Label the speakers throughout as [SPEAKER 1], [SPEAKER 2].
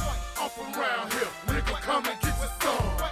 [SPEAKER 1] from round here. Nigga, come and get your son.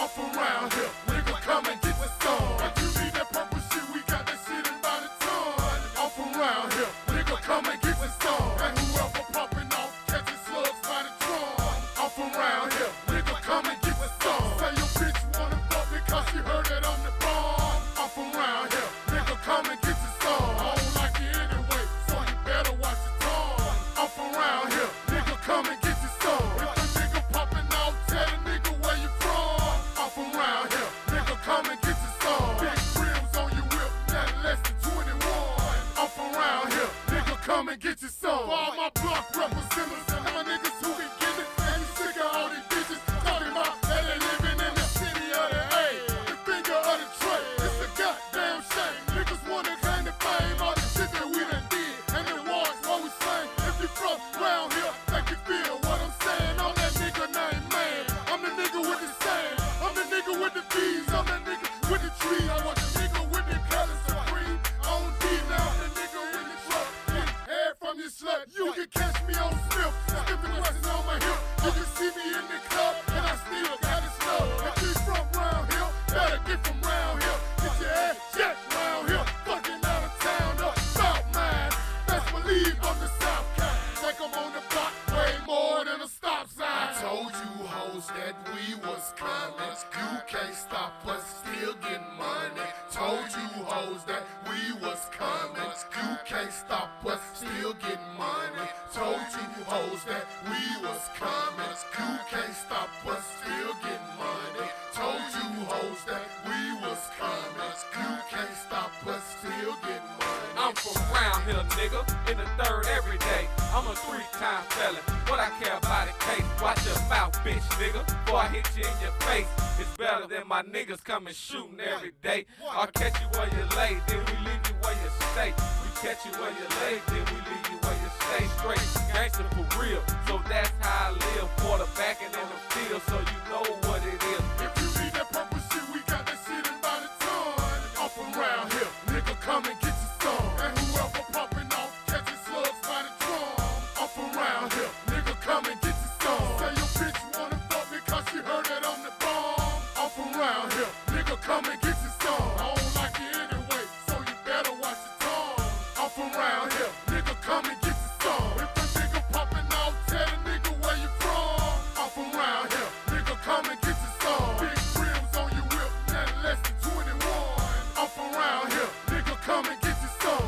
[SPEAKER 1] I'm from round here. Nigga, come and get your son. If you need that purple shit, we got that shit in by the ton. I'm from round here. Nigga, come and get your son. And whoever popping off, catching slugs by the drum. I'm from round here. Nigga, come and get your son. Say your bitch wanna fuck me 'cause she heard that I'm the bomb. I'm from round here. Nigga, come and get your son. I don't like you anyway, so you better watch your tongue. I'm from round here. Nigga, come and get your son. If a nigga popping off, tell the nigga where you from. I'm from round here. Nigga, come and get your son. Big rims on your whip, not less than 21. I'm from round here. Nigga, come and get your son. For all my block representatives and my niggas who can get it. And you sick of all these bitches talking about that they living in the city of the A. The finger of the tray. It's a goddamn shame. Niggas wanna claim the fame. All the shit that we done did. And the wars, what we sang. If you from round here, make you feel what I'm saying. I'm that nigga named Man. I'm the nigga with the sand. I'm the nigga with the bees. I'm the nigga with the tree. I was the nigga with the colors supreme. On D now, I'm the nigga with the truck. Get air from your slut. You can catch me on Smith. Skipping what's on my hip. You can see me in the club, and I still got it slow. If you from round here, better get from round here. Get your ass checked round here. Fucking out of town, up south mine. Best believe I'm the south kind. Take 'em on the block, way more than a stop sign. I told you hoes that we was coming. You can't stop us, still get money. Told you hoes that we was coming. You can't stop us, still get money. Told you hoes that we was coming. You can't stop us, still get money. Told you hoes that we was coming. You can't stop us, still get money.
[SPEAKER 2] I'm from round here, nigga. In the third every day. I'm a three-time felon. What I care about the case. Watch your mouth, bitch, nigga. Before I hit you in your face. It's better than my niggas coming shooting every day. I'll catch you where you lay, then we leave you where you stay. We catch you where you lay, then we leave you where you stay. Straight gangster for real. So that's how I live. Quarterbacking in the field, so you know what it is.
[SPEAKER 1] If you need that purple shit, we got that shit in by the ton. I'm from round here, nigga, come and get your son. And whoever popping off, catching slugs by the drum. I'm from round here, nigga, come and get your son. Say your bitch wanna fuck me 'cause she heard that I'm the bomb. I'm from round here, nigga, come and get your son. I don't like you anyway, so you better watch your tongue. I'm from round here, nigga, come and get your son. If a nigga popping off, tell a nigga where you from. I'm from round here, nigga, come and get your son. Big rims on your whip, nothing less than 21. I'm from round here, nigga, come and get your son.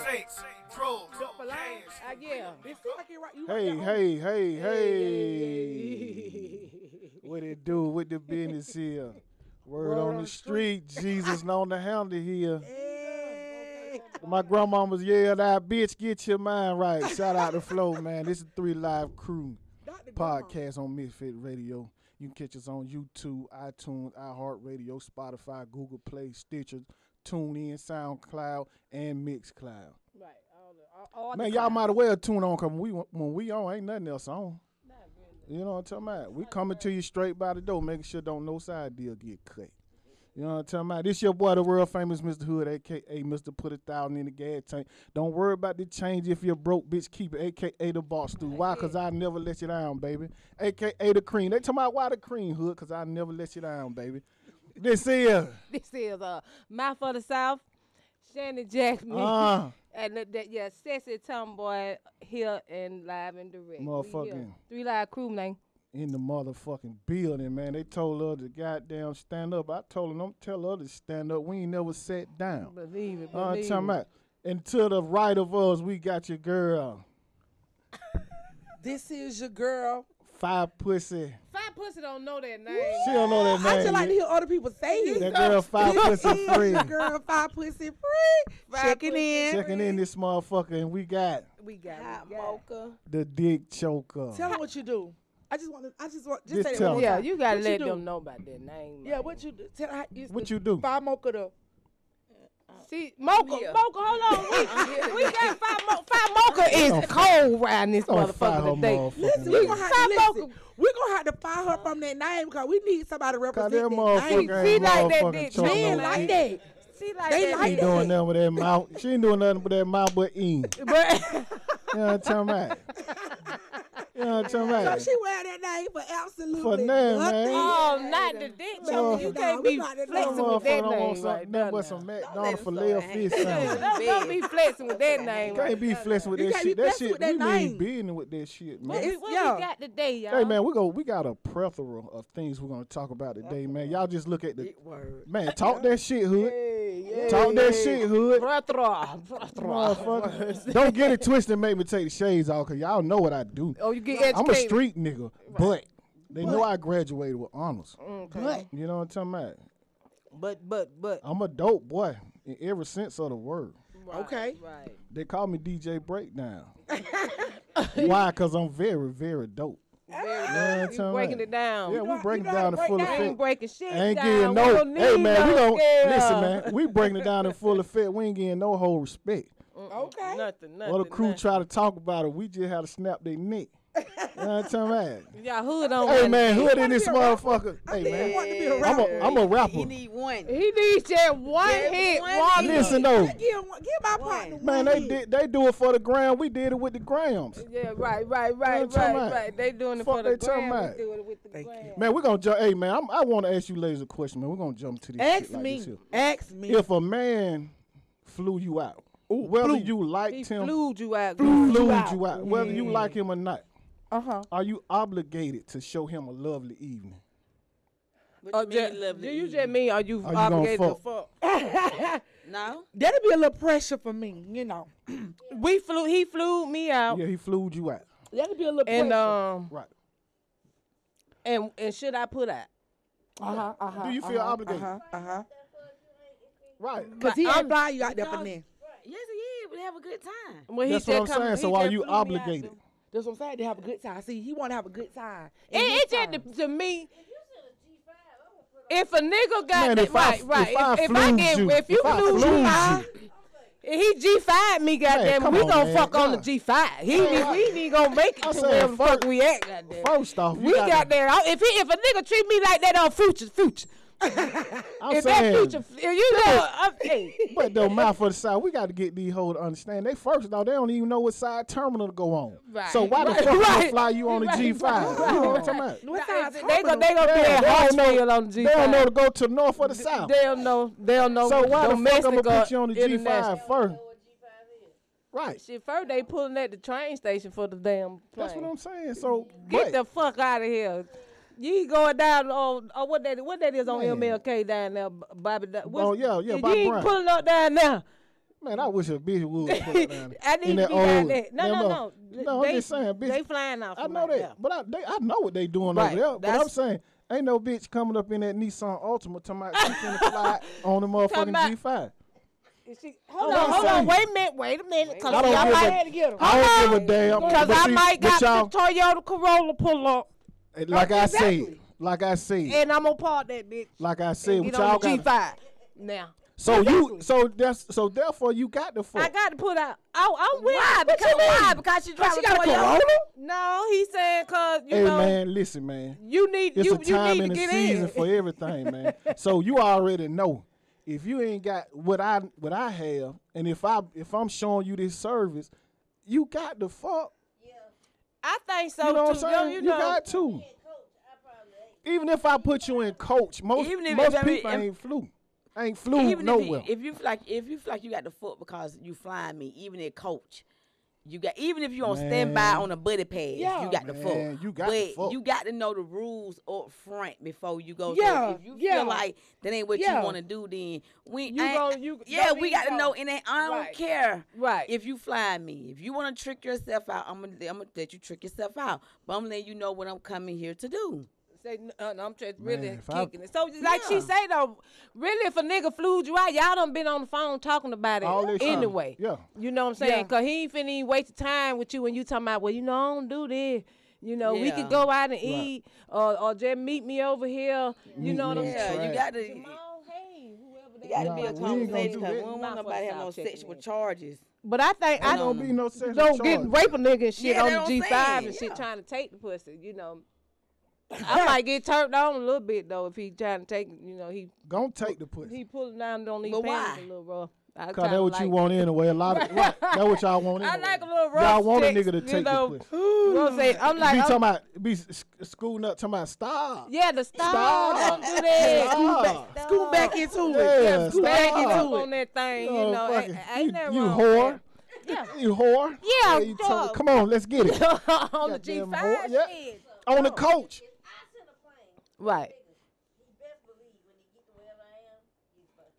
[SPEAKER 2] Snakes, drugs,
[SPEAKER 3] Balloon? Uh, yeah. It feel like you right. You
[SPEAKER 4] Hey,
[SPEAKER 3] right
[SPEAKER 4] hey, hey, hey.
[SPEAKER 3] hey.
[SPEAKER 4] What it do? What the business here? Word on the street, Jesus and on the handle here. My grandmama's yelled out, bitch, get your mind right. Shout out to Flow, man. This is Three Live Crew
[SPEAKER 3] Dr. Grandma.
[SPEAKER 4] podcast on Misfit Radio. You can catch us on YouTube, iTunes, iHeartRadio, Spotify, Google Play, Stitcher, TuneIn, SoundCloud, and MixCloud.
[SPEAKER 3] Right. All the, all, all the
[SPEAKER 4] Man, y'all
[SPEAKER 3] clowns.
[SPEAKER 4] might as well tune on because we when we on, ain't nothing else on. You know what I'm talking about? We coming to you straight by the door, making sure don't no side deal get cut. You know what I'm talking about? This your boy, the world famous Mr. Hood, aka Mr. Put a Thousand in the Gas Tank. Don't worry about the change if you're broke, bitch. Keep it, aka the boss dude. Why? Cause I never let you down, baby. AKA the cream. They talking about why the cream hood? Cause I never let you down, baby. This is
[SPEAKER 3] This is uh, Mouth of the South, Shannon Jackman.
[SPEAKER 4] uh
[SPEAKER 3] And that, that yeah, sexy tomboy here and live and direct. We here.
[SPEAKER 4] Motherfucking.
[SPEAKER 3] Three live crew name.
[SPEAKER 4] in the motherfucking building, man. They told her to goddamn stand up. I told them, don't tell her to stand up. We ain't never sat down.
[SPEAKER 3] Believe it.
[SPEAKER 4] Uh,
[SPEAKER 3] Believe
[SPEAKER 4] time
[SPEAKER 3] it.
[SPEAKER 4] out. And to the right of us, we got your girl.
[SPEAKER 5] This is your girl.
[SPEAKER 4] Five pussy.
[SPEAKER 3] Five pussy don't know that name.
[SPEAKER 4] She don't know that name.
[SPEAKER 5] I just like to
[SPEAKER 4] yet.
[SPEAKER 5] hear other people say it.
[SPEAKER 4] Oh, that girl five pussy
[SPEAKER 5] This
[SPEAKER 4] free.
[SPEAKER 5] your girl five pussy free. Checking in.
[SPEAKER 4] Checking in this motherfucker, and we got
[SPEAKER 3] We got,
[SPEAKER 5] Hot
[SPEAKER 3] we got.
[SPEAKER 5] mocha.
[SPEAKER 4] the dick choker.
[SPEAKER 5] Tell them what you do. I just want to. I just want. Just,
[SPEAKER 4] Just
[SPEAKER 5] say that
[SPEAKER 4] tell
[SPEAKER 5] one more
[SPEAKER 4] 'em.
[SPEAKER 3] Yeah,
[SPEAKER 5] time.
[SPEAKER 3] you gotta
[SPEAKER 5] What
[SPEAKER 3] let
[SPEAKER 5] do?
[SPEAKER 3] them know about that name.
[SPEAKER 5] Yeah,
[SPEAKER 3] man.
[SPEAKER 5] what you do? Tell how, it's
[SPEAKER 4] What
[SPEAKER 5] the
[SPEAKER 4] you do?
[SPEAKER 5] Five mocha to.
[SPEAKER 3] See, mocha, mocha, hold on. We, we got five, mo- five mocha
[SPEAKER 4] Oh,
[SPEAKER 3] is cold around this
[SPEAKER 4] Don't fire her
[SPEAKER 3] motherfucker today.
[SPEAKER 4] motherfucking
[SPEAKER 5] Listen,
[SPEAKER 4] ass.
[SPEAKER 5] we're gonna have to
[SPEAKER 3] Five
[SPEAKER 5] listen. We're gonna have to fire her from that name because we need somebody to
[SPEAKER 4] Cause
[SPEAKER 5] represent
[SPEAKER 4] that
[SPEAKER 5] that name.
[SPEAKER 4] motherfucker
[SPEAKER 3] She
[SPEAKER 4] ain't
[SPEAKER 3] like that
[SPEAKER 4] motherfucking
[SPEAKER 3] dick.
[SPEAKER 4] choking
[SPEAKER 5] Men
[SPEAKER 4] no
[SPEAKER 5] like
[SPEAKER 4] dick.
[SPEAKER 5] that.
[SPEAKER 3] She like that.
[SPEAKER 5] They
[SPEAKER 4] She ain't
[SPEAKER 5] like
[SPEAKER 4] doing nothing with that mouth. She ain't doing nothing with that mouth but eating.
[SPEAKER 3] but
[SPEAKER 1] You know what I'm talking about? You know what I'm talking
[SPEAKER 5] So
[SPEAKER 1] about?
[SPEAKER 5] she wear that name for absolutely
[SPEAKER 1] For nothing, man.
[SPEAKER 3] Oh, not the dick
[SPEAKER 5] Oh,
[SPEAKER 3] choker. You
[SPEAKER 5] no,
[SPEAKER 3] can't
[SPEAKER 5] we
[SPEAKER 3] be
[SPEAKER 5] not
[SPEAKER 1] That
[SPEAKER 5] at all.
[SPEAKER 3] flexing with
[SPEAKER 1] motherfucker
[SPEAKER 3] that
[SPEAKER 1] don't want
[SPEAKER 3] name
[SPEAKER 1] some,
[SPEAKER 3] right
[SPEAKER 1] nothing
[SPEAKER 3] there.
[SPEAKER 1] but some
[SPEAKER 3] now.
[SPEAKER 1] McDonald's
[SPEAKER 6] let him
[SPEAKER 1] filet
[SPEAKER 6] start
[SPEAKER 1] fish
[SPEAKER 6] hating.
[SPEAKER 1] sandwich.
[SPEAKER 3] Don't don't be flexing with that name.
[SPEAKER 1] Can't be flexing with
[SPEAKER 5] You
[SPEAKER 1] that
[SPEAKER 5] can't be
[SPEAKER 1] shit. That
[SPEAKER 5] flexing
[SPEAKER 1] shit,
[SPEAKER 5] with that
[SPEAKER 1] we need
[SPEAKER 5] name.
[SPEAKER 1] being with that shit,
[SPEAKER 3] What,
[SPEAKER 1] man.
[SPEAKER 3] we,
[SPEAKER 5] It's-
[SPEAKER 3] what
[SPEAKER 5] yo.
[SPEAKER 3] we got today, y'all?
[SPEAKER 1] Hey man, we go. We got a plethora of things we're gonna talk about today, man. Y'all just look at the
[SPEAKER 6] Word.
[SPEAKER 1] man. Talk that shit, hood. Talk that shit, hood.
[SPEAKER 3] Plethora, plethora.
[SPEAKER 1] Motherfucker. Don't get it twisted and make me take the shades off, cause y'all know what I do.
[SPEAKER 3] Oh, you get educated.
[SPEAKER 1] I'm a street nigga, but they know I graduated with honors.
[SPEAKER 6] But
[SPEAKER 1] You know what I'm talking about?
[SPEAKER 6] but but but
[SPEAKER 1] I'm a dope boy in every sense of the word.
[SPEAKER 5] Okay.
[SPEAKER 6] right.
[SPEAKER 1] They call me DJ Breakdown. Why? Cause I'm very, very dope.
[SPEAKER 6] Very
[SPEAKER 1] You know what I'm
[SPEAKER 3] You
[SPEAKER 1] talking
[SPEAKER 3] breaking
[SPEAKER 1] about?
[SPEAKER 3] it down.
[SPEAKER 1] Yeah,
[SPEAKER 3] You
[SPEAKER 1] we breaking
[SPEAKER 5] Oh. you
[SPEAKER 1] it
[SPEAKER 5] know how
[SPEAKER 1] down in
[SPEAKER 5] to break
[SPEAKER 1] full
[SPEAKER 5] down.
[SPEAKER 3] I ain't
[SPEAKER 1] effect.
[SPEAKER 3] breaking shit
[SPEAKER 1] Ain't
[SPEAKER 3] down.
[SPEAKER 1] getting
[SPEAKER 3] We
[SPEAKER 1] no.
[SPEAKER 3] don't
[SPEAKER 1] Hey
[SPEAKER 3] need
[SPEAKER 1] man, we
[SPEAKER 3] no
[SPEAKER 1] gon' listen,
[SPEAKER 3] scale.
[SPEAKER 1] man. We breaking it down in full effect. We ain't getting no whole respect.
[SPEAKER 5] Okay.
[SPEAKER 3] Nothing, nothing.
[SPEAKER 1] Or the crew
[SPEAKER 3] nothing.
[SPEAKER 1] try to talk about it. We just had to snap their neck. you know what I'm talking about?
[SPEAKER 3] Y'all hood on.
[SPEAKER 1] Hey
[SPEAKER 3] one.
[SPEAKER 1] man, hood in
[SPEAKER 5] wanna
[SPEAKER 1] this
[SPEAKER 5] be a rapper?
[SPEAKER 1] motherfucker. Hey
[SPEAKER 5] think he
[SPEAKER 1] man,
[SPEAKER 5] wanted to be a
[SPEAKER 1] I'm a,
[SPEAKER 5] rapper.
[SPEAKER 1] I'm a rapper.
[SPEAKER 6] He need one.
[SPEAKER 3] He needs that one
[SPEAKER 6] Just
[SPEAKER 3] hit
[SPEAKER 6] one
[SPEAKER 3] wonder.
[SPEAKER 6] hit.
[SPEAKER 1] Listen though,
[SPEAKER 5] Give, one- give my partner
[SPEAKER 1] man,
[SPEAKER 5] one
[SPEAKER 1] they
[SPEAKER 5] hit.
[SPEAKER 1] did they do it for the gram. We did it with the grams.
[SPEAKER 3] Yeah, right, right,
[SPEAKER 1] I'm
[SPEAKER 3] right,
[SPEAKER 1] talking
[SPEAKER 3] right,
[SPEAKER 1] about?
[SPEAKER 3] right. They doing it
[SPEAKER 1] Fuck
[SPEAKER 3] for the
[SPEAKER 1] they talking
[SPEAKER 3] gram.
[SPEAKER 1] about?
[SPEAKER 3] We doing it with the
[SPEAKER 5] Thank you.
[SPEAKER 3] gram.
[SPEAKER 1] Man, we're gonna jump. Hey man, I'm, I want to ask you ladies a question, man. We're gonna jump to this.
[SPEAKER 5] Ask
[SPEAKER 1] shit like
[SPEAKER 5] me.
[SPEAKER 1] this here.
[SPEAKER 5] Ask me.
[SPEAKER 1] If a man flew you out, whether you liked
[SPEAKER 3] He
[SPEAKER 1] him,
[SPEAKER 3] flew you out.
[SPEAKER 1] flew,
[SPEAKER 3] girl.
[SPEAKER 1] you out, whether you like him or not,
[SPEAKER 5] Uh
[SPEAKER 3] Uh-huh.
[SPEAKER 5] huh.
[SPEAKER 1] are you obligated to show him a lovely evening?
[SPEAKER 6] What
[SPEAKER 3] Oh,
[SPEAKER 6] you mean
[SPEAKER 3] ju-
[SPEAKER 6] lovely?
[SPEAKER 3] do you just mean are you
[SPEAKER 1] Are you gonna
[SPEAKER 3] obligated to
[SPEAKER 1] fuck?
[SPEAKER 3] fuck?
[SPEAKER 6] no?
[SPEAKER 5] That'd be a little pressure for me, you know.
[SPEAKER 3] we flew. He flew me out,
[SPEAKER 1] Yeah, he flew you out,
[SPEAKER 5] That'd be a little
[SPEAKER 3] and
[SPEAKER 5] pressure.
[SPEAKER 3] um,
[SPEAKER 1] right?
[SPEAKER 3] and and should I put out?
[SPEAKER 5] uh-huh, uh-huh,
[SPEAKER 1] Do you feel obligated?
[SPEAKER 5] Uh-huh, uh-huh.
[SPEAKER 1] Right.
[SPEAKER 5] Cause he
[SPEAKER 3] I'm-
[SPEAKER 5] ain't fly you out there for nothing.
[SPEAKER 6] Yes, he is. We have a good time.
[SPEAKER 3] Well,
[SPEAKER 1] That's
[SPEAKER 3] just
[SPEAKER 1] what I'm
[SPEAKER 3] come-
[SPEAKER 1] saying.
[SPEAKER 3] he
[SPEAKER 1] So are
[SPEAKER 3] just
[SPEAKER 1] you
[SPEAKER 3] flew me out
[SPEAKER 1] obligated?
[SPEAKER 3] to-
[SPEAKER 5] That's what I'm saying. They have a good time. See, he want to have a good time.
[SPEAKER 3] It, it just
[SPEAKER 5] depends.
[SPEAKER 3] to me. If a nigga got
[SPEAKER 1] Man,
[SPEAKER 3] that,
[SPEAKER 1] if I-
[SPEAKER 3] right, right.
[SPEAKER 1] if I
[SPEAKER 3] If, if I
[SPEAKER 1] flew
[SPEAKER 3] get,
[SPEAKER 1] you-
[SPEAKER 3] if you
[SPEAKER 1] if I
[SPEAKER 3] flew
[SPEAKER 1] flew
[SPEAKER 3] G
[SPEAKER 1] you.
[SPEAKER 3] five, he G five me, goddamn.
[SPEAKER 1] come
[SPEAKER 3] We
[SPEAKER 1] on,
[SPEAKER 3] gonna
[SPEAKER 1] man.
[SPEAKER 3] fuck on the
[SPEAKER 1] God.
[SPEAKER 3] G five. He,
[SPEAKER 1] Man,
[SPEAKER 3] we,
[SPEAKER 1] I-
[SPEAKER 3] we ain't gonna make it
[SPEAKER 1] I
[SPEAKER 3] to
[SPEAKER 1] said
[SPEAKER 3] where the fuck
[SPEAKER 1] fir-
[SPEAKER 3] we at, goddamn.
[SPEAKER 1] First off, you
[SPEAKER 3] we
[SPEAKER 1] gotta-
[SPEAKER 3] got there. If he, if a nigga treat me like that on future, future.
[SPEAKER 1] I'm saying,
[SPEAKER 3] if that future, if you know, I'm, hey,
[SPEAKER 1] But though mouth for the side, we got to get these hoes to understand. They first though, they don't even know what side terminal to go on.
[SPEAKER 3] Right.
[SPEAKER 1] So why the
[SPEAKER 3] Right.
[SPEAKER 1] fuck would they
[SPEAKER 3] Right.
[SPEAKER 1] fly you on the
[SPEAKER 3] Right.
[SPEAKER 1] G five? You know what I'm talking about?
[SPEAKER 5] What
[SPEAKER 3] Nah,
[SPEAKER 5] size
[SPEAKER 3] they
[SPEAKER 5] terminal?
[SPEAKER 3] gon- they gonna be
[SPEAKER 1] Yeah,
[SPEAKER 3] at
[SPEAKER 1] they don't know-
[SPEAKER 3] Hartsfield on G
[SPEAKER 1] They don't know to
[SPEAKER 3] five.
[SPEAKER 1] go to the north or the south.
[SPEAKER 3] They don't know. They don't know.
[SPEAKER 1] so why the fuck
[SPEAKER 3] domestic
[SPEAKER 1] I'm gonna
[SPEAKER 3] or
[SPEAKER 1] put you on the G
[SPEAKER 3] international.
[SPEAKER 1] five first? Right.
[SPEAKER 3] Shit, first they pulling at the train station for the damn plane.
[SPEAKER 1] That's what I'm saying. So but,
[SPEAKER 3] Get the fuck out of here. You ain't going down on oh, what that what that is on
[SPEAKER 1] Man.
[SPEAKER 3] MLK down there, B- Bobby. Da- what's-
[SPEAKER 1] Oh, yeah, yeah,
[SPEAKER 3] You
[SPEAKER 1] Bobby
[SPEAKER 3] ain't
[SPEAKER 1] Brown.
[SPEAKER 3] pulling up down there.
[SPEAKER 1] man, I wish a bitch would. put down
[SPEAKER 3] I
[SPEAKER 1] in
[SPEAKER 3] need
[SPEAKER 1] that
[SPEAKER 3] to be down
[SPEAKER 1] old-
[SPEAKER 3] there. No,
[SPEAKER 1] that
[SPEAKER 3] no, no.
[SPEAKER 1] mother- No,
[SPEAKER 3] they,
[SPEAKER 1] I'm just saying, bitch.
[SPEAKER 3] They flying off.
[SPEAKER 1] I
[SPEAKER 3] from
[SPEAKER 1] know
[SPEAKER 3] out
[SPEAKER 1] that,
[SPEAKER 3] there.
[SPEAKER 1] but I they, I know what they doing
[SPEAKER 3] Right.
[SPEAKER 1] over there. But I'm
[SPEAKER 3] That's-
[SPEAKER 1] saying, ain't no bitch coming up in that Nissan Ultima talking about she finna fly on the
[SPEAKER 3] Talking about-
[SPEAKER 1] motherfucking G5.
[SPEAKER 3] Hold
[SPEAKER 1] I'm
[SPEAKER 3] on, hold
[SPEAKER 1] saying.
[SPEAKER 3] on. Wait a minute. Wait a minute. Cause
[SPEAKER 1] I don't
[SPEAKER 3] y'all
[SPEAKER 1] give
[SPEAKER 3] might-
[SPEAKER 1] a-
[SPEAKER 5] to get him.
[SPEAKER 1] I don't give a
[SPEAKER 3] Hold
[SPEAKER 1] damn.
[SPEAKER 3] Cause
[SPEAKER 1] but
[SPEAKER 3] I
[SPEAKER 1] see-
[SPEAKER 3] might
[SPEAKER 1] but
[SPEAKER 3] got
[SPEAKER 1] y'all,
[SPEAKER 3] the Toyota Corolla pull up,
[SPEAKER 1] like I said,
[SPEAKER 5] Exactly.
[SPEAKER 1] like I said,
[SPEAKER 3] and I'm gonna park that bitch.
[SPEAKER 1] like I said, what
[SPEAKER 3] get on
[SPEAKER 1] y'all
[SPEAKER 3] the G
[SPEAKER 1] got.
[SPEAKER 3] five now.
[SPEAKER 1] So you, so that's so therefore you got the fuck.
[SPEAKER 3] I got to put out. Oh, I'm with why?
[SPEAKER 5] What
[SPEAKER 3] Because
[SPEAKER 5] you mean?
[SPEAKER 3] why? Because she
[SPEAKER 5] Cause she
[SPEAKER 3] driving
[SPEAKER 5] got a
[SPEAKER 3] Toyota.
[SPEAKER 5] Corolla.
[SPEAKER 3] No, he said because you
[SPEAKER 1] hey
[SPEAKER 3] know
[SPEAKER 1] man, listen man,
[SPEAKER 3] you need
[SPEAKER 1] it's
[SPEAKER 3] you
[SPEAKER 1] a
[SPEAKER 3] you
[SPEAKER 1] time
[SPEAKER 3] need
[SPEAKER 1] and
[SPEAKER 3] to
[SPEAKER 1] a
[SPEAKER 3] get
[SPEAKER 1] season
[SPEAKER 3] in.
[SPEAKER 1] for everything, man. so you already know if you ain't got what I what I have, and if I if I'm showing you this service, you got the fuck.
[SPEAKER 3] I think so
[SPEAKER 1] You know
[SPEAKER 3] Oh, too.
[SPEAKER 1] what I'm saying?
[SPEAKER 3] Yo,
[SPEAKER 1] You,
[SPEAKER 3] you know,
[SPEAKER 1] got to. Even if I put you in coach, most
[SPEAKER 6] Even if-
[SPEAKER 1] most
[SPEAKER 6] if-
[SPEAKER 1] people
[SPEAKER 6] if-
[SPEAKER 1] ain't flew, ain't flew
[SPEAKER 6] even
[SPEAKER 1] nowhere.
[SPEAKER 6] If you, if you feel like if you feel like you got the foot because you flying me, even at coach, you got even if you on standby
[SPEAKER 1] Man.
[SPEAKER 6] on a buddy pass,
[SPEAKER 5] Yeah.
[SPEAKER 6] you got the
[SPEAKER 1] Man,
[SPEAKER 6] foot.
[SPEAKER 1] you got
[SPEAKER 6] but
[SPEAKER 1] the foot.
[SPEAKER 6] you got to know the rules up front before you go. So
[SPEAKER 5] Yeah,
[SPEAKER 6] if you
[SPEAKER 5] yeah.
[SPEAKER 6] feel like that ain't what
[SPEAKER 5] Yeah.
[SPEAKER 6] you want to do, then we
[SPEAKER 3] You
[SPEAKER 6] I-
[SPEAKER 3] gon- you-
[SPEAKER 6] yeah
[SPEAKER 3] don't
[SPEAKER 6] we
[SPEAKER 3] even
[SPEAKER 6] got to
[SPEAKER 3] go.
[SPEAKER 6] know. And I don't
[SPEAKER 3] Right.
[SPEAKER 6] care
[SPEAKER 3] Right.
[SPEAKER 6] if you flying me. If you want to trick yourself out, I'm gonna I'm gonna let you trick yourself out. But I'm letting you know what I'm coming here to do.
[SPEAKER 3] Say, no, no, I'm just really
[SPEAKER 1] Man, if I-
[SPEAKER 3] kicking it. So like she
[SPEAKER 6] Yeah.
[SPEAKER 3] say though, really, if a nigga flew you out, y'all done been on the phone talking about it
[SPEAKER 1] All this time.
[SPEAKER 3] anyway.
[SPEAKER 1] Yeah.
[SPEAKER 3] you know what I'm
[SPEAKER 5] Yeah.
[SPEAKER 3] saying? Cause he ain't finna even waste the time with you when you talking about, well, you know, I don't do this. You know, we
[SPEAKER 6] Yeah.
[SPEAKER 3] could go out and eat, or, or just meet me over here. You
[SPEAKER 1] Meet
[SPEAKER 3] know what
[SPEAKER 1] me
[SPEAKER 3] I'm
[SPEAKER 1] at
[SPEAKER 3] saying?
[SPEAKER 6] Yeah,
[SPEAKER 1] right.
[SPEAKER 6] you got to.
[SPEAKER 3] You
[SPEAKER 6] It got to
[SPEAKER 1] Nah,
[SPEAKER 6] be a
[SPEAKER 1] we ain't gonna
[SPEAKER 6] conversation
[SPEAKER 1] do
[SPEAKER 6] because we
[SPEAKER 1] that.
[SPEAKER 6] don't
[SPEAKER 3] Not
[SPEAKER 6] want
[SPEAKER 3] for
[SPEAKER 6] nobody to have no
[SPEAKER 3] child checking
[SPEAKER 6] sexual
[SPEAKER 3] in.
[SPEAKER 6] charges.
[SPEAKER 3] But I think I
[SPEAKER 6] Ain't
[SPEAKER 3] don't
[SPEAKER 6] on
[SPEAKER 1] Don't be no sexual
[SPEAKER 3] don't get
[SPEAKER 1] charge.
[SPEAKER 3] raping nigga and shit
[SPEAKER 6] Yeah,
[SPEAKER 3] on
[SPEAKER 6] that's
[SPEAKER 3] the G
[SPEAKER 6] what I'm
[SPEAKER 3] five
[SPEAKER 6] saying,
[SPEAKER 3] and shit
[SPEAKER 6] yeah.
[SPEAKER 3] trying to take the pussy. You know, I might get turned on a little bit though if he trying to take. You know, he
[SPEAKER 1] Gonna take the pussy.
[SPEAKER 3] he pulling down on these
[SPEAKER 6] But
[SPEAKER 3] pants
[SPEAKER 6] why?
[SPEAKER 3] a little rough.
[SPEAKER 6] I
[SPEAKER 1] Cause
[SPEAKER 6] kinda
[SPEAKER 1] that's what you
[SPEAKER 6] like-
[SPEAKER 1] want anyway. A lot of right. That's what y'all want.
[SPEAKER 6] I
[SPEAKER 1] Anyway.
[SPEAKER 6] like a little rough
[SPEAKER 1] Y'all want a
[SPEAKER 6] sticks,
[SPEAKER 1] nigga to
[SPEAKER 6] you
[SPEAKER 1] take
[SPEAKER 6] know.
[SPEAKER 1] the pussy.
[SPEAKER 3] You know what I'm saying? I'm
[SPEAKER 1] be
[SPEAKER 3] like,
[SPEAKER 1] talking
[SPEAKER 3] I'm,
[SPEAKER 1] about be s- schooling up talking about stop.
[SPEAKER 3] yeah, the stop.
[SPEAKER 1] Stop.
[SPEAKER 3] Oh, Don't do that.
[SPEAKER 1] Stop.
[SPEAKER 5] Scoot back into it.
[SPEAKER 1] Yeah,
[SPEAKER 3] Scoot back
[SPEAKER 1] stop.
[SPEAKER 3] up on that thing, you
[SPEAKER 1] Oh,
[SPEAKER 3] know.
[SPEAKER 1] fucking-
[SPEAKER 3] ain't- ain't
[SPEAKER 1] you,
[SPEAKER 3] nothing
[SPEAKER 1] you
[SPEAKER 3] wrong with
[SPEAKER 1] whore. You whore.
[SPEAKER 3] Yeah,
[SPEAKER 1] you talk-
[SPEAKER 3] dog.
[SPEAKER 1] come on, let's get it.
[SPEAKER 3] that. on the
[SPEAKER 1] Goddamn
[SPEAKER 3] G5
[SPEAKER 1] whore, yeah.
[SPEAKER 3] shit.
[SPEAKER 1] on the coach.
[SPEAKER 6] Right.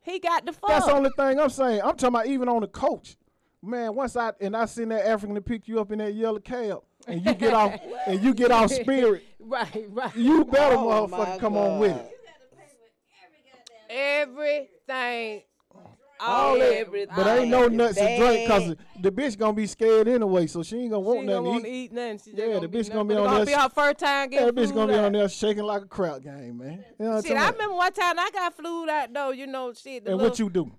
[SPEAKER 3] He got the fuck.
[SPEAKER 1] That's the only thing I'm saying. I'm talking about even on the coach. Man, once I and I seen that African to pick you up in that yellow cab and you get off and you get off spirit,
[SPEAKER 3] right, right.
[SPEAKER 1] you better
[SPEAKER 5] Oh, my
[SPEAKER 1] motherfucker come on with
[SPEAKER 5] God.
[SPEAKER 1] it.
[SPEAKER 3] Everything.
[SPEAKER 6] All everything.
[SPEAKER 1] But ain't no nuts and drink cause the bitch gonna be scared anyway, so she ain't gonna want
[SPEAKER 3] She
[SPEAKER 1] nothing
[SPEAKER 3] don't want
[SPEAKER 1] to
[SPEAKER 3] to
[SPEAKER 1] eat.
[SPEAKER 3] eat nothing. She just
[SPEAKER 1] Yeah, the
[SPEAKER 3] gonna be
[SPEAKER 1] bitch gonna
[SPEAKER 3] nothing.
[SPEAKER 1] be
[SPEAKER 3] But
[SPEAKER 1] on
[SPEAKER 3] gonna
[SPEAKER 1] this-
[SPEAKER 3] be her first time getting
[SPEAKER 1] That bitch gonna be
[SPEAKER 3] food out.
[SPEAKER 1] on there shaking like a crowd game, man. You know what I'm
[SPEAKER 3] Shit,
[SPEAKER 1] talking
[SPEAKER 3] I
[SPEAKER 1] about?
[SPEAKER 3] remember one time I got flued out though. You know, shit. the
[SPEAKER 1] And
[SPEAKER 3] little-
[SPEAKER 1] what you do?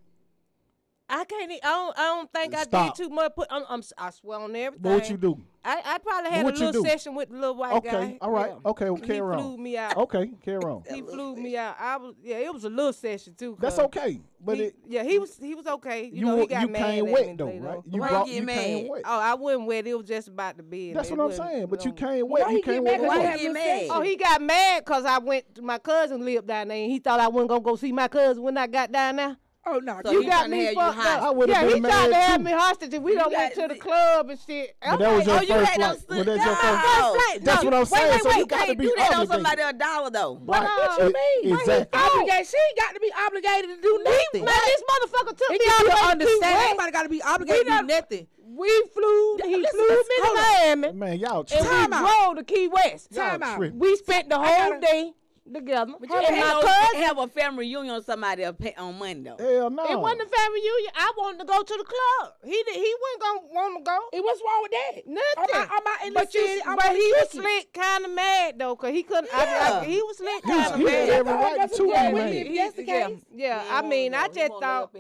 [SPEAKER 3] I can't. e- I don't. I don't think I
[SPEAKER 1] Stop.
[SPEAKER 3] did too much. Put. I'm, I'm. si swear on everything.
[SPEAKER 1] But what you do?
[SPEAKER 3] I, I probably had a
[SPEAKER 1] What you
[SPEAKER 3] little
[SPEAKER 1] do?
[SPEAKER 3] session with the little white
[SPEAKER 1] Okay,
[SPEAKER 3] guy.
[SPEAKER 1] all right,
[SPEAKER 3] Yeah.
[SPEAKER 1] okay, well,
[SPEAKER 3] he
[SPEAKER 1] carry on.
[SPEAKER 3] flew me out.
[SPEAKER 1] Okay, carry on.
[SPEAKER 3] He flew me out. I was. Yeah, it was a little session too.
[SPEAKER 1] That's
[SPEAKER 3] 'cause
[SPEAKER 1] okay, but
[SPEAKER 3] he-
[SPEAKER 1] it
[SPEAKER 3] yeah, he was. He was okay. You,
[SPEAKER 1] you
[SPEAKER 3] know,
[SPEAKER 1] wa-
[SPEAKER 3] he
[SPEAKER 1] you,
[SPEAKER 3] got mad
[SPEAKER 1] came
[SPEAKER 3] at me
[SPEAKER 1] wet though,
[SPEAKER 3] later.
[SPEAKER 1] right? You
[SPEAKER 6] Why you
[SPEAKER 1] brought
[SPEAKER 6] get
[SPEAKER 1] you came
[SPEAKER 6] mad?
[SPEAKER 1] wet.
[SPEAKER 3] Oh, I wasn't wet. It was just about the bed.
[SPEAKER 1] That's what I'm saying. But you came
[SPEAKER 5] Why
[SPEAKER 1] wet. You
[SPEAKER 5] he
[SPEAKER 1] came wet.
[SPEAKER 5] get mad? Why
[SPEAKER 1] before.
[SPEAKER 5] he
[SPEAKER 6] he
[SPEAKER 5] have mad?
[SPEAKER 6] mad?
[SPEAKER 3] Oh, he got mad because I went. To, my cousin lived down there, and he thought I wasn't gonna go see my cousin when I got down there.
[SPEAKER 5] Oh no,
[SPEAKER 6] So
[SPEAKER 5] you
[SPEAKER 3] He
[SPEAKER 6] he
[SPEAKER 3] got
[SPEAKER 5] got
[SPEAKER 6] tryna have
[SPEAKER 3] me
[SPEAKER 6] you
[SPEAKER 3] fucked
[SPEAKER 6] hostage.
[SPEAKER 3] up.
[SPEAKER 1] I would've
[SPEAKER 3] yeah, he
[SPEAKER 1] been
[SPEAKER 3] tried to
[SPEAKER 1] mad,
[SPEAKER 3] have
[SPEAKER 1] too.
[SPEAKER 3] me hostage, and we done went
[SPEAKER 6] got
[SPEAKER 3] to the
[SPEAKER 6] the-
[SPEAKER 3] club and shit. I'm
[SPEAKER 1] But that was
[SPEAKER 3] like,
[SPEAKER 1] your
[SPEAKER 3] oh, you
[SPEAKER 1] first
[SPEAKER 6] had
[SPEAKER 1] flight.
[SPEAKER 6] those-
[SPEAKER 1] Well, that's your
[SPEAKER 6] No,
[SPEAKER 1] first
[SPEAKER 6] that's
[SPEAKER 1] flight. That's what I'm saying.
[SPEAKER 3] Wait, wait,
[SPEAKER 1] so you
[SPEAKER 3] wait,
[SPEAKER 1] got to
[SPEAKER 6] Can't
[SPEAKER 1] be
[SPEAKER 6] do that on
[SPEAKER 1] obligated.
[SPEAKER 6] somebody a dollar though.
[SPEAKER 1] Right.
[SPEAKER 3] What you
[SPEAKER 1] It-
[SPEAKER 3] mean?
[SPEAKER 1] Exactly.
[SPEAKER 3] Oh.
[SPEAKER 5] obligated. She ain't got to be obligated to do
[SPEAKER 3] we,
[SPEAKER 5] nothing.
[SPEAKER 3] man, this motherfucker took me
[SPEAKER 5] It got
[SPEAKER 3] out to
[SPEAKER 5] you to
[SPEAKER 3] Key
[SPEAKER 5] understand.
[SPEAKER 3] West.
[SPEAKER 5] Everybody got to be obligated to do
[SPEAKER 3] done-
[SPEAKER 5] nothing.
[SPEAKER 3] We flew. He
[SPEAKER 5] Listen,
[SPEAKER 3] flew me
[SPEAKER 5] listen,
[SPEAKER 3] to
[SPEAKER 5] hold on.
[SPEAKER 3] Miami,
[SPEAKER 1] Man, y'all
[SPEAKER 3] and
[SPEAKER 1] tripping.
[SPEAKER 5] Time
[SPEAKER 3] we
[SPEAKER 5] out.
[SPEAKER 3] drove to Key West.
[SPEAKER 5] Time
[SPEAKER 1] Y'all
[SPEAKER 5] out.
[SPEAKER 1] tripping.
[SPEAKER 3] We spent the
[SPEAKER 5] gotta-
[SPEAKER 3] whole day together.
[SPEAKER 6] But you
[SPEAKER 3] and
[SPEAKER 6] can't
[SPEAKER 3] my
[SPEAKER 6] no-
[SPEAKER 3] cousin.
[SPEAKER 6] have a family reunion on somebody a pa- on Monday. though.
[SPEAKER 1] Hell no.
[SPEAKER 3] It wasn't a family reunion. I wanted to go to the club. He did, he wasn't gonna want to go.
[SPEAKER 5] And what's wrong with that?
[SPEAKER 3] Nothing.
[SPEAKER 5] I'm out, I'm out in
[SPEAKER 3] but
[SPEAKER 5] the
[SPEAKER 3] you-
[SPEAKER 5] city. I'm
[SPEAKER 3] but
[SPEAKER 5] out
[SPEAKER 3] he was
[SPEAKER 5] drinking.
[SPEAKER 3] slick, kind of mad though, cause he couldn't. I, I,
[SPEAKER 6] Yeah.
[SPEAKER 3] he was slick,
[SPEAKER 1] He was-
[SPEAKER 3] kind of
[SPEAKER 1] he
[SPEAKER 3] mad.
[SPEAKER 1] had every right to be
[SPEAKER 5] Yeah,
[SPEAKER 1] mad.
[SPEAKER 5] he- that's the
[SPEAKER 3] yeah,
[SPEAKER 5] case.
[SPEAKER 3] yeah. I mean, I just thought.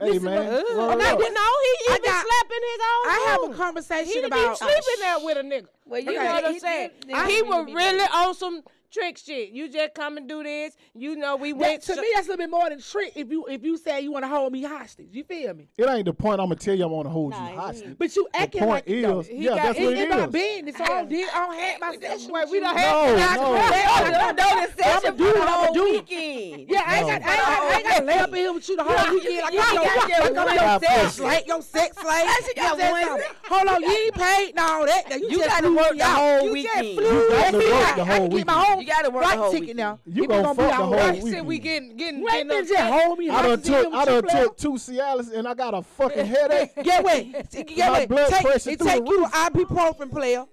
[SPEAKER 1] Hey man,
[SPEAKER 3] Ugh.
[SPEAKER 1] word
[SPEAKER 3] And I
[SPEAKER 1] up.
[SPEAKER 3] didn't know he
[SPEAKER 5] I
[SPEAKER 3] even
[SPEAKER 5] got-
[SPEAKER 3] slapping his own.
[SPEAKER 5] I have
[SPEAKER 3] room.
[SPEAKER 5] a
[SPEAKER 3] He
[SPEAKER 5] conversation
[SPEAKER 3] didn't
[SPEAKER 5] about uh,
[SPEAKER 3] sleeping there with a nigga.
[SPEAKER 6] Well,
[SPEAKER 3] You
[SPEAKER 6] you
[SPEAKER 3] know
[SPEAKER 5] Okay.
[SPEAKER 3] what I'm
[SPEAKER 6] He-
[SPEAKER 3] saying?
[SPEAKER 6] he- he-
[SPEAKER 3] He
[SPEAKER 6] he
[SPEAKER 3] was
[SPEAKER 6] be
[SPEAKER 3] really on some trick shit. You just come and do this. You know, we
[SPEAKER 5] That,
[SPEAKER 3] went
[SPEAKER 5] to me, that's a little bit more than trick. If you if you say you want to hold me hostage, you feel me?
[SPEAKER 1] It ain't the point. I'm gonna tell you. I'm gonna hold
[SPEAKER 6] Nah,
[SPEAKER 1] you
[SPEAKER 6] he-
[SPEAKER 1] hostage.
[SPEAKER 5] But you
[SPEAKER 1] The
[SPEAKER 5] acting
[SPEAKER 1] point
[SPEAKER 5] like you don't.
[SPEAKER 1] is, yeah,
[SPEAKER 5] got-
[SPEAKER 1] that's what
[SPEAKER 5] it's my
[SPEAKER 1] it is.
[SPEAKER 5] business. So I don't, did, I don't have my session.
[SPEAKER 3] Wait, we
[SPEAKER 5] don't
[SPEAKER 3] done
[SPEAKER 5] have.
[SPEAKER 1] No,
[SPEAKER 3] had
[SPEAKER 1] no.
[SPEAKER 6] I
[SPEAKER 3] no.
[SPEAKER 6] don't session
[SPEAKER 5] do
[SPEAKER 6] for
[SPEAKER 5] it,
[SPEAKER 6] the
[SPEAKER 5] I'ma
[SPEAKER 6] whole
[SPEAKER 5] do it.
[SPEAKER 6] weekend.
[SPEAKER 5] Yeah, I ain't got, I ain't got, I ain't got to lay up in here with you the whole weekend. Like,
[SPEAKER 6] You
[SPEAKER 5] I
[SPEAKER 6] ain't got that
[SPEAKER 5] got
[SPEAKER 6] one
[SPEAKER 5] your sex
[SPEAKER 1] session.
[SPEAKER 5] slave, your sex slave.
[SPEAKER 6] She got
[SPEAKER 5] You know
[SPEAKER 6] one
[SPEAKER 5] what I'm
[SPEAKER 6] session.
[SPEAKER 5] saying? Hold on, you ain't paid and all that. Now, You,
[SPEAKER 6] You
[SPEAKER 5] just
[SPEAKER 6] gotta
[SPEAKER 5] flew
[SPEAKER 6] work
[SPEAKER 5] me
[SPEAKER 6] the
[SPEAKER 5] out. You
[SPEAKER 6] whole
[SPEAKER 5] just
[SPEAKER 6] weekend.
[SPEAKER 5] flew
[SPEAKER 1] You
[SPEAKER 5] me
[SPEAKER 1] got
[SPEAKER 5] out.
[SPEAKER 1] to work the
[SPEAKER 5] I
[SPEAKER 1] whole
[SPEAKER 5] can get my
[SPEAKER 1] weekend.
[SPEAKER 5] own
[SPEAKER 6] You gotta work the
[SPEAKER 5] flight
[SPEAKER 6] whole
[SPEAKER 5] ticket
[SPEAKER 6] weekend.
[SPEAKER 5] now.
[SPEAKER 1] You
[SPEAKER 5] People
[SPEAKER 1] gonna
[SPEAKER 5] be
[SPEAKER 1] fuck the
[SPEAKER 5] all
[SPEAKER 1] whole
[SPEAKER 5] right.
[SPEAKER 3] She said we getting getting
[SPEAKER 5] Wait,
[SPEAKER 3] getting
[SPEAKER 5] then just
[SPEAKER 3] upset.
[SPEAKER 5] hold me
[SPEAKER 1] I done
[SPEAKER 5] hostage. You
[SPEAKER 1] took
[SPEAKER 5] hear
[SPEAKER 1] I
[SPEAKER 5] what you
[SPEAKER 1] done
[SPEAKER 5] play?
[SPEAKER 1] took two Cialis and I got a fucking headache.
[SPEAKER 5] Get away. Get
[SPEAKER 1] My
[SPEAKER 5] away.
[SPEAKER 1] blood
[SPEAKER 5] Take,
[SPEAKER 1] pressure
[SPEAKER 5] it
[SPEAKER 1] through
[SPEAKER 5] take
[SPEAKER 1] the
[SPEAKER 5] you to ibuprofen, player.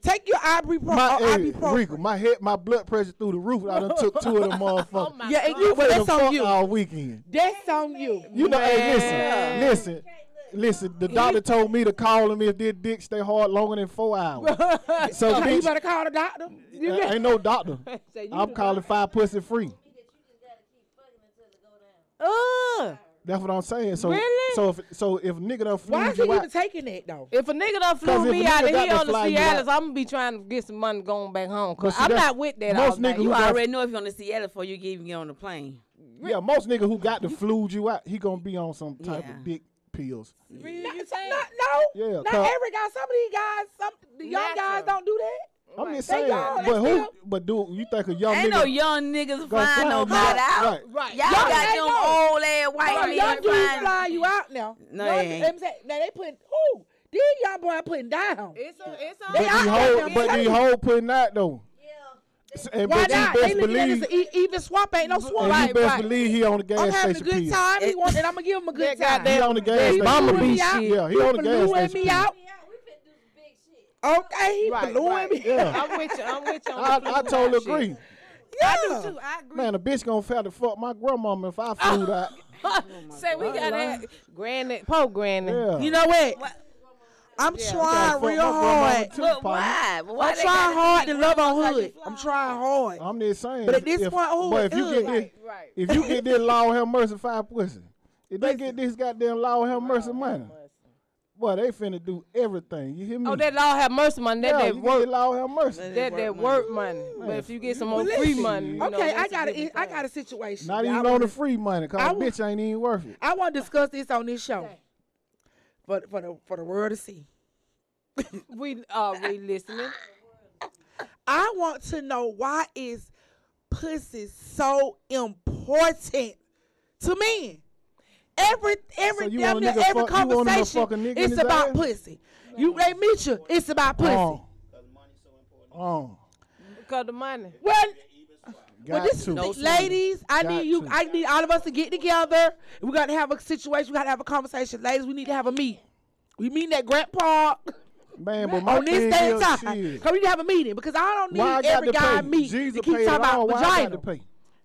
[SPEAKER 5] Take your ibuprofen.
[SPEAKER 1] My,
[SPEAKER 5] or
[SPEAKER 1] hey,
[SPEAKER 5] ibuprofen.
[SPEAKER 1] Rico, my head, my blood pressure through the roof. I done took two of them motherfuckers.
[SPEAKER 3] Oh my
[SPEAKER 5] yeah, and you,
[SPEAKER 1] Wait the
[SPEAKER 5] that's on
[SPEAKER 1] fuck
[SPEAKER 5] you.
[SPEAKER 1] all weekend.
[SPEAKER 5] That's on you.
[SPEAKER 1] You know, hey,
[SPEAKER 3] Man.
[SPEAKER 1] listen, listen, listen. The doctor told me to call him if their dick stay hard longer than four hours. so
[SPEAKER 5] You
[SPEAKER 1] bitch,
[SPEAKER 5] better call the doctor.
[SPEAKER 1] uh, ain't no doctor.
[SPEAKER 3] Say you
[SPEAKER 1] I'm
[SPEAKER 3] the
[SPEAKER 1] calling five pussy free.
[SPEAKER 3] Ugh.
[SPEAKER 1] That's what I'm saying. So,
[SPEAKER 3] Really?
[SPEAKER 1] so if so if nigga done flew
[SPEAKER 5] Why is he
[SPEAKER 1] you
[SPEAKER 5] even
[SPEAKER 1] out,
[SPEAKER 5] taking that though?
[SPEAKER 3] If a nigga
[SPEAKER 1] 'Cause
[SPEAKER 3] done flew
[SPEAKER 1] if a
[SPEAKER 3] me
[SPEAKER 1] nigga
[SPEAKER 3] out of
[SPEAKER 1] got
[SPEAKER 3] here
[SPEAKER 1] to
[SPEAKER 3] on the
[SPEAKER 1] fly you
[SPEAKER 3] Cialis,
[SPEAKER 1] out-
[SPEAKER 3] I'm gonna be trying to get some money going back home.
[SPEAKER 1] But
[SPEAKER 3] Cause
[SPEAKER 1] see,
[SPEAKER 3] I'm
[SPEAKER 1] that's-
[SPEAKER 3] not with that.
[SPEAKER 1] most
[SPEAKER 3] all night.
[SPEAKER 1] niggas
[SPEAKER 6] You
[SPEAKER 1] who got-
[SPEAKER 6] already know if you're on the Seattle before you even get on the plane.
[SPEAKER 1] yeah, most nigga who got the flu you out, he gonna be on some type
[SPEAKER 6] Yeah.
[SPEAKER 1] of dick pills.
[SPEAKER 5] Not, not, no.
[SPEAKER 1] Yeah,
[SPEAKER 5] not
[SPEAKER 1] cause-
[SPEAKER 5] every guy. Some of these guys, some the young guys
[SPEAKER 3] Natural.
[SPEAKER 5] don't do that.
[SPEAKER 1] I'm just
[SPEAKER 5] They
[SPEAKER 1] saying.
[SPEAKER 5] gone, they
[SPEAKER 1] But who?
[SPEAKER 5] still-
[SPEAKER 1] But dude, you think a young
[SPEAKER 6] Ain't
[SPEAKER 1] nigga
[SPEAKER 6] no young niggas
[SPEAKER 1] gonna
[SPEAKER 6] flying
[SPEAKER 1] fly you
[SPEAKER 6] nobody out.
[SPEAKER 3] Right.
[SPEAKER 6] Y'all
[SPEAKER 5] Y'all
[SPEAKER 6] got
[SPEAKER 5] ain't
[SPEAKER 6] them
[SPEAKER 5] know.
[SPEAKER 6] old ass white
[SPEAKER 5] Some
[SPEAKER 6] men
[SPEAKER 5] young dudes
[SPEAKER 6] flying.
[SPEAKER 5] fly you out now.
[SPEAKER 6] No,
[SPEAKER 5] Young-
[SPEAKER 6] they ain't.
[SPEAKER 5] them say- Now they putting who? These young boy putting down.
[SPEAKER 3] It's a, it's
[SPEAKER 1] But
[SPEAKER 5] They out
[SPEAKER 1] the
[SPEAKER 5] there
[SPEAKER 1] whole,
[SPEAKER 5] now,
[SPEAKER 1] but
[SPEAKER 5] tell
[SPEAKER 1] the
[SPEAKER 5] you.
[SPEAKER 1] whole putting out though. S- And but
[SPEAKER 5] Why not?
[SPEAKER 1] you
[SPEAKER 5] They
[SPEAKER 1] best
[SPEAKER 5] looking at
[SPEAKER 1] believe,
[SPEAKER 5] this e- even swamp ain't no swamp.
[SPEAKER 1] and you
[SPEAKER 3] Right,
[SPEAKER 1] best
[SPEAKER 3] right.
[SPEAKER 1] believe he on the gas
[SPEAKER 5] I'm having a
[SPEAKER 1] station.
[SPEAKER 5] good
[SPEAKER 1] pill.
[SPEAKER 5] time. He
[SPEAKER 6] It-
[SPEAKER 5] want, and I'm gonna give him a
[SPEAKER 3] That
[SPEAKER 5] good
[SPEAKER 1] He
[SPEAKER 5] time.
[SPEAKER 3] goddamn-
[SPEAKER 1] on the gas
[SPEAKER 5] They
[SPEAKER 1] station.
[SPEAKER 5] blew
[SPEAKER 1] pill.
[SPEAKER 5] me out.
[SPEAKER 1] Yeah, he on the gas
[SPEAKER 5] Blew
[SPEAKER 1] station.
[SPEAKER 5] me
[SPEAKER 1] pill.
[SPEAKER 5] out. Okay, he
[SPEAKER 3] right,
[SPEAKER 5] blew
[SPEAKER 3] right.
[SPEAKER 5] me.
[SPEAKER 1] Yeah.
[SPEAKER 3] I'm with you. I'm with you.
[SPEAKER 1] I,
[SPEAKER 3] on the
[SPEAKER 1] I
[SPEAKER 3] flu
[SPEAKER 1] totally
[SPEAKER 3] shit.
[SPEAKER 1] agree.
[SPEAKER 3] I do too. I agree.
[SPEAKER 1] Man, a bitch gonna fail to fuck my grandmama
[SPEAKER 5] Ah,
[SPEAKER 1] if I flew out.
[SPEAKER 3] Say we got that granny, po granny.
[SPEAKER 1] Yeah.
[SPEAKER 5] You know what? I'm trying real hard.
[SPEAKER 6] But why? But why
[SPEAKER 5] I'm
[SPEAKER 6] they
[SPEAKER 5] trying
[SPEAKER 6] gotta
[SPEAKER 5] hard
[SPEAKER 6] be
[SPEAKER 5] to love on
[SPEAKER 6] grown
[SPEAKER 5] hood.
[SPEAKER 6] like you
[SPEAKER 5] I'm
[SPEAKER 6] fly?
[SPEAKER 5] trying hard.
[SPEAKER 1] I'm just saying.
[SPEAKER 5] But at
[SPEAKER 1] if-
[SPEAKER 5] this
[SPEAKER 1] if,
[SPEAKER 5] point, oh,
[SPEAKER 1] but if you
[SPEAKER 5] ugh.
[SPEAKER 1] get this,
[SPEAKER 5] Right,
[SPEAKER 3] right.
[SPEAKER 1] if you get this law have mercy five pussy, if they get this goddamn law have mercy money, Boy, they finna do everything. You hear me?
[SPEAKER 3] Oh, that Lord have mercy money. That
[SPEAKER 1] yeah,
[SPEAKER 3] that
[SPEAKER 1] you
[SPEAKER 3] work.
[SPEAKER 1] get Lord have mercy.
[SPEAKER 6] That-
[SPEAKER 3] that
[SPEAKER 6] Work
[SPEAKER 3] that
[SPEAKER 6] money.
[SPEAKER 3] work money. But if you get some more
[SPEAKER 5] Well,
[SPEAKER 3] free
[SPEAKER 5] listen,
[SPEAKER 3] money, you know,
[SPEAKER 5] Okay,
[SPEAKER 3] that's
[SPEAKER 5] I
[SPEAKER 3] a
[SPEAKER 5] got
[SPEAKER 3] different
[SPEAKER 5] a, I
[SPEAKER 3] thing.
[SPEAKER 5] got a situation.
[SPEAKER 1] Not
[SPEAKER 5] that I
[SPEAKER 1] even on
[SPEAKER 5] wanna-
[SPEAKER 1] the free money, cause
[SPEAKER 5] I
[SPEAKER 1] the
[SPEAKER 5] would-
[SPEAKER 1] bitch ain't even worth it.
[SPEAKER 5] I want to discuss this on this show, for for the for the world to see.
[SPEAKER 3] We are we listening?
[SPEAKER 5] I want to know why is pussy so important to men? Every every
[SPEAKER 1] So you
[SPEAKER 5] damn
[SPEAKER 1] want a
[SPEAKER 5] near
[SPEAKER 1] nigga
[SPEAKER 5] every
[SPEAKER 1] fuck- you want a
[SPEAKER 5] conversation,
[SPEAKER 1] motherfucking nigga in
[SPEAKER 5] it's
[SPEAKER 1] his
[SPEAKER 5] about
[SPEAKER 1] ass?
[SPEAKER 5] pussy. You they meet you, it's about pussy.
[SPEAKER 1] Um, um,
[SPEAKER 3] Because the money.
[SPEAKER 5] Well,
[SPEAKER 1] got
[SPEAKER 5] well, this is
[SPEAKER 1] to.
[SPEAKER 5] the thing. ladies. I
[SPEAKER 1] Got
[SPEAKER 5] need you.
[SPEAKER 1] to.
[SPEAKER 5] I need all of us to get together. We got to have a situation. We got to have a conversation, ladies. We need to have a meet. We meet at Grant Park
[SPEAKER 1] man, but my
[SPEAKER 5] on
[SPEAKER 1] thing
[SPEAKER 5] this day and
[SPEAKER 1] is,
[SPEAKER 5] time.
[SPEAKER 1] shit,
[SPEAKER 5] Cause we need to have a meeting because I don't need
[SPEAKER 1] why I got
[SPEAKER 5] every
[SPEAKER 1] to
[SPEAKER 5] guy I
[SPEAKER 1] pay?
[SPEAKER 5] meet
[SPEAKER 1] Jesus
[SPEAKER 5] to keep
[SPEAKER 1] paid
[SPEAKER 5] talking
[SPEAKER 1] it
[SPEAKER 5] about
[SPEAKER 1] all. Why I got
[SPEAKER 5] vagina.
[SPEAKER 1] to pay?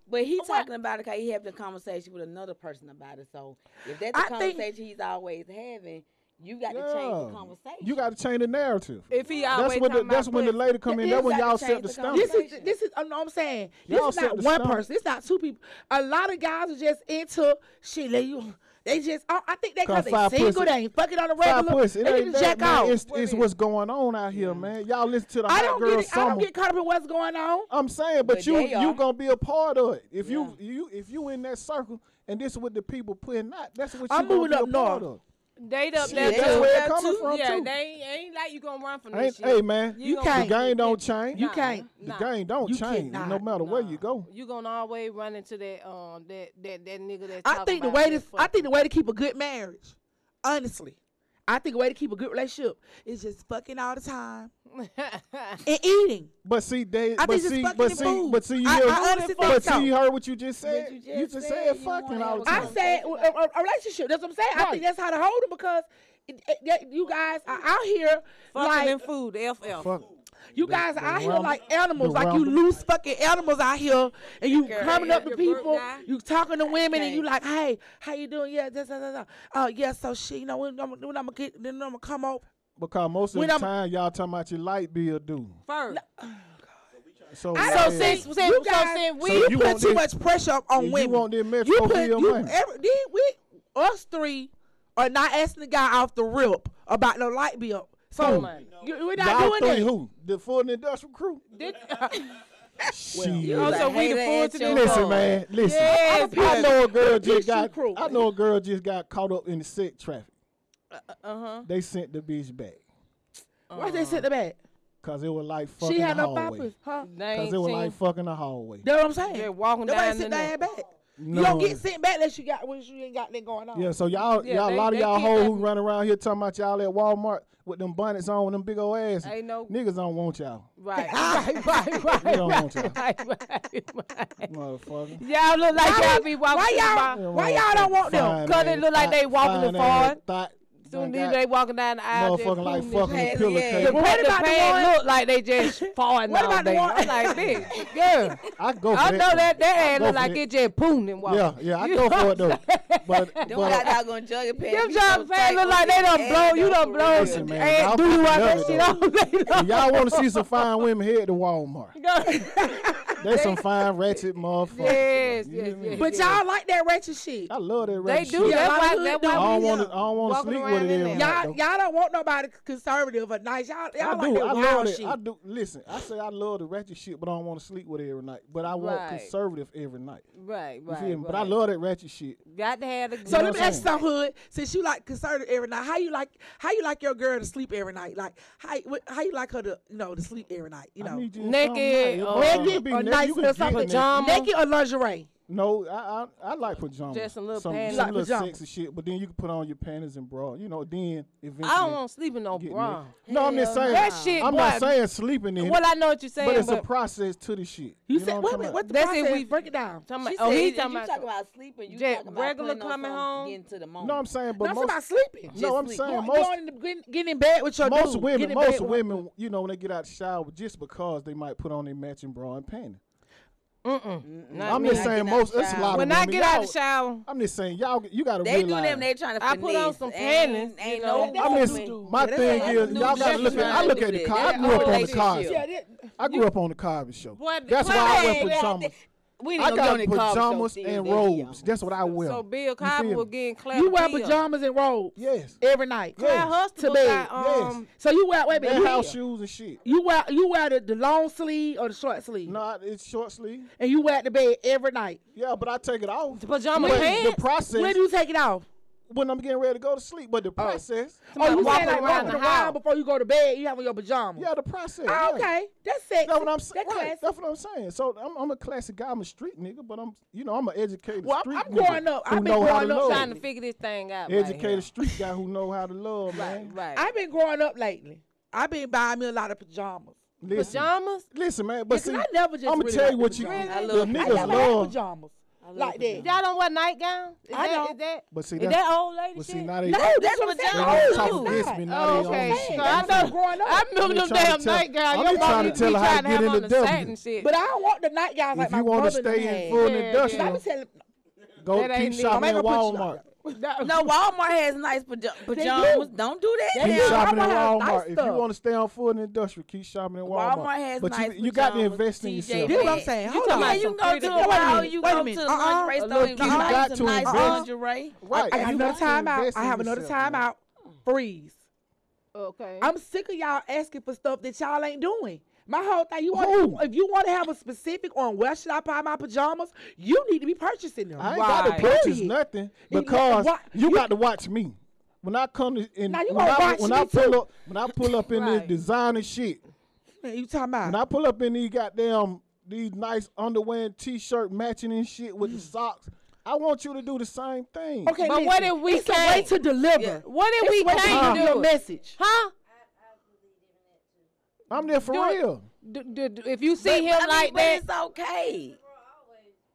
[SPEAKER 6] But he talking about it because he having a conversation with another person about it. So if that's
[SPEAKER 5] I
[SPEAKER 6] the
[SPEAKER 5] think-
[SPEAKER 6] conversation he's always having, you got to change the
[SPEAKER 1] Yeah.
[SPEAKER 6] conversation.
[SPEAKER 1] You got to change the narrative.
[SPEAKER 3] If he always
[SPEAKER 1] That's when the,
[SPEAKER 3] talking
[SPEAKER 1] that's
[SPEAKER 3] about
[SPEAKER 1] when the
[SPEAKER 3] pussy.
[SPEAKER 1] lady come in.
[SPEAKER 6] You
[SPEAKER 1] That's when
[SPEAKER 6] gotta
[SPEAKER 1] y'all
[SPEAKER 6] change
[SPEAKER 1] set the
[SPEAKER 6] the
[SPEAKER 1] standard.
[SPEAKER 5] This is this is. I know what I'm saying. This
[SPEAKER 1] Y'all
[SPEAKER 5] is
[SPEAKER 1] set
[SPEAKER 5] not
[SPEAKER 1] the
[SPEAKER 5] one
[SPEAKER 1] standard.
[SPEAKER 5] person. It's not two people. A lot of guys are just into shit. They you. They just. oh, I I think they
[SPEAKER 1] Cause
[SPEAKER 5] cause they
[SPEAKER 1] five
[SPEAKER 5] single.
[SPEAKER 1] pussy-
[SPEAKER 5] They ain't fucking on the
[SPEAKER 1] Five
[SPEAKER 5] regular.
[SPEAKER 1] pussy. It
[SPEAKER 5] they
[SPEAKER 1] ain't
[SPEAKER 5] need to
[SPEAKER 1] that,
[SPEAKER 5] jack
[SPEAKER 1] man.
[SPEAKER 5] out.
[SPEAKER 1] It's, it's what's going on out here, man. Y'all listen to the
[SPEAKER 5] I
[SPEAKER 1] hot
[SPEAKER 5] don't
[SPEAKER 1] girl
[SPEAKER 5] get. It, I don't
[SPEAKER 1] summer.
[SPEAKER 5] get caught up in what's going on.
[SPEAKER 1] I'm saying, but
[SPEAKER 6] But
[SPEAKER 1] you
[SPEAKER 6] they
[SPEAKER 1] you
[SPEAKER 6] are.
[SPEAKER 1] gonna be a part of it. If you you if you in that circle and this is what the people putting out, that's what you
[SPEAKER 5] I'm
[SPEAKER 1] gonna
[SPEAKER 5] moving
[SPEAKER 1] be a
[SPEAKER 5] up
[SPEAKER 1] part
[SPEAKER 5] north.
[SPEAKER 1] of.
[SPEAKER 3] Date up there
[SPEAKER 6] Yeah,
[SPEAKER 1] That's
[SPEAKER 6] too.
[SPEAKER 3] too.
[SPEAKER 1] where
[SPEAKER 6] That
[SPEAKER 1] it coming
[SPEAKER 6] too.
[SPEAKER 1] from
[SPEAKER 3] yeah,
[SPEAKER 1] too.
[SPEAKER 3] they ain't, ain't like you gonna run from
[SPEAKER 1] Ain't,
[SPEAKER 3] this shit.
[SPEAKER 1] hey man,
[SPEAKER 3] You
[SPEAKER 1] the
[SPEAKER 3] can't.
[SPEAKER 1] game don't change.
[SPEAKER 3] You Nah, can't.
[SPEAKER 1] The
[SPEAKER 3] nah.
[SPEAKER 1] game don't
[SPEAKER 5] You
[SPEAKER 1] change no
[SPEAKER 5] cannot.
[SPEAKER 1] matter where you go.
[SPEAKER 3] You gonna always run into that um that that that nigga that.
[SPEAKER 5] I think the way to I think the way to keep a good marriage, honestly, I think the way to keep a good relationship is just fucking all the time and eating.
[SPEAKER 1] But see, they,
[SPEAKER 5] I
[SPEAKER 1] but
[SPEAKER 5] think it's
[SPEAKER 1] see,
[SPEAKER 5] fucking
[SPEAKER 1] but
[SPEAKER 5] the
[SPEAKER 1] see,
[SPEAKER 5] food.
[SPEAKER 1] but see, you
[SPEAKER 5] I-
[SPEAKER 1] hear,
[SPEAKER 5] I honestly
[SPEAKER 1] but
[SPEAKER 5] think so.
[SPEAKER 1] see, you heard what you just said.
[SPEAKER 6] you
[SPEAKER 1] you
[SPEAKER 6] just
[SPEAKER 1] just
[SPEAKER 6] said
[SPEAKER 1] said
[SPEAKER 6] you
[SPEAKER 1] fucking
[SPEAKER 6] wanna
[SPEAKER 1] all the
[SPEAKER 6] have
[SPEAKER 5] I
[SPEAKER 1] time.
[SPEAKER 6] Sometimes
[SPEAKER 5] said
[SPEAKER 6] it's
[SPEAKER 5] a, a- a relationship. That's what I'm saying. I
[SPEAKER 1] Right.
[SPEAKER 5] think that's how to hold it because it, it, that- you guys are out here
[SPEAKER 3] fucking and
[SPEAKER 5] like
[SPEAKER 3] food. FF.
[SPEAKER 1] Fuck.
[SPEAKER 5] you guys are out here
[SPEAKER 1] rumble,
[SPEAKER 5] like animals,
[SPEAKER 1] the
[SPEAKER 5] like you
[SPEAKER 1] rumble.
[SPEAKER 5] loose fucking animals out here, and you coming up to
[SPEAKER 3] your broke
[SPEAKER 5] people,
[SPEAKER 3] guy.
[SPEAKER 5] you talking to women, and you like, hey, how you doing? Yeah, this, this, this, this. Oh yeah, so she, you know, when I'm, when I'm gonna get, then I'm gonna come over.
[SPEAKER 1] Because most of
[SPEAKER 5] When
[SPEAKER 1] the
[SPEAKER 5] I'm- Oh,
[SPEAKER 1] time y'all talking about your light bill due.
[SPEAKER 3] First.
[SPEAKER 1] So
[SPEAKER 5] I
[SPEAKER 1] yeah.
[SPEAKER 5] don't think
[SPEAKER 3] since-
[SPEAKER 5] you
[SPEAKER 3] since- so
[SPEAKER 5] guys,
[SPEAKER 3] since we-
[SPEAKER 5] you,
[SPEAKER 1] So you
[SPEAKER 5] put
[SPEAKER 1] want
[SPEAKER 5] too
[SPEAKER 1] this-
[SPEAKER 5] much pressure up on
[SPEAKER 1] you
[SPEAKER 5] women.
[SPEAKER 1] want this Metro
[SPEAKER 5] you put
[SPEAKER 1] bill
[SPEAKER 5] you
[SPEAKER 1] money.
[SPEAKER 5] every, then we us three are not asking the guy off the rip about no light bill. So
[SPEAKER 3] Who?
[SPEAKER 5] you, we're
[SPEAKER 1] y'all
[SPEAKER 5] not
[SPEAKER 1] three
[SPEAKER 5] doing that.
[SPEAKER 1] who? The full industrial crew.
[SPEAKER 3] Did,
[SPEAKER 1] Shit.
[SPEAKER 3] oh, so we
[SPEAKER 6] hater
[SPEAKER 3] the fool
[SPEAKER 6] at
[SPEAKER 3] to this.
[SPEAKER 6] your
[SPEAKER 1] Listen,
[SPEAKER 3] dog.
[SPEAKER 1] man. Listen.
[SPEAKER 3] Yes,
[SPEAKER 1] I
[SPEAKER 3] bitch.
[SPEAKER 1] know a girl
[SPEAKER 5] Yes, you
[SPEAKER 1] just got.
[SPEAKER 5] cruel.
[SPEAKER 1] I know a girl just got caught up in the sex traffic. Uh
[SPEAKER 5] uh-huh.
[SPEAKER 1] huh. They sent the bitch back
[SPEAKER 5] Why they sit the back?
[SPEAKER 1] cause it was like fucking
[SPEAKER 5] She had
[SPEAKER 1] a
[SPEAKER 5] no
[SPEAKER 1] hallway.
[SPEAKER 5] poppers, huh?
[SPEAKER 3] They
[SPEAKER 1] Cause
[SPEAKER 3] ain't
[SPEAKER 1] it was
[SPEAKER 3] seen-
[SPEAKER 1] like fucking a hallway.
[SPEAKER 5] That's what I'm saying.
[SPEAKER 3] Just walking
[SPEAKER 5] Nobody
[SPEAKER 3] down
[SPEAKER 5] sit
[SPEAKER 3] the
[SPEAKER 5] their
[SPEAKER 3] neck.
[SPEAKER 5] back.
[SPEAKER 1] No.
[SPEAKER 5] You don't get sent back unless you got when you ain't got that going on.
[SPEAKER 1] Yeah, so y'all,
[SPEAKER 3] Yeah,
[SPEAKER 1] y'all,
[SPEAKER 3] they-
[SPEAKER 1] a lot of
[SPEAKER 3] they
[SPEAKER 1] y'all
[SPEAKER 3] keep
[SPEAKER 1] hoes who
[SPEAKER 3] that-
[SPEAKER 1] run around here talking about y'all at Walmart with them bonnets on with them big old asses.
[SPEAKER 3] Ain't no-
[SPEAKER 1] niggas don't want y'all,
[SPEAKER 3] Right, right, right, right,
[SPEAKER 1] We don't want y'all.
[SPEAKER 3] right, right, right.
[SPEAKER 1] motherfucker.
[SPEAKER 3] Y'all look like
[SPEAKER 5] Why
[SPEAKER 3] y'all be walking.
[SPEAKER 5] why
[SPEAKER 3] to the
[SPEAKER 5] y'all-
[SPEAKER 3] bar.
[SPEAKER 5] Why y'all don't want them?
[SPEAKER 1] Fine
[SPEAKER 3] Cause they
[SPEAKER 1] ass
[SPEAKER 3] look like
[SPEAKER 1] thot-
[SPEAKER 3] they walking the
[SPEAKER 1] fine ass
[SPEAKER 3] farm.
[SPEAKER 1] thot.
[SPEAKER 3] Soon
[SPEAKER 1] Done
[SPEAKER 3] as
[SPEAKER 1] got
[SPEAKER 3] they walking down the aisle, just
[SPEAKER 1] motherfucking like
[SPEAKER 3] pillowing
[SPEAKER 1] fucking
[SPEAKER 3] this-
[SPEAKER 1] the
[SPEAKER 6] ass,
[SPEAKER 1] pillow
[SPEAKER 6] yeah.
[SPEAKER 1] case.
[SPEAKER 3] The
[SPEAKER 5] What
[SPEAKER 3] pad, the
[SPEAKER 5] about the
[SPEAKER 3] pad
[SPEAKER 5] one-
[SPEAKER 3] look like they just falling
[SPEAKER 5] What
[SPEAKER 3] all
[SPEAKER 5] about the
[SPEAKER 3] day.
[SPEAKER 5] one-
[SPEAKER 3] I'm like, bitch, girl.
[SPEAKER 1] I go. For
[SPEAKER 3] I
[SPEAKER 1] though.
[SPEAKER 3] know that
[SPEAKER 1] I
[SPEAKER 3] that ass
[SPEAKER 1] go
[SPEAKER 3] look
[SPEAKER 1] for
[SPEAKER 3] like
[SPEAKER 1] that.
[SPEAKER 3] it just pooned and walking.
[SPEAKER 1] Yeah, yeah, I
[SPEAKER 3] You
[SPEAKER 1] go
[SPEAKER 3] know
[SPEAKER 1] for it
[SPEAKER 3] what
[SPEAKER 1] though.
[SPEAKER 3] I'm
[SPEAKER 1] But, but
[SPEAKER 6] Them guys out gonna jug your pants.
[SPEAKER 3] Them
[SPEAKER 6] He so
[SPEAKER 3] job
[SPEAKER 6] tight
[SPEAKER 3] fans look
[SPEAKER 6] on
[SPEAKER 3] like they
[SPEAKER 6] his
[SPEAKER 3] done
[SPEAKER 6] ass
[SPEAKER 3] blow. You
[SPEAKER 6] though,
[SPEAKER 3] done
[SPEAKER 6] for
[SPEAKER 3] blow
[SPEAKER 6] real.
[SPEAKER 1] Listen, man,
[SPEAKER 3] and
[SPEAKER 1] y'all
[SPEAKER 3] do
[SPEAKER 1] fucking
[SPEAKER 3] what
[SPEAKER 1] love
[SPEAKER 3] that
[SPEAKER 1] it,
[SPEAKER 3] shit
[SPEAKER 1] though.
[SPEAKER 3] all day
[SPEAKER 1] uh, if
[SPEAKER 3] long.
[SPEAKER 1] y'all want to see some fine women here at the Walmart. They some fine ratchet motherfuckers.
[SPEAKER 3] Yes,
[SPEAKER 1] You hear
[SPEAKER 3] yes,
[SPEAKER 1] me?
[SPEAKER 3] yes.
[SPEAKER 5] But y'all like that ratchet shit.
[SPEAKER 1] I love that
[SPEAKER 3] They
[SPEAKER 1] ratchet.
[SPEAKER 3] do.
[SPEAKER 1] shit.
[SPEAKER 5] Yeah,
[SPEAKER 3] That's
[SPEAKER 5] my
[SPEAKER 3] why.
[SPEAKER 5] hood
[SPEAKER 3] That's
[SPEAKER 1] I
[SPEAKER 5] dog.
[SPEAKER 3] why uh,
[SPEAKER 1] don't
[SPEAKER 5] we
[SPEAKER 1] want to.
[SPEAKER 5] young.
[SPEAKER 1] I don't want to
[SPEAKER 3] Walking
[SPEAKER 1] sleep
[SPEAKER 3] around
[SPEAKER 1] with it
[SPEAKER 3] in
[SPEAKER 1] every
[SPEAKER 3] there.
[SPEAKER 1] night.
[SPEAKER 5] Y'all,
[SPEAKER 1] though.
[SPEAKER 5] y'all don't want nobody conservative or nice. Y'all, y'all
[SPEAKER 1] I
[SPEAKER 5] like
[SPEAKER 1] do.
[SPEAKER 5] that
[SPEAKER 1] I
[SPEAKER 5] wild
[SPEAKER 1] love it.
[SPEAKER 5] shit.
[SPEAKER 1] I do. Listen, I say I love the ratchet shit, but I don't want to sleep with it every night. But I want
[SPEAKER 3] Right.
[SPEAKER 1] conservative every night. You
[SPEAKER 3] Right,
[SPEAKER 1] feel
[SPEAKER 3] right,
[SPEAKER 1] me?
[SPEAKER 3] right.
[SPEAKER 1] But I love that ratchet shit.
[SPEAKER 3] Got to have the.
[SPEAKER 5] So
[SPEAKER 1] You know
[SPEAKER 5] let me
[SPEAKER 1] what I'm
[SPEAKER 5] ask you something, Hood. Since you like conservative every night, how you like how you like your girl to sleep every night? Like how what- how you like her to you know to sleep every night? You
[SPEAKER 1] I
[SPEAKER 5] know,
[SPEAKER 1] need you in
[SPEAKER 3] Naked
[SPEAKER 1] something
[SPEAKER 3] or-
[SPEAKER 1] nice. It might
[SPEAKER 5] naked
[SPEAKER 1] be
[SPEAKER 5] or
[SPEAKER 1] naked.
[SPEAKER 5] nice
[SPEAKER 1] You can
[SPEAKER 5] or
[SPEAKER 1] get
[SPEAKER 5] something?
[SPEAKER 1] naked.
[SPEAKER 3] Pajama.
[SPEAKER 5] Naked or lingerie?
[SPEAKER 1] No, I, I I like pajamas.
[SPEAKER 3] Just some little
[SPEAKER 1] some,
[SPEAKER 3] panties.
[SPEAKER 1] some
[SPEAKER 5] You like
[SPEAKER 1] little
[SPEAKER 5] pajamas.
[SPEAKER 1] sexy shit. But then you can put on your panties and bra. You know, then eventually.
[SPEAKER 3] I don't want to sleep in no
[SPEAKER 1] get
[SPEAKER 3] bra.
[SPEAKER 1] naked. No, I'm just saying.
[SPEAKER 3] That shit,
[SPEAKER 1] I'm
[SPEAKER 3] boy.
[SPEAKER 1] not saying sleeping in. it,
[SPEAKER 3] Well, I know what you're saying,
[SPEAKER 1] but it's a
[SPEAKER 3] but
[SPEAKER 1] process to the shit.
[SPEAKER 5] You,
[SPEAKER 1] know
[SPEAKER 5] said
[SPEAKER 1] what
[SPEAKER 5] what?
[SPEAKER 1] I'm talking
[SPEAKER 5] What the
[SPEAKER 3] That's
[SPEAKER 5] process?
[SPEAKER 3] if we-
[SPEAKER 5] break it down.
[SPEAKER 3] talking
[SPEAKER 6] She
[SPEAKER 3] about,
[SPEAKER 6] said,
[SPEAKER 3] oh, he
[SPEAKER 6] you
[SPEAKER 3] talking
[SPEAKER 6] talking
[SPEAKER 3] about.
[SPEAKER 6] about sleeping. You
[SPEAKER 3] Just
[SPEAKER 6] talking about
[SPEAKER 3] regular
[SPEAKER 6] putting on
[SPEAKER 3] coming
[SPEAKER 6] something to
[SPEAKER 3] home.
[SPEAKER 6] Get into the moment.
[SPEAKER 1] No, I'm saying, but
[SPEAKER 5] That's
[SPEAKER 1] most
[SPEAKER 5] about sleeping.
[SPEAKER 1] no, I'm
[SPEAKER 6] sleep.
[SPEAKER 1] saying
[SPEAKER 5] Going,
[SPEAKER 1] most
[SPEAKER 5] going in the, getting, getting in bed with your
[SPEAKER 1] most
[SPEAKER 5] dude.
[SPEAKER 1] women,
[SPEAKER 5] Getting in
[SPEAKER 1] most
[SPEAKER 5] bed with-
[SPEAKER 1] women, you know, when they get out the shower, just because they might put on their matching bra and panties.
[SPEAKER 3] Not
[SPEAKER 1] I'm
[SPEAKER 3] me.
[SPEAKER 1] just saying,
[SPEAKER 6] get out
[SPEAKER 1] most.
[SPEAKER 6] the
[SPEAKER 1] It's a
[SPEAKER 6] shower.
[SPEAKER 1] lot of
[SPEAKER 3] When I
[SPEAKER 1] women,
[SPEAKER 3] get out
[SPEAKER 1] y'all-
[SPEAKER 3] of the shower,
[SPEAKER 1] I'm just saying, y'all, you gotta
[SPEAKER 6] They do
[SPEAKER 1] realize.
[SPEAKER 6] them. They trying to.
[SPEAKER 3] I put on
[SPEAKER 6] finesse.
[SPEAKER 3] some
[SPEAKER 6] Ain't-
[SPEAKER 3] panties, you
[SPEAKER 6] Ain't
[SPEAKER 3] know.
[SPEAKER 6] no.
[SPEAKER 1] I'm just,
[SPEAKER 6] woman.
[SPEAKER 1] my
[SPEAKER 5] That's
[SPEAKER 1] thing
[SPEAKER 5] how
[SPEAKER 1] is,
[SPEAKER 5] new
[SPEAKER 1] y'all gotta
[SPEAKER 6] generation
[SPEAKER 1] look at. I look
[SPEAKER 6] do
[SPEAKER 1] at the
[SPEAKER 6] that.
[SPEAKER 1] car. I
[SPEAKER 6] That
[SPEAKER 1] grew up on the
[SPEAKER 6] old
[SPEAKER 1] car.
[SPEAKER 6] lady
[SPEAKER 5] Yeah, that,
[SPEAKER 1] I grew up on the Carver show.
[SPEAKER 3] Boy, the
[SPEAKER 1] That's why I
[SPEAKER 3] Carver
[SPEAKER 1] wear
[SPEAKER 3] ain't
[SPEAKER 1] pajamas.
[SPEAKER 6] we
[SPEAKER 1] I
[SPEAKER 6] didn't go
[SPEAKER 1] got
[SPEAKER 6] on the car
[SPEAKER 1] pajamas
[SPEAKER 6] show,
[SPEAKER 1] and
[SPEAKER 6] then, then,
[SPEAKER 1] robes. That's what I wear.
[SPEAKER 3] So Bill
[SPEAKER 1] You feel
[SPEAKER 3] Cosby
[SPEAKER 1] me?
[SPEAKER 3] was getting clapped.
[SPEAKER 5] You wear pajamas and robes
[SPEAKER 1] Yes.
[SPEAKER 5] every night.
[SPEAKER 1] Yeah.
[SPEAKER 5] to
[SPEAKER 3] Huxtable
[SPEAKER 5] bed.
[SPEAKER 3] got um,
[SPEAKER 5] So you wear wait a minute.
[SPEAKER 1] And
[SPEAKER 5] You,
[SPEAKER 1] house shoes and shit.
[SPEAKER 5] you wear you wear the, the long sleeve or the short sleeve,
[SPEAKER 1] No, I- it's short sleeve.
[SPEAKER 5] and you wear it to bed every night.
[SPEAKER 1] Yeah, but I take it off.
[SPEAKER 3] pajama
[SPEAKER 1] But the
[SPEAKER 3] pants.
[SPEAKER 1] process
[SPEAKER 5] When do you take it off?
[SPEAKER 1] when I'm getting ready to go to sleep, but the process.
[SPEAKER 5] Oh, you
[SPEAKER 3] walking
[SPEAKER 5] saying like
[SPEAKER 3] around
[SPEAKER 5] walking
[SPEAKER 3] the
[SPEAKER 5] around
[SPEAKER 3] house.
[SPEAKER 5] before you go to bed, you have on your pajamas.
[SPEAKER 1] Yeah, the process. yeah.
[SPEAKER 5] Oh, okay, that's sexy.
[SPEAKER 1] That's what I'm saying.
[SPEAKER 5] That's classy.
[SPEAKER 1] That's what I'm saying. So I'm, I'm a classic guy. I'm a street nigga, but I'm you know I'm an educated
[SPEAKER 5] Well, I'm-
[SPEAKER 1] street
[SPEAKER 5] I'm
[SPEAKER 1] nigga
[SPEAKER 5] growing up.
[SPEAKER 1] who
[SPEAKER 5] I've been
[SPEAKER 1] know how to
[SPEAKER 5] growing up
[SPEAKER 1] love.
[SPEAKER 3] trying to figure this thing out. right
[SPEAKER 1] educated street guy who know how to love,
[SPEAKER 6] Right,
[SPEAKER 1] man.
[SPEAKER 6] right.
[SPEAKER 5] I've been growing up lately. I've been buying me a lot of pajamas.
[SPEAKER 3] here.
[SPEAKER 1] Listen,
[SPEAKER 3] pajamas.
[SPEAKER 1] listen, man.
[SPEAKER 5] Yeah,
[SPEAKER 1] But
[SPEAKER 5] 'cause
[SPEAKER 1] see,
[SPEAKER 5] I never just
[SPEAKER 1] I'm gonna
[SPEAKER 5] really
[SPEAKER 1] tell
[SPEAKER 5] liked
[SPEAKER 1] you what you
[SPEAKER 5] pajamas.
[SPEAKER 6] I
[SPEAKER 1] the
[SPEAKER 6] love- I
[SPEAKER 5] I
[SPEAKER 1] niggas
[SPEAKER 5] never had
[SPEAKER 1] love.
[SPEAKER 5] pajamas
[SPEAKER 6] love
[SPEAKER 5] like that.
[SPEAKER 3] Y'all don't wear nightgowns? Is
[SPEAKER 5] I
[SPEAKER 3] that,
[SPEAKER 5] don't.
[SPEAKER 3] Is that,
[SPEAKER 1] But see,
[SPEAKER 3] is
[SPEAKER 1] that's
[SPEAKER 3] that old lady
[SPEAKER 1] but see
[SPEAKER 3] shit?
[SPEAKER 1] now they
[SPEAKER 5] No,
[SPEAKER 1] they
[SPEAKER 5] that's what I'm saying.
[SPEAKER 6] pajamas.
[SPEAKER 5] Oh,
[SPEAKER 1] wanna talk
[SPEAKER 5] no.
[SPEAKER 1] against me. Now
[SPEAKER 3] Oh,
[SPEAKER 1] they
[SPEAKER 3] okay.
[SPEAKER 1] on
[SPEAKER 5] Hey,
[SPEAKER 1] shit.
[SPEAKER 3] So I
[SPEAKER 5] that's what
[SPEAKER 3] know-
[SPEAKER 5] I'm growing up.
[SPEAKER 3] I remember
[SPEAKER 1] I'm
[SPEAKER 3] them
[SPEAKER 1] trying
[SPEAKER 3] damn
[SPEAKER 1] to tell-
[SPEAKER 3] nightgowns.
[SPEAKER 1] I'm
[SPEAKER 3] Your
[SPEAKER 1] just trying
[SPEAKER 3] mom
[SPEAKER 1] to
[SPEAKER 3] used
[SPEAKER 1] tell
[SPEAKER 3] be
[SPEAKER 1] her how
[SPEAKER 3] trying
[SPEAKER 1] to
[SPEAKER 3] to
[SPEAKER 1] get
[SPEAKER 3] have
[SPEAKER 1] in
[SPEAKER 3] on
[SPEAKER 1] the
[SPEAKER 3] the
[SPEAKER 1] W.
[SPEAKER 3] satin shit.
[SPEAKER 5] But I don't want the nightgowns like
[SPEAKER 1] If
[SPEAKER 5] my
[SPEAKER 1] you want
[SPEAKER 5] mother
[SPEAKER 1] to stay in
[SPEAKER 5] had.
[SPEAKER 1] full
[SPEAKER 3] Yeah, yeah.
[SPEAKER 5] I
[SPEAKER 1] industrial,
[SPEAKER 5] was telling
[SPEAKER 1] go
[SPEAKER 3] That
[SPEAKER 1] keep
[SPEAKER 3] ain't me.
[SPEAKER 1] shopping
[SPEAKER 5] I'm
[SPEAKER 1] at
[SPEAKER 5] gonna put you
[SPEAKER 1] Walmart.
[SPEAKER 5] up.
[SPEAKER 6] No, Walmart has nice paja- pajamas. Don't do that.
[SPEAKER 1] Keep
[SPEAKER 5] Yeah,
[SPEAKER 1] shopping at
[SPEAKER 5] Walmart has
[SPEAKER 1] Walmart.
[SPEAKER 5] nice
[SPEAKER 1] If you
[SPEAKER 5] stuff.
[SPEAKER 1] want to stay on full and industrial, keep shopping at Walmart.
[SPEAKER 6] Walmart has
[SPEAKER 1] but
[SPEAKER 6] nice
[SPEAKER 1] you, you got to
[SPEAKER 6] pajamas,
[SPEAKER 1] invest in
[SPEAKER 6] TJ
[SPEAKER 1] yourself.
[SPEAKER 5] This is what I'm
[SPEAKER 6] Yeah.
[SPEAKER 5] saying.
[SPEAKER 3] You
[SPEAKER 5] Hold
[SPEAKER 3] talking
[SPEAKER 5] on.
[SPEAKER 3] about
[SPEAKER 6] Yeah,
[SPEAKER 5] I
[SPEAKER 6] you
[SPEAKER 3] some
[SPEAKER 6] can go
[SPEAKER 3] pretty
[SPEAKER 6] to
[SPEAKER 3] girls.
[SPEAKER 6] a mall,
[SPEAKER 5] Wait a minute.
[SPEAKER 6] you go
[SPEAKER 5] Wait
[SPEAKER 6] to
[SPEAKER 5] a
[SPEAKER 6] the
[SPEAKER 5] minute. Uh-uh.
[SPEAKER 6] lingerie
[SPEAKER 1] Look,
[SPEAKER 6] store
[SPEAKER 1] you
[SPEAKER 6] and you buy
[SPEAKER 1] got
[SPEAKER 6] you
[SPEAKER 1] to
[SPEAKER 6] some nice
[SPEAKER 1] invest.
[SPEAKER 6] lingerie.
[SPEAKER 1] Right.
[SPEAKER 5] got
[SPEAKER 1] You
[SPEAKER 5] another
[SPEAKER 1] got to
[SPEAKER 5] time out.
[SPEAKER 1] invest
[SPEAKER 5] I
[SPEAKER 1] in
[SPEAKER 5] have another
[SPEAKER 1] yourself,
[SPEAKER 5] time
[SPEAKER 1] man.
[SPEAKER 5] out. Freeze.
[SPEAKER 3] Okay.
[SPEAKER 5] I'm sick of y'all asking for stuff that y'all ain't doing. My whole thing, you
[SPEAKER 1] Who?
[SPEAKER 5] want if you want to have a specific on where should I buy my pajamas, you need to be purchasing them.
[SPEAKER 1] I ain't got to
[SPEAKER 3] Why?
[SPEAKER 1] purchase
[SPEAKER 5] Period.
[SPEAKER 1] nothing
[SPEAKER 5] You got to
[SPEAKER 1] because
[SPEAKER 5] wa-
[SPEAKER 1] you,
[SPEAKER 5] you-
[SPEAKER 1] got to watch me. When I come to, and
[SPEAKER 5] Now you
[SPEAKER 1] when,
[SPEAKER 5] gonna
[SPEAKER 1] I,
[SPEAKER 5] watch
[SPEAKER 1] when
[SPEAKER 5] me
[SPEAKER 1] I pull
[SPEAKER 5] too.
[SPEAKER 1] up, when I pull up in
[SPEAKER 3] Right.
[SPEAKER 1] this designer shit,
[SPEAKER 5] Man, you talking about?
[SPEAKER 1] when I pull up in these goddamn these nice underwear and t-shirt matching and shit with the socks, I want you to do the same thing.
[SPEAKER 5] Mm. okay,
[SPEAKER 3] But
[SPEAKER 5] listen,
[SPEAKER 3] what if we
[SPEAKER 5] it's a way
[SPEAKER 3] can't-
[SPEAKER 5] to deliver?
[SPEAKER 6] Yeah.
[SPEAKER 3] What did
[SPEAKER 5] It's
[SPEAKER 3] we
[SPEAKER 5] a way to
[SPEAKER 3] can't
[SPEAKER 5] deliver
[SPEAKER 3] do?
[SPEAKER 5] your message?
[SPEAKER 3] Huh?
[SPEAKER 1] I'm there for
[SPEAKER 3] Do it.
[SPEAKER 1] real.
[SPEAKER 3] D- d- d- if you see
[SPEAKER 6] But-
[SPEAKER 3] him
[SPEAKER 6] but I mean,
[SPEAKER 3] like
[SPEAKER 6] but
[SPEAKER 3] that,
[SPEAKER 6] It's okay.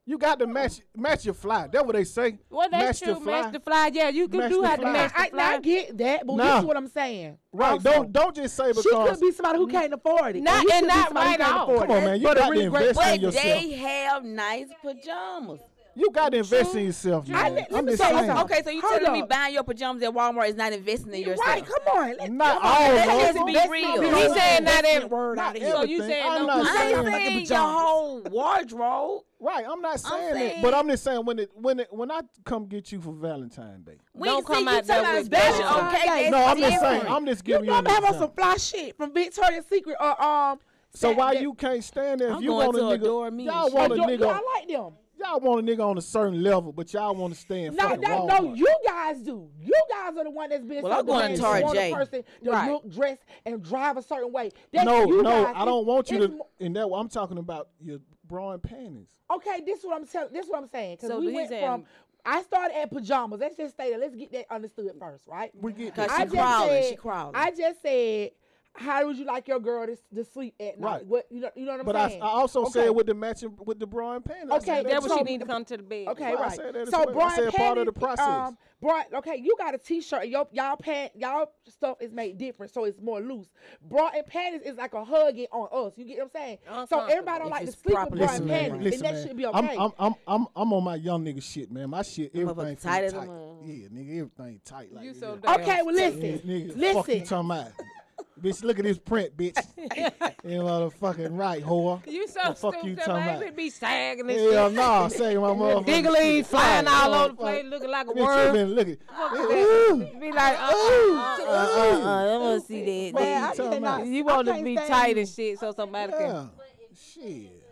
[SPEAKER 1] You got to match match your fly. That's what they say.
[SPEAKER 3] well,
[SPEAKER 1] match
[SPEAKER 3] that's
[SPEAKER 1] your
[SPEAKER 3] true.
[SPEAKER 1] fly.
[SPEAKER 3] Master Fly, yeah, you do,
[SPEAKER 1] Match
[SPEAKER 3] do
[SPEAKER 1] the
[SPEAKER 3] have to
[SPEAKER 1] fly.
[SPEAKER 3] match the
[SPEAKER 5] I, I, I
[SPEAKER 3] fly.
[SPEAKER 5] get that, but this
[SPEAKER 1] Nah.
[SPEAKER 5] is what I'm saying.
[SPEAKER 1] Right.
[SPEAKER 5] Also,
[SPEAKER 1] Don't don't just say because
[SPEAKER 5] She could be somebody who can't afford it. or
[SPEAKER 3] Not-
[SPEAKER 5] he
[SPEAKER 3] and
[SPEAKER 5] could be
[SPEAKER 3] not
[SPEAKER 5] somebody who
[SPEAKER 3] right
[SPEAKER 5] can't
[SPEAKER 3] off.
[SPEAKER 5] afford it.
[SPEAKER 1] Come on, man. You
[SPEAKER 5] But a
[SPEAKER 1] got to
[SPEAKER 5] really great
[SPEAKER 1] invest in
[SPEAKER 6] But
[SPEAKER 1] yourself.
[SPEAKER 6] they have nice pajamas.
[SPEAKER 1] You got to invest in yourself,
[SPEAKER 5] I
[SPEAKER 1] man.
[SPEAKER 5] let- let
[SPEAKER 1] I'm
[SPEAKER 5] me
[SPEAKER 1] just
[SPEAKER 5] tell you
[SPEAKER 1] saying.
[SPEAKER 5] something.
[SPEAKER 6] Okay, so you
[SPEAKER 5] Hold
[SPEAKER 6] telling me
[SPEAKER 5] up.
[SPEAKER 6] buying your pajamas at Walmart is not investing in yourself?
[SPEAKER 5] Right, come on. Let's,
[SPEAKER 1] Not
[SPEAKER 5] come on.
[SPEAKER 1] all,
[SPEAKER 5] Let's-
[SPEAKER 1] bro.
[SPEAKER 5] let's
[SPEAKER 6] Let's
[SPEAKER 5] get
[SPEAKER 6] be
[SPEAKER 5] real.
[SPEAKER 6] real.
[SPEAKER 5] He said
[SPEAKER 3] Not
[SPEAKER 5] not every
[SPEAKER 3] ev-
[SPEAKER 5] word out
[SPEAKER 1] not
[SPEAKER 5] of here.
[SPEAKER 3] So you
[SPEAKER 1] everything.
[SPEAKER 3] saying
[SPEAKER 1] I'm
[SPEAKER 3] no
[SPEAKER 1] not
[SPEAKER 5] to
[SPEAKER 6] I
[SPEAKER 5] saying
[SPEAKER 6] ain't
[SPEAKER 5] like the
[SPEAKER 6] saying your
[SPEAKER 5] pajamas.
[SPEAKER 6] whole wardrobe.
[SPEAKER 1] Right, I'm not saying, that,
[SPEAKER 6] saying-
[SPEAKER 1] but I'm just saying when it when it when I come get you for Valentine's Day.
[SPEAKER 6] We
[SPEAKER 3] Don't
[SPEAKER 6] see
[SPEAKER 3] come
[SPEAKER 6] you
[SPEAKER 3] out
[SPEAKER 6] telling
[SPEAKER 3] there
[SPEAKER 6] us
[SPEAKER 3] with
[SPEAKER 6] special.
[SPEAKER 5] that.
[SPEAKER 6] Okay, that's
[SPEAKER 1] no, I'm just
[SPEAKER 6] different.
[SPEAKER 1] saying. I'm just
[SPEAKER 5] You
[SPEAKER 1] giving you.
[SPEAKER 5] know I'm
[SPEAKER 1] an
[SPEAKER 5] gonna have on
[SPEAKER 1] example.
[SPEAKER 5] some fly shit from Victoria's Secret or um.
[SPEAKER 1] So
[SPEAKER 5] that-
[SPEAKER 1] why
[SPEAKER 5] that-
[SPEAKER 1] you can't stand there? If
[SPEAKER 6] I'm
[SPEAKER 1] you
[SPEAKER 6] going
[SPEAKER 1] want a
[SPEAKER 6] to
[SPEAKER 1] nigga,
[SPEAKER 6] adore me
[SPEAKER 1] y'all
[SPEAKER 6] and
[SPEAKER 1] want a
[SPEAKER 5] Yo, yeah,
[SPEAKER 1] nigga,
[SPEAKER 5] I like them.
[SPEAKER 1] y'all want a nigga on a certain level, but y'all want to stay in
[SPEAKER 5] No,
[SPEAKER 1] fucking
[SPEAKER 5] no,
[SPEAKER 1] Walmart.
[SPEAKER 5] no, you guys do. You guys are the one that's been
[SPEAKER 6] Well,
[SPEAKER 5] so
[SPEAKER 6] I'm going
[SPEAKER 5] demanding.
[SPEAKER 6] to Tara
[SPEAKER 5] You want a
[SPEAKER 6] J.
[SPEAKER 5] person to
[SPEAKER 6] Right.
[SPEAKER 5] look, dress, and drive a certain way. That's
[SPEAKER 1] no,
[SPEAKER 5] you
[SPEAKER 1] no,
[SPEAKER 5] guys.
[SPEAKER 1] I don't
[SPEAKER 5] It's-
[SPEAKER 1] want you
[SPEAKER 5] it's
[SPEAKER 1] to.
[SPEAKER 5] mo-
[SPEAKER 1] And that I'm talking about your bra and panties.
[SPEAKER 5] Okay, this is what I'm telling. This is what I'm saying. Because
[SPEAKER 6] So
[SPEAKER 5] we
[SPEAKER 6] he's
[SPEAKER 5] went
[SPEAKER 6] saying-
[SPEAKER 5] from. I started at pajamas. Let's just stay there. Let's get that understood first, right?
[SPEAKER 1] We get
[SPEAKER 6] Cause
[SPEAKER 1] that.
[SPEAKER 6] she
[SPEAKER 5] I just
[SPEAKER 6] crawling, she
[SPEAKER 5] said-
[SPEAKER 6] crawling.
[SPEAKER 5] I just said, how would you like your girl to, to sleep at night?
[SPEAKER 1] Right.
[SPEAKER 5] What you know? You know what I'm
[SPEAKER 1] But I,
[SPEAKER 5] saying?
[SPEAKER 1] I also
[SPEAKER 5] Okay.
[SPEAKER 1] said with the matching with the bra and panties. I
[SPEAKER 5] Okay,
[SPEAKER 1] said
[SPEAKER 5] that
[SPEAKER 3] that's
[SPEAKER 5] was
[SPEAKER 3] what she
[SPEAKER 5] told
[SPEAKER 3] need to
[SPEAKER 5] me-
[SPEAKER 3] come to the bed.
[SPEAKER 5] Okay,
[SPEAKER 1] Why I
[SPEAKER 5] right.
[SPEAKER 1] said that as
[SPEAKER 5] so
[SPEAKER 1] well. I
[SPEAKER 5] Brian
[SPEAKER 1] said part of the process.
[SPEAKER 5] Um, Brian, okay, you got a T-shirt. and Your y'all pant, y'all stuff is made different, so it's more loose. Bra and panties is like a hugging on us. You get what I'm saying? So everybody don't
[SPEAKER 6] Uh-huh. If
[SPEAKER 5] like to
[SPEAKER 6] it's
[SPEAKER 5] sleep with
[SPEAKER 6] properly
[SPEAKER 5] bra
[SPEAKER 1] Listen,
[SPEAKER 5] and
[SPEAKER 6] Brian
[SPEAKER 1] man.
[SPEAKER 5] panties,
[SPEAKER 1] Listen,
[SPEAKER 5] and that
[SPEAKER 1] man.
[SPEAKER 5] should be okay.
[SPEAKER 1] I'm, I'm, I'm, I'm, I'm on my young nigga shit, man. My shit, everything tight
[SPEAKER 6] motherfucker tight
[SPEAKER 1] as
[SPEAKER 6] as
[SPEAKER 1] tight.
[SPEAKER 6] a mother.
[SPEAKER 1] Yeah, nigga, everything tight like
[SPEAKER 3] You
[SPEAKER 1] this.
[SPEAKER 3] so
[SPEAKER 1] Yeah,
[SPEAKER 3] damn.
[SPEAKER 5] okay, well listen,
[SPEAKER 1] nigga, fuck you
[SPEAKER 5] listen.
[SPEAKER 1] talking about? bitch, look at this print, bitch. you motherfucking right, whore.
[SPEAKER 3] You so
[SPEAKER 1] The fuck
[SPEAKER 3] stupid.
[SPEAKER 1] you
[SPEAKER 3] man.
[SPEAKER 1] talking
[SPEAKER 3] You
[SPEAKER 1] about?
[SPEAKER 3] be sagging and
[SPEAKER 1] Hell
[SPEAKER 3] shit.
[SPEAKER 1] nah, say my motherfucker.
[SPEAKER 3] Diggly flying all over the
[SPEAKER 1] Motherfucker.
[SPEAKER 3] place, looking like a
[SPEAKER 1] Bitch, you
[SPEAKER 3] worm.
[SPEAKER 1] been looking.
[SPEAKER 3] Be like, uh,
[SPEAKER 6] Uh, uh, I want to see that.
[SPEAKER 5] Man, I
[SPEAKER 1] What you talking
[SPEAKER 5] cannot-
[SPEAKER 1] about?
[SPEAKER 3] you
[SPEAKER 5] I
[SPEAKER 3] want to
[SPEAKER 5] can't
[SPEAKER 3] be
[SPEAKER 5] stand
[SPEAKER 3] tight
[SPEAKER 5] you.
[SPEAKER 3] and shit, so somebody can.
[SPEAKER 1] Yeah, shit.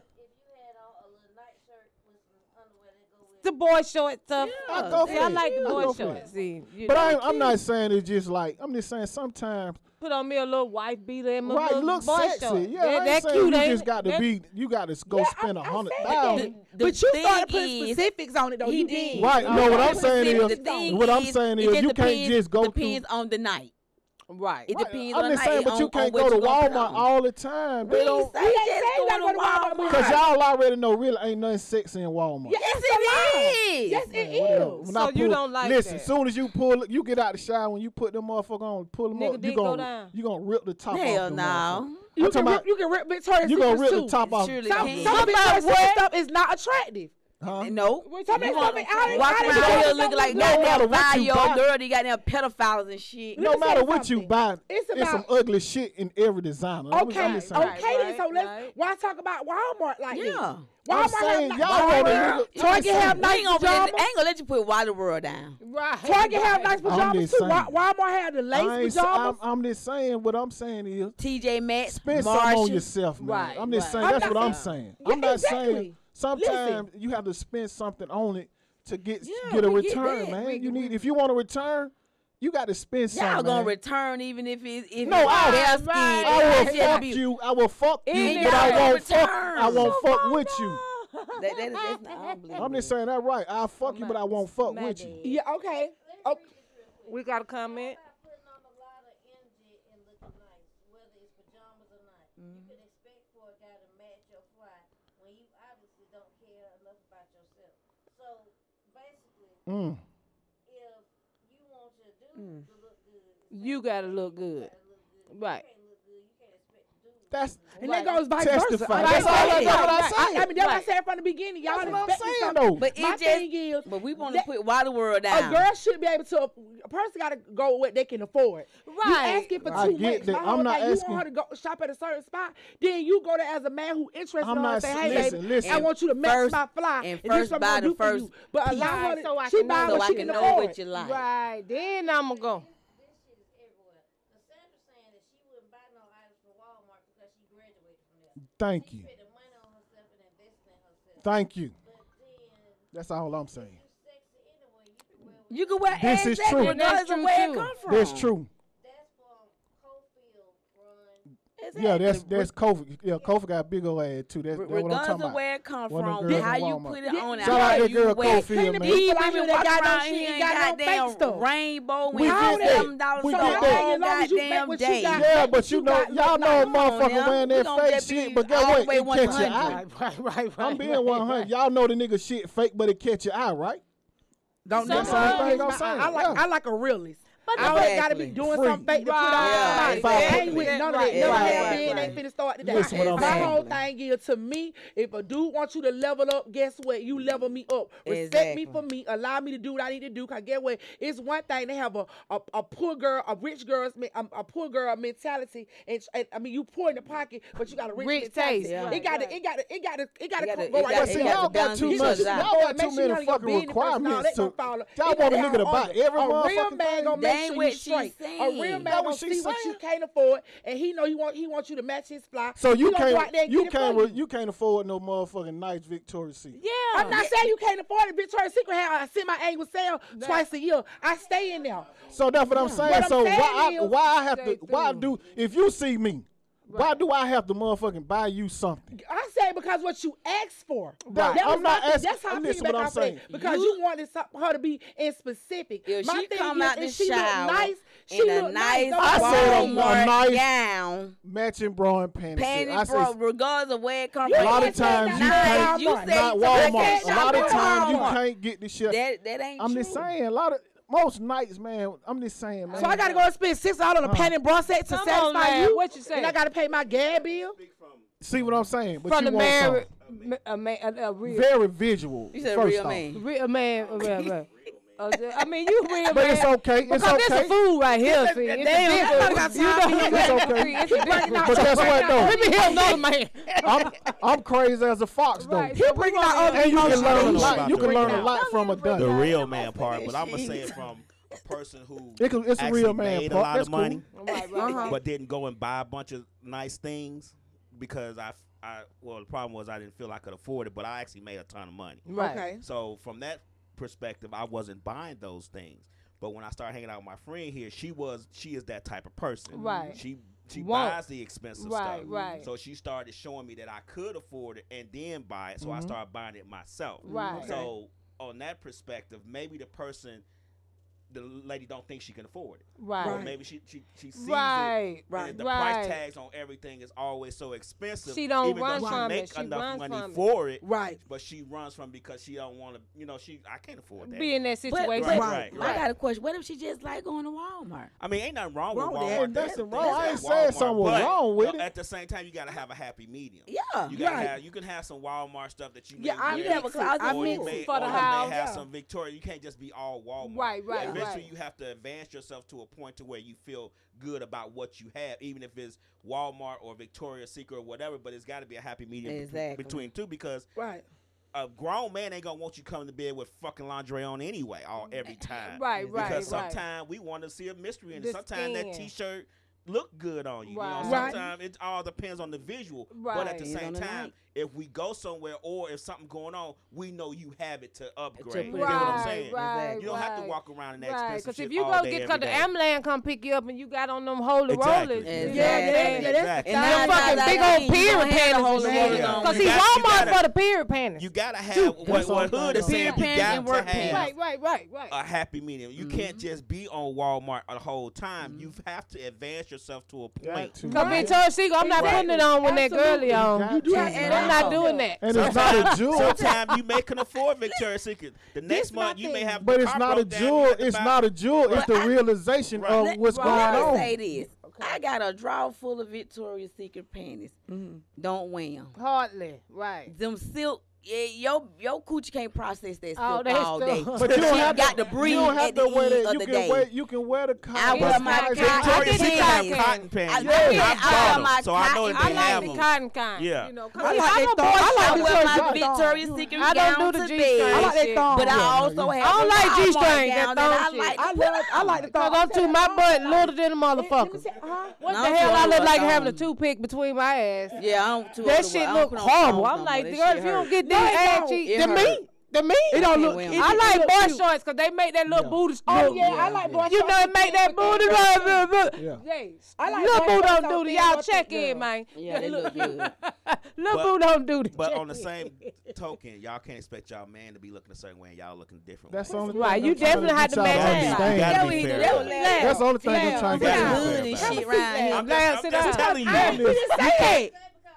[SPEAKER 3] The boy short stuff.
[SPEAKER 1] I go for
[SPEAKER 3] See, I
[SPEAKER 1] it.
[SPEAKER 3] like the
[SPEAKER 1] I
[SPEAKER 3] boy
[SPEAKER 1] go for it.
[SPEAKER 3] shorts. See, you
[SPEAKER 1] But
[SPEAKER 3] know,
[SPEAKER 1] I, ain't- I'm not saying it's just like I'm just saying sometimes
[SPEAKER 3] put on me a little white beater and my
[SPEAKER 1] right
[SPEAKER 3] little
[SPEAKER 1] look
[SPEAKER 3] boy
[SPEAKER 1] sexy.
[SPEAKER 3] shorts.
[SPEAKER 1] Yeah, I ain't
[SPEAKER 3] that, that
[SPEAKER 1] saying
[SPEAKER 3] cute.
[SPEAKER 1] you
[SPEAKER 3] ain't
[SPEAKER 1] just
[SPEAKER 3] it?
[SPEAKER 1] got to
[SPEAKER 3] That-
[SPEAKER 1] be you got to go
[SPEAKER 5] Yeah,
[SPEAKER 1] spend
[SPEAKER 5] I-
[SPEAKER 1] a
[SPEAKER 5] I
[SPEAKER 1] hundred
[SPEAKER 5] said that.
[SPEAKER 1] thousand.
[SPEAKER 6] The
[SPEAKER 5] but you started
[SPEAKER 6] thing
[SPEAKER 5] putting
[SPEAKER 6] is,
[SPEAKER 5] specifics on it though.
[SPEAKER 6] he
[SPEAKER 5] you
[SPEAKER 6] did.
[SPEAKER 5] did.
[SPEAKER 1] Right. No, what I'm
[SPEAKER 6] But
[SPEAKER 1] saying
[SPEAKER 6] see,
[SPEAKER 1] is,
[SPEAKER 6] the thing
[SPEAKER 1] what I'm saying
[SPEAKER 6] it
[SPEAKER 1] is,
[SPEAKER 6] just
[SPEAKER 1] you can't
[SPEAKER 6] depends-
[SPEAKER 1] just go to.
[SPEAKER 6] Depends on the night.
[SPEAKER 3] Right.
[SPEAKER 6] It depends on
[SPEAKER 1] I'm
[SPEAKER 6] the
[SPEAKER 1] just
[SPEAKER 6] night.
[SPEAKER 1] saying,
[SPEAKER 6] It
[SPEAKER 1] but
[SPEAKER 6] on-
[SPEAKER 1] you
[SPEAKER 6] on
[SPEAKER 1] can't
[SPEAKER 6] what
[SPEAKER 1] go to
[SPEAKER 6] gonna put
[SPEAKER 1] Walmart
[SPEAKER 6] on.
[SPEAKER 1] all the time.
[SPEAKER 6] We
[SPEAKER 1] They don't,
[SPEAKER 6] say
[SPEAKER 5] We ain't
[SPEAKER 6] just
[SPEAKER 5] saying
[SPEAKER 6] going
[SPEAKER 5] nothing
[SPEAKER 6] to
[SPEAKER 5] about
[SPEAKER 6] Walmart.
[SPEAKER 5] Walmart.
[SPEAKER 1] cause y'all already know really ain't nothing sexy in Walmart.
[SPEAKER 5] Yes,
[SPEAKER 6] Yes,
[SPEAKER 5] it's a lie.
[SPEAKER 6] it is.
[SPEAKER 5] Yes, it
[SPEAKER 1] Whatever.
[SPEAKER 5] is.
[SPEAKER 1] When I
[SPEAKER 3] So you
[SPEAKER 1] pull-
[SPEAKER 3] don't like
[SPEAKER 1] Listen,
[SPEAKER 3] that.
[SPEAKER 1] as soon as you pull, you get out the shower when you put them motherfucker on, pull them
[SPEAKER 3] Nigga
[SPEAKER 1] up. You
[SPEAKER 3] dick go
[SPEAKER 1] gonna
[SPEAKER 3] down.
[SPEAKER 1] you gonna rip the top
[SPEAKER 6] Hell
[SPEAKER 1] off. them
[SPEAKER 6] no.
[SPEAKER 1] motherfuckers. I'm
[SPEAKER 5] You
[SPEAKER 1] talking
[SPEAKER 5] can,
[SPEAKER 1] about
[SPEAKER 5] rip, you can rip Victoria's
[SPEAKER 1] you gonna rip
[SPEAKER 5] Secrets
[SPEAKER 1] the
[SPEAKER 5] too.
[SPEAKER 1] top off.
[SPEAKER 6] Surely
[SPEAKER 5] Some,
[SPEAKER 6] can't.
[SPEAKER 5] some of Victoria's Secret stuff is not attractive.
[SPEAKER 1] Huh?
[SPEAKER 6] No.
[SPEAKER 5] Well, somebody-
[SPEAKER 6] You wanna
[SPEAKER 5] somebody- I didn't-
[SPEAKER 6] walk
[SPEAKER 5] I didn't
[SPEAKER 6] around
[SPEAKER 5] know
[SPEAKER 6] here
[SPEAKER 5] that
[SPEAKER 6] looking like
[SPEAKER 5] no matter
[SPEAKER 6] goddamn
[SPEAKER 1] what
[SPEAKER 6] five
[SPEAKER 1] you
[SPEAKER 6] year old
[SPEAKER 1] buy-
[SPEAKER 6] girl, you goddamn pedophiles and shit.
[SPEAKER 1] No
[SPEAKER 5] Let me say
[SPEAKER 1] matter what you
[SPEAKER 5] something.
[SPEAKER 1] buy, it's,
[SPEAKER 5] It's
[SPEAKER 1] some
[SPEAKER 5] about-
[SPEAKER 1] ugly shit in every designer. I'm- I'm
[SPEAKER 5] Okay,
[SPEAKER 1] just
[SPEAKER 5] okay.
[SPEAKER 1] saying.
[SPEAKER 5] then, so let's
[SPEAKER 3] right.
[SPEAKER 5] why talk about Walmart like this?
[SPEAKER 6] Yeah.
[SPEAKER 1] I'm
[SPEAKER 5] Walmart
[SPEAKER 1] saying
[SPEAKER 5] have
[SPEAKER 1] y'all
[SPEAKER 5] ni-
[SPEAKER 1] want a
[SPEAKER 5] Walmart-
[SPEAKER 1] nigga. I'm
[SPEAKER 5] Target
[SPEAKER 1] saying-
[SPEAKER 5] have
[SPEAKER 6] I
[SPEAKER 5] nice
[SPEAKER 6] ain't gonna, I ain't
[SPEAKER 5] pajamas.
[SPEAKER 6] gonna let you put Wally World down.
[SPEAKER 3] Right.
[SPEAKER 5] Target have nice pajamas
[SPEAKER 1] just
[SPEAKER 5] too.
[SPEAKER 1] saying.
[SPEAKER 5] Wa- Walmart have the
[SPEAKER 1] I
[SPEAKER 5] lace
[SPEAKER 1] ain't, s- I'm,
[SPEAKER 5] pajamas.
[SPEAKER 1] I'm just saying what I'm saying is
[SPEAKER 6] TJ Maxx,
[SPEAKER 1] spend some on
[SPEAKER 6] Marshalls.
[SPEAKER 1] yourself, man.
[SPEAKER 3] Right,
[SPEAKER 1] I'm just
[SPEAKER 3] right.
[SPEAKER 1] saying
[SPEAKER 5] I'm
[SPEAKER 1] that's
[SPEAKER 5] not
[SPEAKER 1] what I'm
[SPEAKER 5] saying-
[SPEAKER 1] saying.
[SPEAKER 5] Yeah,
[SPEAKER 1] I'm not saying
[SPEAKER 5] exactly.
[SPEAKER 1] sometimes you have to spend something on it to get
[SPEAKER 6] Yeah,
[SPEAKER 1] get a
[SPEAKER 6] we get
[SPEAKER 1] return,
[SPEAKER 6] that.
[SPEAKER 1] man.
[SPEAKER 6] We-
[SPEAKER 1] you need if you want a return, you got to spend something.
[SPEAKER 6] Y'all gonna
[SPEAKER 1] man.
[SPEAKER 6] return even if it's if
[SPEAKER 1] No,
[SPEAKER 6] it's
[SPEAKER 1] I-
[SPEAKER 6] bare
[SPEAKER 1] I
[SPEAKER 6] skin.
[SPEAKER 1] I
[SPEAKER 6] That
[SPEAKER 1] will
[SPEAKER 6] shit
[SPEAKER 1] fuck
[SPEAKER 6] be-
[SPEAKER 1] you. I will fuck you,
[SPEAKER 6] Even
[SPEAKER 1] but I
[SPEAKER 6] y'all
[SPEAKER 1] won't fuck.
[SPEAKER 6] return.
[SPEAKER 1] I won't
[SPEAKER 3] Oh,
[SPEAKER 1] fuck with you.
[SPEAKER 6] That, that, that's not, I don't believe
[SPEAKER 1] I'm
[SPEAKER 6] it.
[SPEAKER 1] just saying that right. I'll fuck you, but I won't fuck with you.
[SPEAKER 5] Yeah, okay. okay.
[SPEAKER 3] Oh, We got a comment.
[SPEAKER 7] putting on a lot of energy and looking nice, whether it's pajamas or not. You
[SPEAKER 3] Mm-hmm.
[SPEAKER 7] can expect for a guy to match your fly when you obviously don't care enough about yourself. So basically,
[SPEAKER 1] Mm.
[SPEAKER 7] if you want your dude to look good,
[SPEAKER 3] You gotta look good. Right.
[SPEAKER 1] That's
[SPEAKER 5] And that goes vice versa.
[SPEAKER 1] Testify.
[SPEAKER 5] Like,
[SPEAKER 1] That's all-
[SPEAKER 5] like,
[SPEAKER 1] that's what I
[SPEAKER 5] like,
[SPEAKER 1] said.
[SPEAKER 5] I, I mean, that's
[SPEAKER 3] Right.
[SPEAKER 5] what I said from the beginning. Y'all
[SPEAKER 1] That's what I'm
[SPEAKER 5] expecting
[SPEAKER 1] saying
[SPEAKER 5] something.
[SPEAKER 1] though.
[SPEAKER 6] But it
[SPEAKER 5] My
[SPEAKER 6] just,
[SPEAKER 5] thing is,
[SPEAKER 6] but we want to
[SPEAKER 5] that-
[SPEAKER 6] put Wally World
[SPEAKER 5] A
[SPEAKER 6] down.
[SPEAKER 5] girl should be able to. A person got to go with what they can afford. You
[SPEAKER 3] Right.
[SPEAKER 5] asking for two
[SPEAKER 1] I get
[SPEAKER 5] weeks.
[SPEAKER 1] that.
[SPEAKER 5] My
[SPEAKER 1] I'm
[SPEAKER 5] whole
[SPEAKER 1] not
[SPEAKER 5] thing,
[SPEAKER 1] asking-
[SPEAKER 5] You want her to go shop at a certain spot, then you go there as a man who interested
[SPEAKER 1] I'm
[SPEAKER 5] in her
[SPEAKER 1] not
[SPEAKER 5] and say,
[SPEAKER 1] s-
[SPEAKER 5] "Hey,
[SPEAKER 1] listen,
[SPEAKER 5] baby,
[SPEAKER 1] listen.
[SPEAKER 5] I want you to match
[SPEAKER 6] First-
[SPEAKER 5] my fly."
[SPEAKER 6] and
[SPEAKER 5] this
[SPEAKER 6] first
[SPEAKER 5] what I'm
[SPEAKER 6] buy
[SPEAKER 5] gonna
[SPEAKER 6] the
[SPEAKER 5] do for
[SPEAKER 6] first
[SPEAKER 5] you. but
[SPEAKER 3] piece.
[SPEAKER 5] allow her. To,
[SPEAKER 3] So I
[SPEAKER 5] she
[SPEAKER 3] can
[SPEAKER 5] buy
[SPEAKER 3] know-
[SPEAKER 6] so
[SPEAKER 5] what
[SPEAKER 6] I
[SPEAKER 5] she
[SPEAKER 6] can
[SPEAKER 5] can
[SPEAKER 6] know
[SPEAKER 5] afford.
[SPEAKER 6] what you like.
[SPEAKER 3] Right. Then I'ma go.
[SPEAKER 7] this shit is everywhere. Cassandra saying that she wouldn't buy no items from Walmart because she graduated from there.
[SPEAKER 1] Thank you.
[SPEAKER 7] Spending money on herself and investing in herself.
[SPEAKER 1] Thank you.
[SPEAKER 7] But then
[SPEAKER 1] That's all I'm saying.
[SPEAKER 7] you sexy anyway. You can wear
[SPEAKER 6] You can wear
[SPEAKER 1] This
[SPEAKER 6] ass
[SPEAKER 1] is
[SPEAKER 6] jacket
[SPEAKER 1] true.
[SPEAKER 6] regardless
[SPEAKER 3] That's
[SPEAKER 6] of
[SPEAKER 3] true,
[SPEAKER 6] where it
[SPEAKER 3] too.
[SPEAKER 6] come from.
[SPEAKER 1] That's true.
[SPEAKER 7] That's from Cofield Run.
[SPEAKER 1] Yeah, that's that's COVID. Yeah, COVID got a big old ass too. That's, that's what I'm
[SPEAKER 6] Regardless
[SPEAKER 1] talking
[SPEAKER 6] of
[SPEAKER 1] about.
[SPEAKER 6] where it come
[SPEAKER 1] One of them
[SPEAKER 6] from,
[SPEAKER 1] girls
[SPEAKER 6] how
[SPEAKER 1] in
[SPEAKER 6] you
[SPEAKER 1] Walmart.
[SPEAKER 6] put it on,
[SPEAKER 5] Yeah.
[SPEAKER 6] and
[SPEAKER 1] Shout out
[SPEAKER 6] how
[SPEAKER 1] that
[SPEAKER 6] you
[SPEAKER 1] girl
[SPEAKER 6] wear.
[SPEAKER 1] Kofi, man.
[SPEAKER 6] These
[SPEAKER 5] People out
[SPEAKER 6] women
[SPEAKER 5] here that
[SPEAKER 6] walk
[SPEAKER 5] got no
[SPEAKER 6] around
[SPEAKER 5] shit,
[SPEAKER 6] here and
[SPEAKER 5] got no fake
[SPEAKER 6] goddamn
[SPEAKER 5] stuff.
[SPEAKER 6] rainbow and
[SPEAKER 1] We get that.
[SPEAKER 6] seven dollars
[SPEAKER 1] We
[SPEAKER 6] all
[SPEAKER 1] get that.
[SPEAKER 5] As long as you
[SPEAKER 6] goddamn
[SPEAKER 5] make what you
[SPEAKER 6] day.
[SPEAKER 5] got.
[SPEAKER 1] Yeah, but
[SPEAKER 5] That's what
[SPEAKER 1] you
[SPEAKER 5] you
[SPEAKER 1] know,
[SPEAKER 5] got.
[SPEAKER 1] y'all
[SPEAKER 5] Look,
[SPEAKER 1] know a
[SPEAKER 6] come on
[SPEAKER 1] motherfucker
[SPEAKER 6] now.
[SPEAKER 1] wearing
[SPEAKER 6] We
[SPEAKER 1] that
[SPEAKER 6] gonna
[SPEAKER 1] fake
[SPEAKER 6] just be
[SPEAKER 1] shit, but guess
[SPEAKER 6] all
[SPEAKER 1] what?
[SPEAKER 6] the way
[SPEAKER 1] It catch your
[SPEAKER 6] 100.
[SPEAKER 1] eye.
[SPEAKER 3] right, right,
[SPEAKER 1] I'm being 100. Y'all know the nigga shit fake, but it catch your eye, right?
[SPEAKER 5] Don't
[SPEAKER 1] That's
[SPEAKER 5] never
[SPEAKER 1] the
[SPEAKER 5] look
[SPEAKER 1] only
[SPEAKER 5] in
[SPEAKER 1] thing I'm
[SPEAKER 5] my eye.
[SPEAKER 1] saying.
[SPEAKER 5] I like
[SPEAKER 1] Yeah.
[SPEAKER 5] I like a realist. But
[SPEAKER 6] the
[SPEAKER 5] I don't gotta
[SPEAKER 6] Exactly.
[SPEAKER 5] be doing
[SPEAKER 1] Free.
[SPEAKER 5] something fake to
[SPEAKER 3] Right,
[SPEAKER 5] put on somebody. I ain't
[SPEAKER 1] exactly.
[SPEAKER 5] with none of that. Never
[SPEAKER 6] Right,
[SPEAKER 5] have
[SPEAKER 6] right,
[SPEAKER 5] been.
[SPEAKER 6] right.
[SPEAKER 5] Ain't finna start today.
[SPEAKER 1] Listen what I'm
[SPEAKER 5] My
[SPEAKER 1] saying.
[SPEAKER 5] whole thing is to me, if a dude wants you to level up, guess what? You level me up. Respect
[SPEAKER 6] Exactly.
[SPEAKER 5] me for me. Allow me to do what I need to do. Cause get what? It's one thing to have a, a, a poor girl, a rich girl's men- a, a poor girl mentality, and, sh- and I mean you poor in the pocket, but you got a rich,
[SPEAKER 3] Rich
[SPEAKER 5] mentality.
[SPEAKER 3] taste,
[SPEAKER 5] It
[SPEAKER 3] right,
[SPEAKER 5] got to it got to it got to it got
[SPEAKER 6] It gotta-
[SPEAKER 5] to
[SPEAKER 6] it
[SPEAKER 5] go
[SPEAKER 1] But
[SPEAKER 5] right.
[SPEAKER 6] gotta-
[SPEAKER 5] there.
[SPEAKER 6] it
[SPEAKER 1] see,
[SPEAKER 6] gotta
[SPEAKER 1] y'all got
[SPEAKER 6] balance
[SPEAKER 1] too
[SPEAKER 6] each
[SPEAKER 1] much.
[SPEAKER 6] other's
[SPEAKER 1] Y'all
[SPEAKER 6] out.
[SPEAKER 1] got
[SPEAKER 5] Make
[SPEAKER 1] too
[SPEAKER 5] sure
[SPEAKER 1] many
[SPEAKER 5] you handle your
[SPEAKER 1] fucking
[SPEAKER 5] business first. No,
[SPEAKER 1] requirements.
[SPEAKER 5] that's
[SPEAKER 1] To,
[SPEAKER 5] gonna follow.
[SPEAKER 1] y'all
[SPEAKER 5] It
[SPEAKER 1] want "Oh, a
[SPEAKER 5] gotta
[SPEAKER 1] nigga to
[SPEAKER 5] have
[SPEAKER 1] buy
[SPEAKER 5] order.
[SPEAKER 1] every
[SPEAKER 5] A real
[SPEAKER 1] motherfucking
[SPEAKER 5] man
[SPEAKER 1] thing.
[SPEAKER 5] gonna make
[SPEAKER 6] That ain't
[SPEAKER 5] sure
[SPEAKER 6] what
[SPEAKER 5] you
[SPEAKER 6] she's
[SPEAKER 5] straight. A
[SPEAKER 6] saying.
[SPEAKER 5] real
[SPEAKER 1] That
[SPEAKER 5] man
[SPEAKER 1] what
[SPEAKER 5] gonna
[SPEAKER 1] she's
[SPEAKER 5] see what you
[SPEAKER 1] saying.
[SPEAKER 5] can't afford, and he know you want he wants you to match his fly.
[SPEAKER 1] So you
[SPEAKER 5] He gonna go out there
[SPEAKER 1] can't
[SPEAKER 5] and
[SPEAKER 1] you
[SPEAKER 5] get it for
[SPEAKER 1] can't re- you can't afford no motherfucking nice Victoria's Secret.
[SPEAKER 3] Yeah.
[SPEAKER 5] I'm not saying you can't afford it. Victoria's Secret had I send my annual sale twice a year. I stay in there.
[SPEAKER 1] So that's what I'm saying.
[SPEAKER 5] What I'm
[SPEAKER 1] so why
[SPEAKER 5] saying
[SPEAKER 1] I,
[SPEAKER 5] is-
[SPEAKER 1] why I have to
[SPEAKER 3] Straight
[SPEAKER 1] why
[SPEAKER 3] through.
[SPEAKER 1] do if you see me, why do I have to motherfucking buy you something?
[SPEAKER 5] I say because what you asked for.
[SPEAKER 1] Right.
[SPEAKER 5] That was
[SPEAKER 1] I'm not
[SPEAKER 5] my thing.
[SPEAKER 1] asking-
[SPEAKER 5] That's how I
[SPEAKER 1] listen
[SPEAKER 5] feel
[SPEAKER 1] what
[SPEAKER 5] back
[SPEAKER 1] I'm
[SPEAKER 5] off of that.
[SPEAKER 1] saying.
[SPEAKER 5] Because you, wanted some- her to be in specific.
[SPEAKER 6] If
[SPEAKER 5] my
[SPEAKER 6] she
[SPEAKER 5] thing
[SPEAKER 6] come
[SPEAKER 5] is,
[SPEAKER 6] out
[SPEAKER 5] if she
[SPEAKER 6] the
[SPEAKER 5] look
[SPEAKER 6] shower
[SPEAKER 5] nice, she
[SPEAKER 6] in a
[SPEAKER 5] look
[SPEAKER 6] nice
[SPEAKER 5] Don't
[SPEAKER 1] I
[SPEAKER 5] nobody-
[SPEAKER 1] said a- a
[SPEAKER 6] Walmart
[SPEAKER 1] nice-
[SPEAKER 6] gown,
[SPEAKER 1] Matching bra and panties. I
[SPEAKER 6] panties,
[SPEAKER 1] said-
[SPEAKER 6] bro, regardless of where it come
[SPEAKER 5] You
[SPEAKER 6] from.
[SPEAKER 1] a lot of
[SPEAKER 5] ain't said
[SPEAKER 1] times you
[SPEAKER 5] that.
[SPEAKER 1] can't
[SPEAKER 5] Nice.
[SPEAKER 6] You said
[SPEAKER 1] not
[SPEAKER 6] you took
[SPEAKER 1] Walmart.
[SPEAKER 6] that
[SPEAKER 1] A lot of
[SPEAKER 6] shop at
[SPEAKER 1] times you
[SPEAKER 6] Walmart.
[SPEAKER 1] can't get this shit.
[SPEAKER 6] That that ain't
[SPEAKER 1] I'm
[SPEAKER 6] true.
[SPEAKER 1] just saying a lot of most nights, man. I'm just saying, man.
[SPEAKER 5] So I gotta go and spend six dollars on a padded bra set to
[SPEAKER 3] Come on,
[SPEAKER 5] satisfy
[SPEAKER 3] man.
[SPEAKER 5] you.
[SPEAKER 3] What you say?
[SPEAKER 5] And I gotta pay my gas bill.
[SPEAKER 1] see what I'm saying. But
[SPEAKER 3] From
[SPEAKER 1] you
[SPEAKER 3] the
[SPEAKER 1] want
[SPEAKER 3] married,
[SPEAKER 1] something.
[SPEAKER 3] a man, a, a real,
[SPEAKER 1] very visual.
[SPEAKER 6] You said
[SPEAKER 1] first
[SPEAKER 6] real
[SPEAKER 1] off.
[SPEAKER 6] man.
[SPEAKER 3] real man, a real man. Uh, I mean, you
[SPEAKER 1] But
[SPEAKER 3] real man.
[SPEAKER 1] it's okay. It's
[SPEAKER 3] Because it's
[SPEAKER 1] okay.
[SPEAKER 3] a food right here. See, it's
[SPEAKER 5] damn,
[SPEAKER 3] a difference.
[SPEAKER 5] that's not got
[SPEAKER 3] You
[SPEAKER 5] time
[SPEAKER 3] know,
[SPEAKER 5] for
[SPEAKER 1] you. It's okay.
[SPEAKER 3] It's a difference.
[SPEAKER 1] But guess what
[SPEAKER 3] Let me
[SPEAKER 1] though?
[SPEAKER 3] hear another man.
[SPEAKER 1] I'm I'm crazy as a fox though.
[SPEAKER 3] Right.
[SPEAKER 5] He bringing out other
[SPEAKER 1] And you can
[SPEAKER 5] emotions.
[SPEAKER 1] learn a
[SPEAKER 8] Don't
[SPEAKER 1] lot.
[SPEAKER 8] about
[SPEAKER 1] You
[SPEAKER 8] the
[SPEAKER 1] can
[SPEAKER 8] real
[SPEAKER 1] learn a
[SPEAKER 8] man.
[SPEAKER 1] lot from a
[SPEAKER 8] the
[SPEAKER 1] dummy.
[SPEAKER 8] real man part, but I'm gonna say it from a person who
[SPEAKER 1] It can- it's a
[SPEAKER 8] actually
[SPEAKER 1] real man
[SPEAKER 8] made
[SPEAKER 1] part.
[SPEAKER 8] a lot
[SPEAKER 1] That's
[SPEAKER 8] of money,
[SPEAKER 3] Right, right, right.
[SPEAKER 8] but didn't go and buy a bunch of nice things because I, f- I- well, the problem was I didn't feel I could afford it, but I actually made a ton of money.
[SPEAKER 3] Right.
[SPEAKER 5] Okay.
[SPEAKER 8] So from that perspective, I wasn't buying those things. But when I started hanging out with my friend here, she was she is that type of person.
[SPEAKER 3] Right.
[SPEAKER 8] She she
[SPEAKER 3] Won't.
[SPEAKER 8] buys the expensive
[SPEAKER 3] Right,
[SPEAKER 8] stuff.
[SPEAKER 3] right.
[SPEAKER 8] So she started showing me that I could afford it and then buy it. So I started buying it myself.
[SPEAKER 3] Mm-hmm. Right.
[SPEAKER 8] So on that perspective, maybe the person
[SPEAKER 2] the lady don't think she can afford it.
[SPEAKER 3] Right.
[SPEAKER 2] Or
[SPEAKER 5] Right.
[SPEAKER 2] maybe she she, she sees it.
[SPEAKER 3] Right.
[SPEAKER 5] Right.
[SPEAKER 2] And the
[SPEAKER 3] Right.
[SPEAKER 2] price tags on everything is always so expensive.
[SPEAKER 3] She don't
[SPEAKER 2] even
[SPEAKER 3] run
[SPEAKER 2] though
[SPEAKER 3] from
[SPEAKER 2] she make
[SPEAKER 3] it. She
[SPEAKER 2] enough
[SPEAKER 3] runs
[SPEAKER 2] money
[SPEAKER 3] from it.
[SPEAKER 2] for it.
[SPEAKER 5] Right.
[SPEAKER 2] But she runs from because she don't want to. You know, she I can't afford that.
[SPEAKER 3] Be in that
[SPEAKER 6] But,
[SPEAKER 3] situation.
[SPEAKER 6] but
[SPEAKER 2] Right, right.
[SPEAKER 6] I got a question. What if she just like going to Walmart?
[SPEAKER 2] I mean, ain't nothing wrong with
[SPEAKER 5] Wrong with
[SPEAKER 2] Walmart.
[SPEAKER 5] that.
[SPEAKER 2] That's
[SPEAKER 1] Nothing
[SPEAKER 2] the
[SPEAKER 1] wrong.
[SPEAKER 2] thing
[SPEAKER 1] I
[SPEAKER 2] with
[SPEAKER 1] ain't saying
[SPEAKER 2] Walmart,
[SPEAKER 1] something was
[SPEAKER 2] but
[SPEAKER 1] wrong with
[SPEAKER 2] you know,
[SPEAKER 1] it.
[SPEAKER 2] At the same time, you gotta have a happy medium.
[SPEAKER 6] Yeah.
[SPEAKER 2] You gotta
[SPEAKER 5] Right.
[SPEAKER 2] have you can have some Walmart stuff that you
[SPEAKER 5] Yeah,
[SPEAKER 2] may
[SPEAKER 5] I
[SPEAKER 2] wear,
[SPEAKER 5] mix it. I
[SPEAKER 2] or you
[SPEAKER 5] mix
[SPEAKER 2] may,
[SPEAKER 5] it.
[SPEAKER 3] For the
[SPEAKER 2] or you may
[SPEAKER 3] house.
[SPEAKER 2] have
[SPEAKER 5] Yeah.
[SPEAKER 2] some Victoria. You can't just be all Walmart.
[SPEAKER 3] Right, right,
[SPEAKER 2] Eventually,
[SPEAKER 3] right.
[SPEAKER 2] you have to advance yourself to a point to where you feel good about what you have, even if it's Walmart or Victoria's Secret or whatever. But it's got to be a happy medium between-
[SPEAKER 6] Exactly.
[SPEAKER 2] between two because
[SPEAKER 5] Right.
[SPEAKER 2] a grown man ain't gonna want you coming to bed with fucking lingerie on anyway, all every time.
[SPEAKER 3] Right, right,
[SPEAKER 2] Because
[SPEAKER 3] right.
[SPEAKER 2] sometimes we want to see a mystery, and
[SPEAKER 3] The
[SPEAKER 2] sometimes that
[SPEAKER 3] skin.
[SPEAKER 2] T-shirt look good on you. you
[SPEAKER 3] Right.
[SPEAKER 2] know,
[SPEAKER 5] Right.
[SPEAKER 2] sometimes it all depends on the visual. But
[SPEAKER 3] Right.
[SPEAKER 2] at the
[SPEAKER 6] Depends
[SPEAKER 2] same
[SPEAKER 6] on the
[SPEAKER 2] time,
[SPEAKER 6] night.
[SPEAKER 2] if we go somewhere or if something going on, we know you have it to upgrade.
[SPEAKER 6] put
[SPEAKER 2] you
[SPEAKER 6] it
[SPEAKER 2] know what
[SPEAKER 6] on.
[SPEAKER 2] I'm saying?
[SPEAKER 3] Right,
[SPEAKER 2] You don't have to
[SPEAKER 3] right,
[SPEAKER 2] walk around in that
[SPEAKER 3] Right,
[SPEAKER 2] expensive shit
[SPEAKER 3] if you
[SPEAKER 2] all
[SPEAKER 3] go
[SPEAKER 2] day,
[SPEAKER 3] get,
[SPEAKER 2] every
[SPEAKER 3] cause the
[SPEAKER 2] day.
[SPEAKER 3] Amlan come pick you up and you got on them holy
[SPEAKER 2] Exactly.
[SPEAKER 3] rollers.
[SPEAKER 6] Exactly.
[SPEAKER 5] Yeah, yeah, yeah. That's,
[SPEAKER 2] Exactly.
[SPEAKER 6] And
[SPEAKER 3] Them
[SPEAKER 6] nine
[SPEAKER 3] fucking
[SPEAKER 6] times out of
[SPEAKER 3] big
[SPEAKER 6] ten,
[SPEAKER 3] old
[SPEAKER 6] you don't
[SPEAKER 3] period
[SPEAKER 6] have the
[SPEAKER 3] panties.
[SPEAKER 6] whole
[SPEAKER 3] is
[SPEAKER 6] roller
[SPEAKER 3] what-
[SPEAKER 2] on.
[SPEAKER 6] on.
[SPEAKER 3] Cause
[SPEAKER 2] You
[SPEAKER 3] see,
[SPEAKER 2] got- you
[SPEAKER 3] Walmart
[SPEAKER 2] gotta-
[SPEAKER 3] for the period panties.
[SPEAKER 2] You gotta have
[SPEAKER 5] that's
[SPEAKER 2] what, what
[SPEAKER 5] all
[SPEAKER 2] Hood
[SPEAKER 5] I
[SPEAKER 2] is
[SPEAKER 5] know.
[SPEAKER 2] saying. You
[SPEAKER 6] Pants
[SPEAKER 2] got
[SPEAKER 6] and
[SPEAKER 2] to
[SPEAKER 6] work
[SPEAKER 2] have
[SPEAKER 6] pants.
[SPEAKER 3] right, right, right, right.
[SPEAKER 2] a happy medium. You
[SPEAKER 1] Mm-hmm.
[SPEAKER 2] can't just be on Walmart the whole time. You have to advance yourself to a point.
[SPEAKER 1] Got to.
[SPEAKER 3] Cause bitch, tell Seagull, I'm not putting it on when that girly on.
[SPEAKER 1] Um, You
[SPEAKER 5] do have
[SPEAKER 3] And
[SPEAKER 5] to
[SPEAKER 3] I'm
[SPEAKER 5] know.
[SPEAKER 3] not doing that.
[SPEAKER 1] And it's not a jewel.
[SPEAKER 2] Sometimes you may can afford Victoria's Secret. The next
[SPEAKER 3] my
[SPEAKER 2] month you may
[SPEAKER 3] thing.
[SPEAKER 2] have,
[SPEAKER 1] But
[SPEAKER 2] the
[SPEAKER 1] it's
[SPEAKER 2] car
[SPEAKER 1] not a
[SPEAKER 2] broke down, you
[SPEAKER 1] jewel.
[SPEAKER 2] have to
[SPEAKER 1] It's
[SPEAKER 2] buy-
[SPEAKER 1] not a jewel. It's the realization
[SPEAKER 2] Right.
[SPEAKER 1] of
[SPEAKER 6] Let-
[SPEAKER 1] what's going
[SPEAKER 6] let me say
[SPEAKER 1] on.
[SPEAKER 6] this. I got a drawer full of Victoria's Secret panties. Don't wear them.
[SPEAKER 3] Hardly, right.
[SPEAKER 6] Them silk. Yeah, your your coochie can't process that silk
[SPEAKER 3] Oh, that's
[SPEAKER 6] all
[SPEAKER 3] still-
[SPEAKER 6] day.
[SPEAKER 1] But you don't
[SPEAKER 6] She
[SPEAKER 1] have
[SPEAKER 6] got
[SPEAKER 1] to,
[SPEAKER 6] to breathe
[SPEAKER 1] You don't have
[SPEAKER 6] at
[SPEAKER 1] to
[SPEAKER 6] the
[SPEAKER 1] wear
[SPEAKER 6] end
[SPEAKER 1] that.
[SPEAKER 6] of
[SPEAKER 1] You
[SPEAKER 6] the
[SPEAKER 1] can
[SPEAKER 6] day.
[SPEAKER 1] wear. You can wear the
[SPEAKER 6] I
[SPEAKER 1] cotton.
[SPEAKER 6] wear
[SPEAKER 1] but
[SPEAKER 6] my
[SPEAKER 1] guys,
[SPEAKER 6] cotton- I
[SPEAKER 2] Victoria's
[SPEAKER 6] did
[SPEAKER 2] Secret
[SPEAKER 6] cotton.
[SPEAKER 2] have cotton
[SPEAKER 6] I,
[SPEAKER 2] pants.
[SPEAKER 6] I,
[SPEAKER 1] Yeah.
[SPEAKER 6] wear- I
[SPEAKER 2] bought
[SPEAKER 6] wear my
[SPEAKER 2] 'em, so I know
[SPEAKER 6] cotton-
[SPEAKER 2] that
[SPEAKER 3] I
[SPEAKER 2] they have
[SPEAKER 3] like the
[SPEAKER 2] them.
[SPEAKER 3] cotton kind.
[SPEAKER 2] Yeah.
[SPEAKER 3] You know, 'cause
[SPEAKER 5] I
[SPEAKER 3] if I'm
[SPEAKER 5] like that
[SPEAKER 3] a boy,
[SPEAKER 5] thong. I like
[SPEAKER 6] I
[SPEAKER 5] that
[SPEAKER 6] wear my
[SPEAKER 5] thong.
[SPEAKER 6] Victoria's Secret
[SPEAKER 3] I
[SPEAKER 6] gown
[SPEAKER 3] don't do the
[SPEAKER 6] to
[SPEAKER 3] G
[SPEAKER 6] bed.
[SPEAKER 3] string.
[SPEAKER 5] I like that thong.
[SPEAKER 6] But I
[SPEAKER 5] Yeah,
[SPEAKER 6] also have.
[SPEAKER 3] I don't
[SPEAKER 6] a
[SPEAKER 3] like
[SPEAKER 6] Walmart
[SPEAKER 3] G-string,
[SPEAKER 6] gown
[SPEAKER 3] that thong
[SPEAKER 6] I
[SPEAKER 3] shit.
[SPEAKER 6] like.
[SPEAKER 5] I love. I like the
[SPEAKER 3] Cause
[SPEAKER 5] thong.
[SPEAKER 3] I'm too, my
[SPEAKER 5] uh,
[SPEAKER 3] butt little than a motherfucker.
[SPEAKER 5] Huh?
[SPEAKER 3] What
[SPEAKER 6] No,
[SPEAKER 3] the
[SPEAKER 6] I'm
[SPEAKER 3] hell? I
[SPEAKER 6] throwing
[SPEAKER 3] look
[SPEAKER 6] my
[SPEAKER 3] like having a
[SPEAKER 6] thong.
[SPEAKER 3] toothpick between my ass.
[SPEAKER 6] Yeah, I don't. Too
[SPEAKER 3] That shit look horrible. I'm like, girl, if you don't get these
[SPEAKER 5] No, it
[SPEAKER 3] ass
[SPEAKER 5] don't.
[SPEAKER 3] cheeks,
[SPEAKER 6] It
[SPEAKER 3] the
[SPEAKER 6] hurt.
[SPEAKER 3] meat, the meat.
[SPEAKER 5] It don't
[SPEAKER 6] Yeah,
[SPEAKER 5] look.
[SPEAKER 6] well.
[SPEAKER 5] it-
[SPEAKER 3] I
[SPEAKER 5] it
[SPEAKER 3] like
[SPEAKER 5] look
[SPEAKER 3] boy
[SPEAKER 5] cute.
[SPEAKER 3] shorts because they make that little booty.
[SPEAKER 5] Oh
[SPEAKER 3] look.
[SPEAKER 5] yeah, I like boy
[SPEAKER 3] You
[SPEAKER 5] shorts.
[SPEAKER 3] know, it make that booty rub, rub,
[SPEAKER 1] Yeah.
[SPEAKER 3] rub. Hey,
[SPEAKER 5] I like
[SPEAKER 3] Lil
[SPEAKER 5] boy
[SPEAKER 3] Boo
[SPEAKER 5] shorts
[SPEAKER 3] don't do
[SPEAKER 5] out there,
[SPEAKER 3] that. Y'all
[SPEAKER 5] but
[SPEAKER 3] check
[SPEAKER 5] the-
[SPEAKER 3] in, man.
[SPEAKER 6] Yeah, they look good.
[SPEAKER 3] Lil
[SPEAKER 2] But-
[SPEAKER 3] Boo don't do that.
[SPEAKER 2] But
[SPEAKER 3] Check
[SPEAKER 2] on the
[SPEAKER 3] in.
[SPEAKER 2] same token, y'all can't expect y'all man to be looking a certain way and y'all looking different.
[SPEAKER 1] That's the only thing
[SPEAKER 3] Right,
[SPEAKER 1] I'm
[SPEAKER 3] you
[SPEAKER 1] trying
[SPEAKER 3] definitely had to
[SPEAKER 1] get y'all
[SPEAKER 2] match
[SPEAKER 1] to
[SPEAKER 2] that.
[SPEAKER 1] understand.
[SPEAKER 2] Yeah,
[SPEAKER 6] we
[SPEAKER 2] fair.
[SPEAKER 6] that was
[SPEAKER 3] Laugh.
[SPEAKER 1] That's the only thing I'm trying to get
[SPEAKER 2] Yeah. Yeah.
[SPEAKER 1] y'all to
[SPEAKER 2] Hood
[SPEAKER 6] Hood
[SPEAKER 2] and
[SPEAKER 6] and
[SPEAKER 2] shit
[SPEAKER 6] shit
[SPEAKER 2] I'm
[SPEAKER 6] around here.
[SPEAKER 3] Laugh,
[SPEAKER 2] just, I'm
[SPEAKER 3] sit
[SPEAKER 2] just
[SPEAKER 3] down.
[SPEAKER 2] telling you.
[SPEAKER 3] Hey,
[SPEAKER 2] you
[SPEAKER 3] Hey,
[SPEAKER 7] Because
[SPEAKER 2] You-
[SPEAKER 7] really,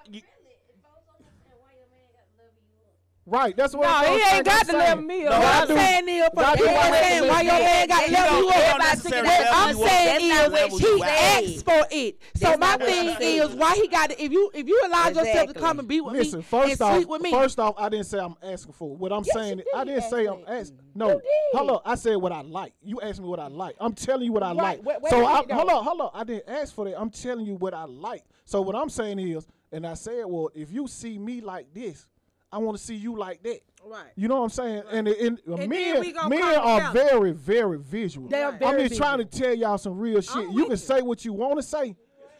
[SPEAKER 7] if folks don't understand why your man got to level you up,
[SPEAKER 1] Right, that's what
[SPEAKER 3] no,
[SPEAKER 1] I'm
[SPEAKER 3] he ain't got to
[SPEAKER 1] saying.
[SPEAKER 3] live me.
[SPEAKER 2] No, I
[SPEAKER 3] up.
[SPEAKER 2] do.
[SPEAKER 3] Neil,
[SPEAKER 1] Why do I let
[SPEAKER 3] saying
[SPEAKER 1] him
[SPEAKER 3] why
[SPEAKER 1] live
[SPEAKER 3] your
[SPEAKER 1] me
[SPEAKER 3] man got to
[SPEAKER 2] don't-
[SPEAKER 3] level you
[SPEAKER 2] you don't
[SPEAKER 3] up.
[SPEAKER 2] necessarily
[SPEAKER 3] That's-
[SPEAKER 2] level
[SPEAKER 3] I'm
[SPEAKER 2] you up.
[SPEAKER 3] saying
[SPEAKER 2] That's
[SPEAKER 3] is
[SPEAKER 2] not
[SPEAKER 3] when
[SPEAKER 2] level
[SPEAKER 3] he
[SPEAKER 2] you up.
[SPEAKER 3] asks for it. So
[SPEAKER 6] That's
[SPEAKER 3] my
[SPEAKER 6] not what
[SPEAKER 3] thing
[SPEAKER 6] I'm saying.
[SPEAKER 3] is why he got to, if you if you allowed yourself to
[SPEAKER 6] Exactly.
[SPEAKER 3] come and be with
[SPEAKER 1] Listen,
[SPEAKER 3] me
[SPEAKER 1] first
[SPEAKER 3] and
[SPEAKER 1] off,
[SPEAKER 3] sleep with me.
[SPEAKER 1] first off, I didn't say I'm asking for. it. What I'm saying,
[SPEAKER 3] you
[SPEAKER 1] is- I
[SPEAKER 3] did
[SPEAKER 1] didn't say
[SPEAKER 3] ask
[SPEAKER 1] I'm asking. No, hold on. I said what I like. You asked me what I like. I'm telling you what I
[SPEAKER 5] Right,
[SPEAKER 1] like.
[SPEAKER 5] wait- wait
[SPEAKER 1] so
[SPEAKER 5] a
[SPEAKER 1] I,
[SPEAKER 5] minute,
[SPEAKER 1] hold
[SPEAKER 5] though.
[SPEAKER 1] on, hold on. I didn't ask for that. I'm telling you what I like. So what I'm saying is, and I said, well, if you see me like this, I want to see you like that.
[SPEAKER 3] Right.
[SPEAKER 1] You know what I'm saying? And, and, uh,
[SPEAKER 3] then
[SPEAKER 1] men,
[SPEAKER 3] we gonna
[SPEAKER 1] men
[SPEAKER 3] come
[SPEAKER 1] are
[SPEAKER 3] together.
[SPEAKER 1] very, very visual.
[SPEAKER 5] They are
[SPEAKER 1] I'm
[SPEAKER 5] very
[SPEAKER 1] just trying to tell y'all some real shit. you
[SPEAKER 3] with
[SPEAKER 1] can say what you want to say,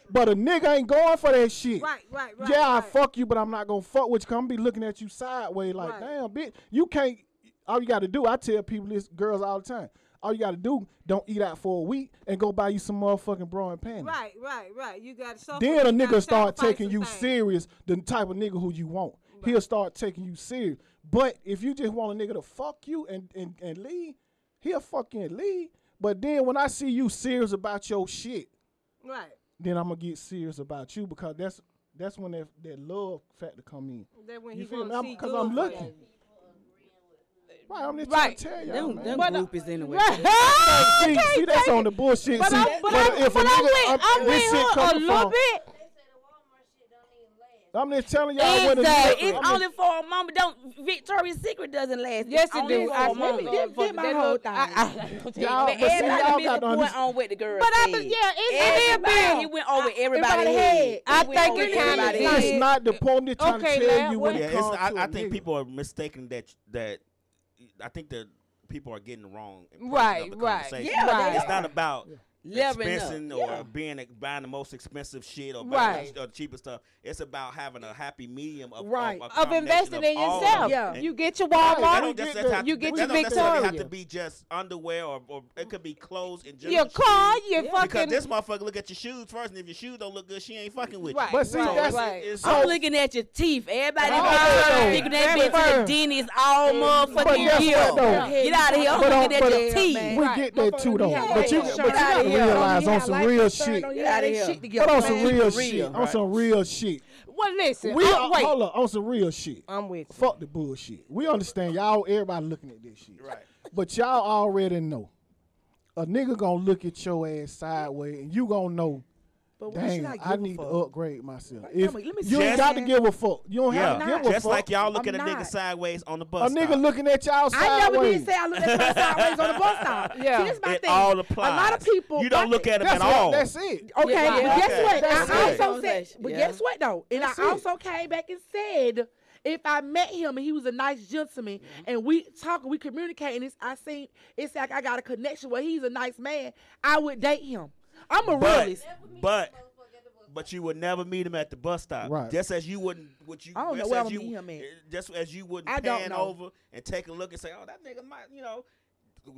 [SPEAKER 1] but a nigga ain't going for that shit.
[SPEAKER 3] Right, right, right,
[SPEAKER 1] Yeah, I
[SPEAKER 3] right.
[SPEAKER 1] fuck you, but I'm not gonna fuck with you. 'cause I'm be looking at you sideways like,
[SPEAKER 3] Right.
[SPEAKER 1] damn, bitch, you can't. All you got to do, I tell people this, girls all the time. All you got to do, don't eat out for a week and go buy you some motherfucking bra and panties.
[SPEAKER 3] Right, right, right. You got to
[SPEAKER 1] Then a nigga start taking you serious, the type of nigga who you want. He'll start taking you serious. But if you just want a nigga to fuck you and, and, and leave, he'll fucking leave. But then when I see you serious about your shit,
[SPEAKER 3] Right.
[SPEAKER 1] then I'm gonna get serious about you because that's that's when that, that love factor come in.
[SPEAKER 3] That when
[SPEAKER 1] You
[SPEAKER 3] he
[SPEAKER 1] feel me?
[SPEAKER 3] gonna
[SPEAKER 1] I'm-
[SPEAKER 3] see
[SPEAKER 1] Cause
[SPEAKER 3] good
[SPEAKER 1] I'm
[SPEAKER 3] for
[SPEAKER 1] looking. Right, I'm just trying to tell
[SPEAKER 3] Right.
[SPEAKER 1] y'all,
[SPEAKER 6] Them,
[SPEAKER 1] man.
[SPEAKER 6] them
[SPEAKER 3] But, uh,
[SPEAKER 6] groupies anyway.
[SPEAKER 3] Right.
[SPEAKER 1] see, see, that's on the bullshit.
[SPEAKER 3] But
[SPEAKER 1] see,
[SPEAKER 3] I'm, but, I'm,
[SPEAKER 1] if
[SPEAKER 3] but
[SPEAKER 1] a nigga,
[SPEAKER 3] I'm with, I'm
[SPEAKER 1] this
[SPEAKER 3] with
[SPEAKER 1] shit
[SPEAKER 3] her a
[SPEAKER 1] coming
[SPEAKER 3] little
[SPEAKER 1] from-
[SPEAKER 3] bit.
[SPEAKER 7] they say the Walmart shit don't even last.
[SPEAKER 1] I'm just telling y'all what a nigga.
[SPEAKER 6] Exactly. It's
[SPEAKER 1] I'm
[SPEAKER 6] only for a moment. Don't Victoria's Secret doesn't last. It's
[SPEAKER 3] Yes, it
[SPEAKER 6] only
[SPEAKER 3] do.
[SPEAKER 6] For
[SPEAKER 3] I swear to
[SPEAKER 6] a moment.
[SPEAKER 3] God.
[SPEAKER 5] Get, get my
[SPEAKER 3] That
[SPEAKER 5] whole
[SPEAKER 3] look-
[SPEAKER 5] thing.
[SPEAKER 1] y'all, but
[SPEAKER 6] But
[SPEAKER 1] see, y'all
[SPEAKER 6] everybody missed
[SPEAKER 1] got
[SPEAKER 6] the
[SPEAKER 1] to
[SPEAKER 6] point
[SPEAKER 1] understand.
[SPEAKER 6] on with the girl.
[SPEAKER 3] But I,
[SPEAKER 6] said.
[SPEAKER 3] be- yeah, it's it
[SPEAKER 6] everybody,
[SPEAKER 3] been
[SPEAKER 6] he
[SPEAKER 3] big.
[SPEAKER 6] went on with everybody.
[SPEAKER 5] everybody
[SPEAKER 6] head.
[SPEAKER 5] head.
[SPEAKER 3] I
[SPEAKER 6] He went
[SPEAKER 3] think
[SPEAKER 6] on
[SPEAKER 3] it
[SPEAKER 6] with
[SPEAKER 3] kinda
[SPEAKER 6] everybody
[SPEAKER 3] did.
[SPEAKER 6] head.
[SPEAKER 1] That's not the point they're trying
[SPEAKER 3] Okay,
[SPEAKER 1] to tell
[SPEAKER 3] lad,
[SPEAKER 1] you when
[SPEAKER 3] what-
[SPEAKER 2] Yeah,
[SPEAKER 1] it
[SPEAKER 2] it's,
[SPEAKER 1] comes
[SPEAKER 2] I,
[SPEAKER 1] to
[SPEAKER 2] I
[SPEAKER 1] a
[SPEAKER 2] think
[SPEAKER 1] nigga.
[SPEAKER 2] people are mistaken that that I think that people are getting the wrong impression
[SPEAKER 3] Right,
[SPEAKER 2] of the
[SPEAKER 3] right.
[SPEAKER 2] conversation.
[SPEAKER 3] Yeah,
[SPEAKER 6] they
[SPEAKER 2] it's
[SPEAKER 6] are.
[SPEAKER 2] not about
[SPEAKER 6] Leveling up.
[SPEAKER 8] expensing or
[SPEAKER 6] yeah.
[SPEAKER 8] being buying the most expensive shit or buying
[SPEAKER 3] Right.
[SPEAKER 8] the, sh- or the cheapest stuff. It's about having a happy medium of
[SPEAKER 5] Right.
[SPEAKER 8] of, a
[SPEAKER 3] of
[SPEAKER 8] combination
[SPEAKER 3] investing in
[SPEAKER 8] of all of
[SPEAKER 3] yourself.
[SPEAKER 8] it.
[SPEAKER 5] Yeah.
[SPEAKER 8] And
[SPEAKER 3] You get your
[SPEAKER 1] Right,
[SPEAKER 8] that
[SPEAKER 1] I
[SPEAKER 3] Walmart.
[SPEAKER 8] don't
[SPEAKER 1] get
[SPEAKER 8] just
[SPEAKER 1] the-
[SPEAKER 8] necessarily-
[SPEAKER 3] you get
[SPEAKER 8] that
[SPEAKER 3] your
[SPEAKER 8] don't necessarily have
[SPEAKER 3] Victoria.
[SPEAKER 8] to be just underwear or, or it could be clothes in general.
[SPEAKER 3] your car.
[SPEAKER 8] shoes.
[SPEAKER 3] Your
[SPEAKER 5] Yeah.
[SPEAKER 8] Because
[SPEAKER 3] fucking.
[SPEAKER 8] this motherfucker look at your shoes first, and if your shoes don't look good, she ain't fucking with
[SPEAKER 3] right,
[SPEAKER 8] you.
[SPEAKER 1] But see,
[SPEAKER 3] right,
[SPEAKER 1] that's-
[SPEAKER 3] right.
[SPEAKER 8] It's
[SPEAKER 6] I'm
[SPEAKER 8] so-
[SPEAKER 6] looking at your teeth. Everybody
[SPEAKER 1] Oh,
[SPEAKER 6] oh,
[SPEAKER 1] yeah.
[SPEAKER 6] looking at
[SPEAKER 3] Very
[SPEAKER 6] been to the
[SPEAKER 1] firm.
[SPEAKER 6] dentist all
[SPEAKER 1] But
[SPEAKER 6] motherfucking
[SPEAKER 1] guess
[SPEAKER 6] year.
[SPEAKER 1] what, though?
[SPEAKER 6] Get out of here. I'm
[SPEAKER 1] But on-
[SPEAKER 6] looking at
[SPEAKER 1] but uh,
[SPEAKER 6] your
[SPEAKER 1] on-
[SPEAKER 6] teeth.
[SPEAKER 1] We
[SPEAKER 3] Right.
[SPEAKER 1] get that too though.
[SPEAKER 5] have
[SPEAKER 1] But you,
[SPEAKER 5] life
[SPEAKER 1] but you gotta
[SPEAKER 5] insurance.
[SPEAKER 1] realize
[SPEAKER 5] Don't
[SPEAKER 1] on
[SPEAKER 5] have
[SPEAKER 1] some
[SPEAKER 5] life
[SPEAKER 1] real
[SPEAKER 5] insurance,
[SPEAKER 1] shit.
[SPEAKER 5] don't
[SPEAKER 6] Get
[SPEAKER 5] have
[SPEAKER 6] outta
[SPEAKER 5] they
[SPEAKER 6] here.
[SPEAKER 5] shit together,
[SPEAKER 1] But on some
[SPEAKER 5] man.
[SPEAKER 1] real
[SPEAKER 6] For
[SPEAKER 1] shit.
[SPEAKER 6] real.
[SPEAKER 1] On some real shit.
[SPEAKER 3] Well, listen.
[SPEAKER 1] We uh,
[SPEAKER 3] I'm, wait.
[SPEAKER 1] hold up on some real shit.
[SPEAKER 3] I'm with you.
[SPEAKER 1] Fuck the bullshit. We understand y'all. Everybody looking at this shit.
[SPEAKER 8] Right.
[SPEAKER 1] But y'all already know. A nigga gonna look at your ass sideways, and you gonna know.
[SPEAKER 5] But why should
[SPEAKER 1] Damn,
[SPEAKER 5] I
[SPEAKER 1] I,
[SPEAKER 5] give a
[SPEAKER 1] need to
[SPEAKER 5] fuck?
[SPEAKER 1] upgrade myself.
[SPEAKER 5] Like,
[SPEAKER 1] If
[SPEAKER 5] let me- let me
[SPEAKER 1] you
[SPEAKER 5] see
[SPEAKER 1] ain't got
[SPEAKER 8] that.
[SPEAKER 1] to give a fuck, you don't have
[SPEAKER 8] Yeah,
[SPEAKER 1] to
[SPEAKER 5] I'm
[SPEAKER 1] give a
[SPEAKER 8] just
[SPEAKER 1] fuck.
[SPEAKER 8] like y'all looking
[SPEAKER 5] I'm
[SPEAKER 8] at niggas
[SPEAKER 5] not.
[SPEAKER 8] sideways on the
[SPEAKER 1] a
[SPEAKER 8] bus.
[SPEAKER 1] nigga
[SPEAKER 8] stop.
[SPEAKER 1] looking at y'all sideways.
[SPEAKER 5] I never did say I looked at my sideways on the bus stop.
[SPEAKER 3] Yeah.
[SPEAKER 5] See, this is my
[SPEAKER 8] It
[SPEAKER 5] thing.
[SPEAKER 8] all applies.
[SPEAKER 5] A lot of people.
[SPEAKER 8] You don't
[SPEAKER 5] watch
[SPEAKER 8] look
[SPEAKER 5] it.
[SPEAKER 8] at them
[SPEAKER 1] That's
[SPEAKER 8] at
[SPEAKER 1] it.
[SPEAKER 8] all.
[SPEAKER 1] That's it.
[SPEAKER 5] Okay,
[SPEAKER 3] Yeah.
[SPEAKER 5] but guess
[SPEAKER 8] Okay.
[SPEAKER 5] what?
[SPEAKER 1] That's
[SPEAKER 5] I
[SPEAKER 1] it.
[SPEAKER 5] also said, but
[SPEAKER 6] Yeah.
[SPEAKER 5] guess what though? And
[SPEAKER 1] That's it.
[SPEAKER 5] I also came back and said, if I met him and he was a nice gentleman and we talking, we communicating, it's, I seen it's like I got a connection where he's a nice man, I would date him. I'm a
[SPEAKER 8] but,
[SPEAKER 5] realist.
[SPEAKER 8] but, but you would never meet him at the bus stop.
[SPEAKER 1] Right.
[SPEAKER 8] Just as you wouldn't, would you?
[SPEAKER 5] I don't know
[SPEAKER 8] just
[SPEAKER 5] where
[SPEAKER 8] as
[SPEAKER 5] I'ma
[SPEAKER 8] you- eh,
[SPEAKER 5] meet him at.
[SPEAKER 8] Just as you wouldn't
[SPEAKER 5] I don't
[SPEAKER 8] pan
[SPEAKER 5] know.
[SPEAKER 8] over and take a look and say, "Oh, that nigga might," you know.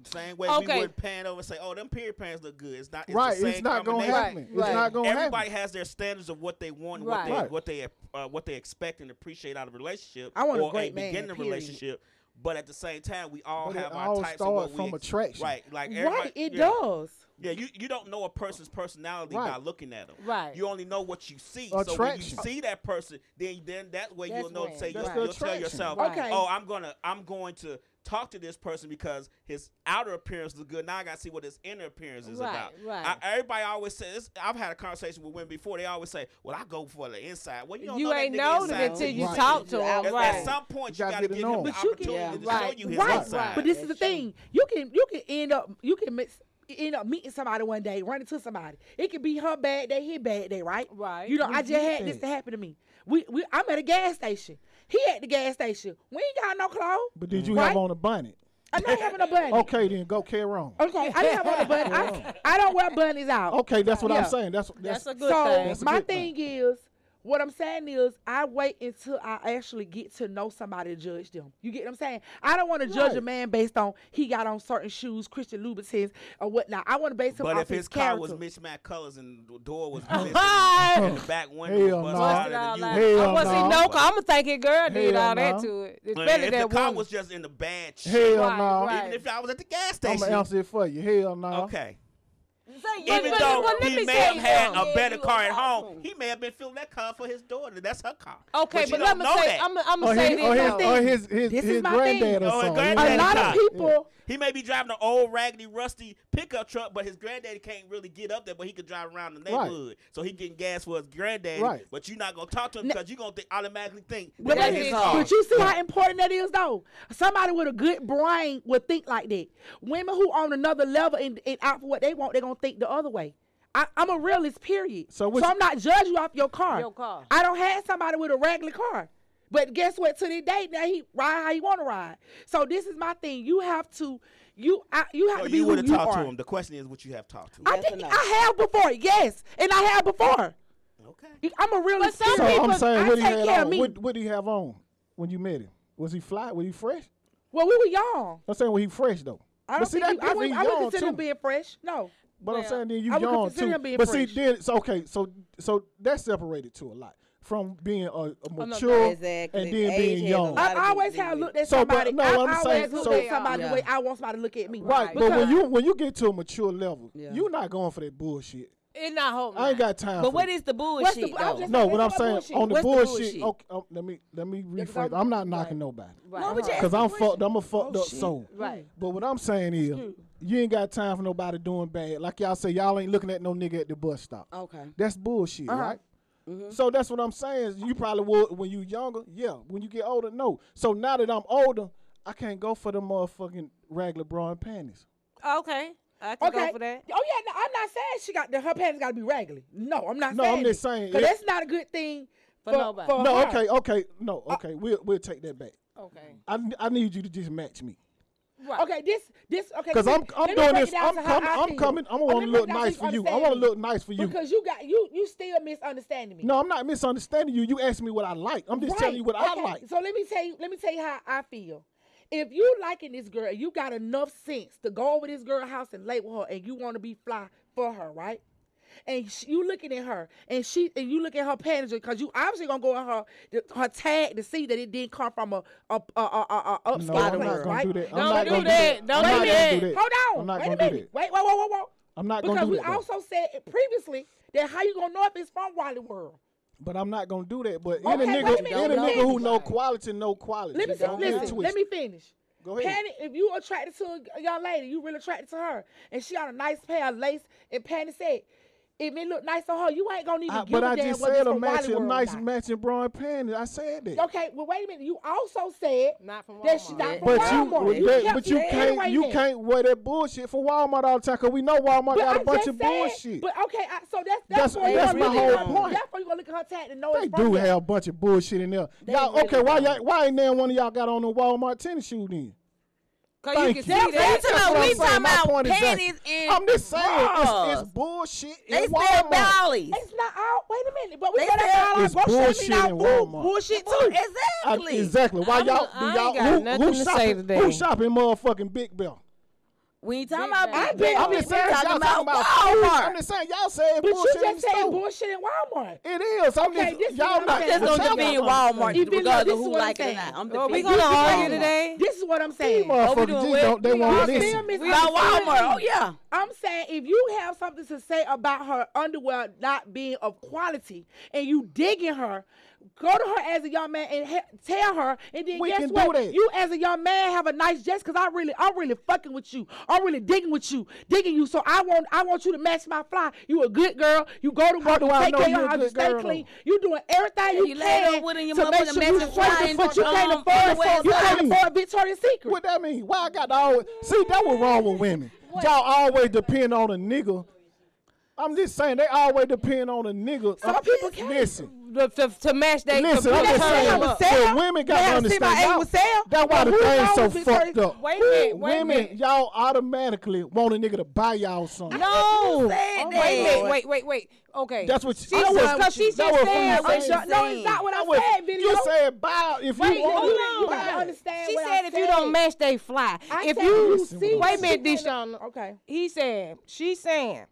[SPEAKER 8] Same way we
[SPEAKER 3] Okay.
[SPEAKER 8] would pan over and say, "Oh, them period pants look good." It's not it's
[SPEAKER 1] Right.
[SPEAKER 8] The same
[SPEAKER 1] It's not gonna
[SPEAKER 8] combination.
[SPEAKER 1] happen. It's
[SPEAKER 3] Right.
[SPEAKER 1] not gonna
[SPEAKER 8] Everybody
[SPEAKER 1] happen.
[SPEAKER 8] has their standards of what they want, and
[SPEAKER 3] Right.
[SPEAKER 8] what they
[SPEAKER 1] Right.
[SPEAKER 8] what they uh, what they expect and appreciate out of a relationship
[SPEAKER 5] I want a
[SPEAKER 8] or
[SPEAKER 5] great man,
[SPEAKER 8] beginning of
[SPEAKER 5] period.
[SPEAKER 8] relationship. But at the same time, we all
[SPEAKER 1] But it
[SPEAKER 8] have
[SPEAKER 1] all
[SPEAKER 8] our types
[SPEAKER 1] start
[SPEAKER 8] of what we
[SPEAKER 1] from
[SPEAKER 8] ex-
[SPEAKER 1] attraction.
[SPEAKER 8] Right, like
[SPEAKER 5] Right,
[SPEAKER 8] everybody-
[SPEAKER 5] it
[SPEAKER 8] yeah.
[SPEAKER 5] does.
[SPEAKER 8] Yeah, you, you don't know a person's personality by
[SPEAKER 1] Right.
[SPEAKER 8] looking at them.
[SPEAKER 3] Right.
[SPEAKER 8] You only know what you see. So when you
[SPEAKER 1] Attraction.
[SPEAKER 8] see that person, then then that way you'll
[SPEAKER 3] That's
[SPEAKER 8] know.
[SPEAKER 3] when-
[SPEAKER 8] Say
[SPEAKER 1] That's
[SPEAKER 8] you'll,
[SPEAKER 1] the
[SPEAKER 8] you'll tell
[SPEAKER 1] attraction.
[SPEAKER 8] yourself,
[SPEAKER 5] Right. Okay.
[SPEAKER 8] oh, I'm gonna I'm going to talk to this person because his outer appearance is good. Now I gotta see what his inner appearance is
[SPEAKER 3] Right,
[SPEAKER 8] about.
[SPEAKER 3] right.
[SPEAKER 8] I, everybody always says I've had a conversation with women before. They always say, well, I go for the inside. Well, you don't
[SPEAKER 3] You
[SPEAKER 8] know
[SPEAKER 3] ain't
[SPEAKER 8] that nigga
[SPEAKER 3] know
[SPEAKER 8] inside
[SPEAKER 3] it until you
[SPEAKER 1] Right.
[SPEAKER 3] talk to him.
[SPEAKER 8] At,
[SPEAKER 3] Right.
[SPEAKER 8] at some point, you,
[SPEAKER 1] You gotta get
[SPEAKER 8] gotta,
[SPEAKER 1] to
[SPEAKER 8] give
[SPEAKER 1] know
[SPEAKER 8] him
[SPEAKER 1] him.
[SPEAKER 8] the
[SPEAKER 5] But you
[SPEAKER 8] opportunity
[SPEAKER 5] can,
[SPEAKER 6] Yeah,
[SPEAKER 8] to
[SPEAKER 3] right,
[SPEAKER 8] show you his
[SPEAKER 5] right.
[SPEAKER 8] inside.
[SPEAKER 5] But this is the
[SPEAKER 6] That's
[SPEAKER 5] thing. You can you can end up you can mix, end up meeting somebody one day, running to somebody. It could be her bad day, his bad day, right?
[SPEAKER 3] Right.
[SPEAKER 5] You know, I
[SPEAKER 1] We
[SPEAKER 5] just
[SPEAKER 1] get
[SPEAKER 5] had this
[SPEAKER 1] that.
[SPEAKER 5] to happen to me. We we I'm at a gas station. He at the gas station. We ain't got no clothes.
[SPEAKER 1] But did you
[SPEAKER 5] Right?
[SPEAKER 1] have on a bunnet?
[SPEAKER 5] I'm not having a bunny.
[SPEAKER 1] Okay, then go carry on.
[SPEAKER 5] Okay, I didn't have on a bunny. I, I don't wear bunnies out.
[SPEAKER 1] Okay, that's what I'm
[SPEAKER 5] Yeah.
[SPEAKER 1] saying. That's that's,
[SPEAKER 3] That's a good
[SPEAKER 5] so
[SPEAKER 3] thing.
[SPEAKER 1] That's a
[SPEAKER 5] my
[SPEAKER 1] good thing.
[SPEAKER 5] thing is, what I'm saying is, I wait until I actually get to know somebody to judge them. You get what I'm saying? I don't want to judge a
[SPEAKER 1] Right.
[SPEAKER 5] man based on he got on certain shoes, Christian Louboutins or whatnot. I want to base him
[SPEAKER 8] But
[SPEAKER 5] off
[SPEAKER 8] if his car
[SPEAKER 5] character.
[SPEAKER 8] was mismatched colors and the door was missing, and the back window
[SPEAKER 1] Hell
[SPEAKER 8] was
[SPEAKER 1] no.
[SPEAKER 8] busted
[SPEAKER 1] Busted
[SPEAKER 8] out, and you-
[SPEAKER 1] out Hell
[SPEAKER 3] I want to see
[SPEAKER 1] no.
[SPEAKER 3] no car. I'm gonna think it girl did
[SPEAKER 1] Hell
[SPEAKER 3] all that
[SPEAKER 1] no.
[SPEAKER 3] to it. It's
[SPEAKER 8] Man,
[SPEAKER 3] better
[SPEAKER 8] if
[SPEAKER 3] that
[SPEAKER 8] the car
[SPEAKER 3] woman.
[SPEAKER 8] was just in the bad shape,
[SPEAKER 1] hell no.
[SPEAKER 3] Right, right.
[SPEAKER 8] even if I was at the gas
[SPEAKER 1] I'm
[SPEAKER 8] station,
[SPEAKER 1] gonna answer it for you. Hell no.
[SPEAKER 8] okay.
[SPEAKER 3] But-
[SPEAKER 8] even
[SPEAKER 3] but-
[SPEAKER 8] though
[SPEAKER 3] but let
[SPEAKER 8] he
[SPEAKER 3] me
[SPEAKER 8] may
[SPEAKER 3] tell
[SPEAKER 8] have
[SPEAKER 3] you
[SPEAKER 8] had
[SPEAKER 3] something.
[SPEAKER 8] a better car at home, he may have been filling that car for his daughter. That's her car.
[SPEAKER 3] Okay, but,
[SPEAKER 8] you
[SPEAKER 3] let
[SPEAKER 8] don't
[SPEAKER 3] me
[SPEAKER 8] know
[SPEAKER 3] say,
[SPEAKER 8] that.
[SPEAKER 3] I'm, I'm
[SPEAKER 1] Or
[SPEAKER 3] gonna say
[SPEAKER 1] his, or his,
[SPEAKER 3] this. though.
[SPEAKER 1] or his, his,
[SPEAKER 5] This is
[SPEAKER 1] his
[SPEAKER 5] my thing.
[SPEAKER 1] granddad or
[SPEAKER 8] Oh, his
[SPEAKER 1] something.
[SPEAKER 8] granddaddy
[SPEAKER 5] a lot
[SPEAKER 8] car.
[SPEAKER 5] of people.
[SPEAKER 8] He may be driving an old raggedy, rusty pickup truck, but his granddaddy can't really get up there. But he can drive around the
[SPEAKER 1] Right.
[SPEAKER 8] neighborhood, so he getting gas for his granddaddy.
[SPEAKER 1] Right.
[SPEAKER 8] But you're not gonna talk to him because you're gonna think, automatically think
[SPEAKER 5] But,
[SPEAKER 8] that
[SPEAKER 5] that
[SPEAKER 8] that's
[SPEAKER 5] is,
[SPEAKER 8] his car.
[SPEAKER 5] but you see how important that is, though. Somebody with a good brain would think like that. Women who on another level and, and out for what they want, they're gonna think the other way. I, I'm a realist, period.
[SPEAKER 1] So
[SPEAKER 5] So,
[SPEAKER 1] what you-
[SPEAKER 5] I'm not judging you off your car.
[SPEAKER 3] Your car.
[SPEAKER 5] I don't have somebody with a regular car. But guess what? To this day, now he ride how he want to ride. So this is my thing. You have to, you I, you
[SPEAKER 1] Oh,
[SPEAKER 5] have
[SPEAKER 8] So
[SPEAKER 5] to be
[SPEAKER 8] you
[SPEAKER 5] who
[SPEAKER 8] would have
[SPEAKER 5] you
[SPEAKER 8] talked
[SPEAKER 5] are.
[SPEAKER 8] to him. The question is, what you have talked to? him.
[SPEAKER 5] I
[SPEAKER 6] Yes or
[SPEAKER 5] think
[SPEAKER 6] no?
[SPEAKER 5] I have before, yes, and I have before.
[SPEAKER 8] Okay.
[SPEAKER 5] I'm a realist.
[SPEAKER 3] some
[SPEAKER 1] So
[SPEAKER 5] period.
[SPEAKER 1] I'm
[SPEAKER 3] people-
[SPEAKER 1] saying,
[SPEAKER 5] I
[SPEAKER 1] what he
[SPEAKER 5] take
[SPEAKER 1] had
[SPEAKER 5] care of
[SPEAKER 1] on?
[SPEAKER 5] me.
[SPEAKER 1] What, what he have on when you met him? Was he fly? Was he fresh?
[SPEAKER 5] well, we were young.
[SPEAKER 1] I'm saying, was he fresh though?
[SPEAKER 5] I
[SPEAKER 1] but
[SPEAKER 5] don't
[SPEAKER 1] see,
[SPEAKER 5] think
[SPEAKER 1] that,
[SPEAKER 5] he, I,
[SPEAKER 1] I think
[SPEAKER 5] wouldn't, I
[SPEAKER 1] young
[SPEAKER 5] wouldn't consider
[SPEAKER 1] too.
[SPEAKER 5] him being fresh. No.
[SPEAKER 1] But I'm saying then you
[SPEAKER 5] I would
[SPEAKER 1] young
[SPEAKER 5] consider
[SPEAKER 1] too.
[SPEAKER 5] him being
[SPEAKER 1] But see
[SPEAKER 5] fresh.
[SPEAKER 1] then so okay, so so that's separated to a lot from being a, a mature
[SPEAKER 6] Exactly.
[SPEAKER 1] and then
[SPEAKER 6] Age
[SPEAKER 1] being
[SPEAKER 6] has
[SPEAKER 1] young.
[SPEAKER 6] lot.
[SPEAKER 5] I
[SPEAKER 6] Gotta be
[SPEAKER 5] always
[SPEAKER 6] dealing
[SPEAKER 5] have
[SPEAKER 6] with
[SPEAKER 5] looked at
[SPEAKER 1] So, but
[SPEAKER 5] somebody.
[SPEAKER 1] no,
[SPEAKER 5] I
[SPEAKER 1] I'm
[SPEAKER 5] always
[SPEAKER 1] saying-
[SPEAKER 5] looked
[SPEAKER 1] so-
[SPEAKER 5] at somebody the way
[SPEAKER 6] Yeah.
[SPEAKER 5] I want somebody to look at me.
[SPEAKER 1] Right, but
[SPEAKER 5] Because
[SPEAKER 1] when you when you get to a mature level,
[SPEAKER 6] Yeah.
[SPEAKER 1] you're not going for that bullshit.
[SPEAKER 3] It's not hope.
[SPEAKER 1] I ain't got time.
[SPEAKER 6] But
[SPEAKER 1] for
[SPEAKER 6] what
[SPEAKER 1] that.
[SPEAKER 6] is the
[SPEAKER 5] the-
[SPEAKER 6] bullshit
[SPEAKER 5] I was
[SPEAKER 6] though?
[SPEAKER 5] just-
[SPEAKER 1] no?
[SPEAKER 5] That's
[SPEAKER 1] What I'm
[SPEAKER 5] my
[SPEAKER 1] saying
[SPEAKER 5] bullshit.
[SPEAKER 1] on the
[SPEAKER 6] What's the
[SPEAKER 1] bullshit.
[SPEAKER 6] bullshit?
[SPEAKER 1] Okay, oh, let me let me
[SPEAKER 5] Because
[SPEAKER 1] rephrase.
[SPEAKER 5] I'm-
[SPEAKER 1] I'm not knocking nobody
[SPEAKER 3] Right.
[SPEAKER 6] No, but you-
[SPEAKER 1] because I'm fucked. I'm a fucked
[SPEAKER 6] Oh,
[SPEAKER 1] up
[SPEAKER 6] shit.
[SPEAKER 1] soul.
[SPEAKER 3] Right.
[SPEAKER 1] But what I'm saying is, you ain't got time for nobody doing bad. Like y'all say, y'all ain't looking at no nigga at the bus stop.
[SPEAKER 6] Okay.
[SPEAKER 1] That's bullshit,
[SPEAKER 5] Uh-huh.
[SPEAKER 1] right?
[SPEAKER 5] Mm-hmm.
[SPEAKER 1] So that's what I'm saying. is You probably would when you younger, yeah. When you get older, no. So now that I'm older, I can't go for the motherfucking regular bra and panties.
[SPEAKER 3] Okay. I can
[SPEAKER 5] Okay.
[SPEAKER 3] go for that.
[SPEAKER 5] Oh yeah, no, I'm not saying she got the, her pants got to be regular. No, I'm not
[SPEAKER 1] No,
[SPEAKER 5] saying.
[SPEAKER 1] I'm just
[SPEAKER 5] it.
[SPEAKER 1] saying
[SPEAKER 5] 'Cause
[SPEAKER 1] if-
[SPEAKER 5] that's not a good thing
[SPEAKER 3] For
[SPEAKER 5] for,
[SPEAKER 3] nobody.
[SPEAKER 5] for
[SPEAKER 1] No,
[SPEAKER 5] her. Uh,
[SPEAKER 1] okay, okay, no, okay. We'll we'll take that back.
[SPEAKER 3] Okay.
[SPEAKER 1] I, I need you to just match me.
[SPEAKER 6] Right.
[SPEAKER 5] Okay, this this okay.
[SPEAKER 1] Cause
[SPEAKER 5] see,
[SPEAKER 1] I'm
[SPEAKER 5] let
[SPEAKER 1] I'm
[SPEAKER 5] me
[SPEAKER 1] doing
[SPEAKER 5] break it
[SPEAKER 1] this.
[SPEAKER 5] down
[SPEAKER 1] I'm
[SPEAKER 5] to how
[SPEAKER 1] coming.
[SPEAKER 5] I
[SPEAKER 1] I'm
[SPEAKER 5] feel.
[SPEAKER 1] coming. I'm
[SPEAKER 5] Oh,
[SPEAKER 1] gonna
[SPEAKER 5] let me
[SPEAKER 1] look
[SPEAKER 5] break it down
[SPEAKER 1] nice
[SPEAKER 5] so
[SPEAKER 1] for
[SPEAKER 5] you
[SPEAKER 1] you. I want to
[SPEAKER 5] understand me.
[SPEAKER 1] look nice for you.
[SPEAKER 5] Because you got you you still misunderstanding me.
[SPEAKER 1] no, I'm not misunderstanding you. You asked me what I like. I'm just telling you what I
[SPEAKER 5] okay.
[SPEAKER 1] like.
[SPEAKER 5] So let me tell you, let me tell you how I feel. If you liking this girl, you got enough sense to go over this girl house and lay with her, and you want to be fly for her, right? And sh- you looking at her, and she, and you look at her panties because you obviously gonna go in her th- her tag to see that it didn't come from a a a a, a
[SPEAKER 1] No,
[SPEAKER 5] upscale
[SPEAKER 1] I'm
[SPEAKER 5] place,
[SPEAKER 1] not
[SPEAKER 5] right?
[SPEAKER 1] gonna do that. I'm
[SPEAKER 3] Don't
[SPEAKER 1] not
[SPEAKER 3] do
[SPEAKER 1] gonna
[SPEAKER 3] that.
[SPEAKER 1] I'm
[SPEAKER 3] Don't
[SPEAKER 1] not
[SPEAKER 3] do
[SPEAKER 1] gonna
[SPEAKER 3] that.
[SPEAKER 5] Hold on,
[SPEAKER 1] I'm not gonna
[SPEAKER 5] wait a
[SPEAKER 1] do
[SPEAKER 5] minute,
[SPEAKER 1] that.
[SPEAKER 5] wait, whoa, whoa, whoa, whoa.
[SPEAKER 1] I'm not
[SPEAKER 5] because
[SPEAKER 1] gonna do
[SPEAKER 5] we
[SPEAKER 1] that. though.
[SPEAKER 5] also said previously that how you gonna know if it's from Wally World?
[SPEAKER 1] But I'm not gonna do that. But
[SPEAKER 5] Okay,
[SPEAKER 1] any
[SPEAKER 5] wait
[SPEAKER 1] nigga,
[SPEAKER 5] a
[SPEAKER 1] any
[SPEAKER 5] minute. Don't
[SPEAKER 1] nigga
[SPEAKER 5] know
[SPEAKER 1] who know
[SPEAKER 3] anybody.
[SPEAKER 1] quality, know quality.
[SPEAKER 5] Let me say,
[SPEAKER 1] Don't get it
[SPEAKER 5] listen. Let
[SPEAKER 1] twisted.
[SPEAKER 5] me finish.
[SPEAKER 1] Go ahead.
[SPEAKER 5] Panty, if you attracted to a g- young lady, you really attracted to her, and she got a nice pair of lace and panties set, if it look nice on her, you ain't gonna need to
[SPEAKER 1] I,
[SPEAKER 5] give
[SPEAKER 1] but
[SPEAKER 5] a
[SPEAKER 1] I
[SPEAKER 5] damn
[SPEAKER 1] just
[SPEAKER 5] whether
[SPEAKER 1] said
[SPEAKER 5] it's
[SPEAKER 1] a
[SPEAKER 5] from Wally
[SPEAKER 1] matching,
[SPEAKER 5] World or
[SPEAKER 1] nice
[SPEAKER 5] not.
[SPEAKER 1] matching brown panties. I said that.
[SPEAKER 5] Okay, well wait a minute. You also said
[SPEAKER 3] Not from
[SPEAKER 5] that she
[SPEAKER 3] Walmart.
[SPEAKER 5] not from
[SPEAKER 1] But
[SPEAKER 5] Walmart.
[SPEAKER 1] you, but,
[SPEAKER 5] kept
[SPEAKER 1] but you
[SPEAKER 5] reiterating
[SPEAKER 1] can't, you
[SPEAKER 5] that.
[SPEAKER 1] can't wear that bullshit for Walmart all the time. Cause we know Walmart
[SPEAKER 5] But
[SPEAKER 1] got
[SPEAKER 5] I
[SPEAKER 1] a bunch
[SPEAKER 5] just
[SPEAKER 1] of
[SPEAKER 5] said-
[SPEAKER 1] bullshit.
[SPEAKER 5] But okay, I, so that's
[SPEAKER 1] That's-
[SPEAKER 5] that's, why you
[SPEAKER 1] that's
[SPEAKER 5] gonna
[SPEAKER 1] my
[SPEAKER 5] look
[SPEAKER 1] whole
[SPEAKER 5] at her-
[SPEAKER 1] point.
[SPEAKER 5] That's why you gonna look at her tag and know
[SPEAKER 1] They
[SPEAKER 5] it's from
[SPEAKER 1] do
[SPEAKER 5] there.
[SPEAKER 1] have a bunch of bullshit in there. Y'all,
[SPEAKER 6] really
[SPEAKER 1] okay, why y'all, why ain't there one of y'all got on no Walmart tennis shoe then?
[SPEAKER 3] Cause
[SPEAKER 1] Thank
[SPEAKER 3] you
[SPEAKER 1] you.
[SPEAKER 3] can see that.
[SPEAKER 6] That's what I'm
[SPEAKER 1] what I'm
[SPEAKER 6] we
[SPEAKER 1] saying.
[SPEAKER 6] talking
[SPEAKER 1] My
[SPEAKER 6] about
[SPEAKER 1] point is that-
[SPEAKER 6] panties and
[SPEAKER 1] I'm just saying, it's,
[SPEAKER 6] bras.
[SPEAKER 1] it's bullshit
[SPEAKER 6] They
[SPEAKER 1] in
[SPEAKER 6] said
[SPEAKER 1] Walmart.
[SPEAKER 6] dollies.
[SPEAKER 5] It's not all. Wait a minute, but we
[SPEAKER 6] They
[SPEAKER 5] gotta
[SPEAKER 6] said-
[SPEAKER 5] all our
[SPEAKER 1] It's
[SPEAKER 5] groceries
[SPEAKER 1] bullshit
[SPEAKER 5] and
[SPEAKER 1] in
[SPEAKER 5] our food
[SPEAKER 1] Walmart.
[SPEAKER 5] bullshit
[SPEAKER 6] Well,
[SPEAKER 5] too.
[SPEAKER 1] I-
[SPEAKER 6] Exactly.
[SPEAKER 1] exactly. Why
[SPEAKER 3] I'm-
[SPEAKER 1] y'all,
[SPEAKER 3] I ain't
[SPEAKER 1] do y'all
[SPEAKER 3] got
[SPEAKER 1] who,
[SPEAKER 3] nothing
[SPEAKER 1] who
[SPEAKER 3] to say
[SPEAKER 1] shopping,
[SPEAKER 3] today.
[SPEAKER 1] who shopping motherfucking Big Bell?
[SPEAKER 6] We ain't talking about
[SPEAKER 3] Big
[SPEAKER 6] big
[SPEAKER 5] Big
[SPEAKER 6] bag.
[SPEAKER 1] I'm just
[SPEAKER 6] We
[SPEAKER 1] saying, y'all
[SPEAKER 6] talking about
[SPEAKER 1] food.
[SPEAKER 6] Walmart.
[SPEAKER 1] I'm just saying, y'all saying
[SPEAKER 5] But you
[SPEAKER 1] bullshit in
[SPEAKER 5] just
[SPEAKER 1] the
[SPEAKER 5] say
[SPEAKER 1] store.
[SPEAKER 5] bullshit in Walmart.
[SPEAKER 1] It is. I'm
[SPEAKER 5] Okay, this
[SPEAKER 1] just,
[SPEAKER 5] is
[SPEAKER 1] y'all
[SPEAKER 5] what
[SPEAKER 1] not.
[SPEAKER 5] I'm
[SPEAKER 6] Just
[SPEAKER 5] saying.
[SPEAKER 6] gonna
[SPEAKER 1] y'all
[SPEAKER 6] defend
[SPEAKER 1] not-
[SPEAKER 6] Walmart,
[SPEAKER 5] Even though
[SPEAKER 6] regardless
[SPEAKER 5] this
[SPEAKER 6] of
[SPEAKER 5] is
[SPEAKER 6] who
[SPEAKER 5] what I'm
[SPEAKER 6] like it or
[SPEAKER 5] saying.
[SPEAKER 6] not. I'm
[SPEAKER 3] Well, we
[SPEAKER 6] defending
[SPEAKER 3] gonna
[SPEAKER 6] Walmart.
[SPEAKER 3] argue today.
[SPEAKER 5] This is what I'm
[SPEAKER 1] These
[SPEAKER 5] saying.
[SPEAKER 1] motherfuckers
[SPEAKER 3] doing
[SPEAKER 1] just
[SPEAKER 3] what-
[SPEAKER 1] don't, they
[SPEAKER 3] we
[SPEAKER 1] won't
[SPEAKER 3] all
[SPEAKER 1] listen.
[SPEAKER 3] still miss-
[SPEAKER 6] About Walmart. Oh yeah.
[SPEAKER 5] I'm saying if you have something to say about her underwear not being of quality and you digging her, go to her as a young man and he- tell her, and then
[SPEAKER 1] We
[SPEAKER 5] guess
[SPEAKER 1] can do
[SPEAKER 5] what?
[SPEAKER 1] that.
[SPEAKER 5] You as a young man have a nice dress because I really, I'm really fucking with you. I'm really digging with you, digging you. So I want, I want you to match my fly. You a good girl. You go to work.
[SPEAKER 1] do
[SPEAKER 5] you
[SPEAKER 1] I
[SPEAKER 5] take
[SPEAKER 1] know
[SPEAKER 5] care
[SPEAKER 1] you a
[SPEAKER 5] of your house. You
[SPEAKER 1] good
[SPEAKER 5] stay
[SPEAKER 1] girl,
[SPEAKER 5] clean. You doing everything
[SPEAKER 6] And
[SPEAKER 5] you,
[SPEAKER 6] you lay
[SPEAKER 5] can
[SPEAKER 6] your wood in your
[SPEAKER 5] to
[SPEAKER 6] motherfucking
[SPEAKER 5] make sure you
[SPEAKER 6] matching fly
[SPEAKER 5] straight
[SPEAKER 6] and
[SPEAKER 5] the foot. You can't
[SPEAKER 6] um,
[SPEAKER 5] afford,
[SPEAKER 6] underwear
[SPEAKER 5] you
[SPEAKER 6] and
[SPEAKER 5] can't
[SPEAKER 6] socks.
[SPEAKER 5] afford Victoria's Secret.
[SPEAKER 1] What that mean? Why I got to always see that was wrong with women. Y'all always depend on a nigga. I'm just saying they always depend on a nigga.
[SPEAKER 5] Some
[SPEAKER 1] Uh,
[SPEAKER 5] people can't.
[SPEAKER 1] Listen,
[SPEAKER 3] To, to, to match they.
[SPEAKER 1] listen.
[SPEAKER 3] to
[SPEAKER 1] I'm
[SPEAKER 3] put
[SPEAKER 1] just
[SPEAKER 3] her
[SPEAKER 1] saying.
[SPEAKER 3] up.
[SPEAKER 1] Well, women got to
[SPEAKER 5] Now, see my
[SPEAKER 1] understand.
[SPEAKER 5] eight
[SPEAKER 1] y'all-
[SPEAKER 5] with Sarah?
[SPEAKER 1] That's why
[SPEAKER 5] Well,
[SPEAKER 1] the
[SPEAKER 5] who
[SPEAKER 1] thing's so
[SPEAKER 5] knows if
[SPEAKER 1] fucked
[SPEAKER 5] there's-
[SPEAKER 1] up.
[SPEAKER 3] Wait a minute, wait a
[SPEAKER 1] women,
[SPEAKER 3] minute.
[SPEAKER 1] y'all automatically want a nigga to buy y'all something.
[SPEAKER 3] No.
[SPEAKER 6] said
[SPEAKER 3] wait, a minute,
[SPEAKER 6] that.
[SPEAKER 3] wait, wait, wait. Okay.
[SPEAKER 1] That's what
[SPEAKER 3] she
[SPEAKER 1] I was-
[SPEAKER 3] said. Because she
[SPEAKER 1] that
[SPEAKER 3] just
[SPEAKER 1] was
[SPEAKER 3] said.
[SPEAKER 1] what I'm saying.
[SPEAKER 3] what she
[SPEAKER 5] No,
[SPEAKER 3] said.
[SPEAKER 5] it's not what I
[SPEAKER 1] That was-
[SPEAKER 5] said, video.
[SPEAKER 1] You said buy if
[SPEAKER 5] Wait,
[SPEAKER 1] you
[SPEAKER 5] hold
[SPEAKER 1] want
[SPEAKER 5] on.
[SPEAKER 1] it.
[SPEAKER 5] You
[SPEAKER 1] buy
[SPEAKER 5] gotta
[SPEAKER 1] it.
[SPEAKER 5] understand
[SPEAKER 3] She
[SPEAKER 5] what I
[SPEAKER 3] said if you don't match, they fly.
[SPEAKER 5] I
[SPEAKER 3] if
[SPEAKER 5] said
[SPEAKER 3] you
[SPEAKER 1] Listen,
[SPEAKER 5] see,
[SPEAKER 1] what
[SPEAKER 3] wait
[SPEAKER 1] I'm
[SPEAKER 3] a minute,
[SPEAKER 5] she said-
[SPEAKER 3] Deshauna.
[SPEAKER 5] Okay.
[SPEAKER 3] He said. She saying.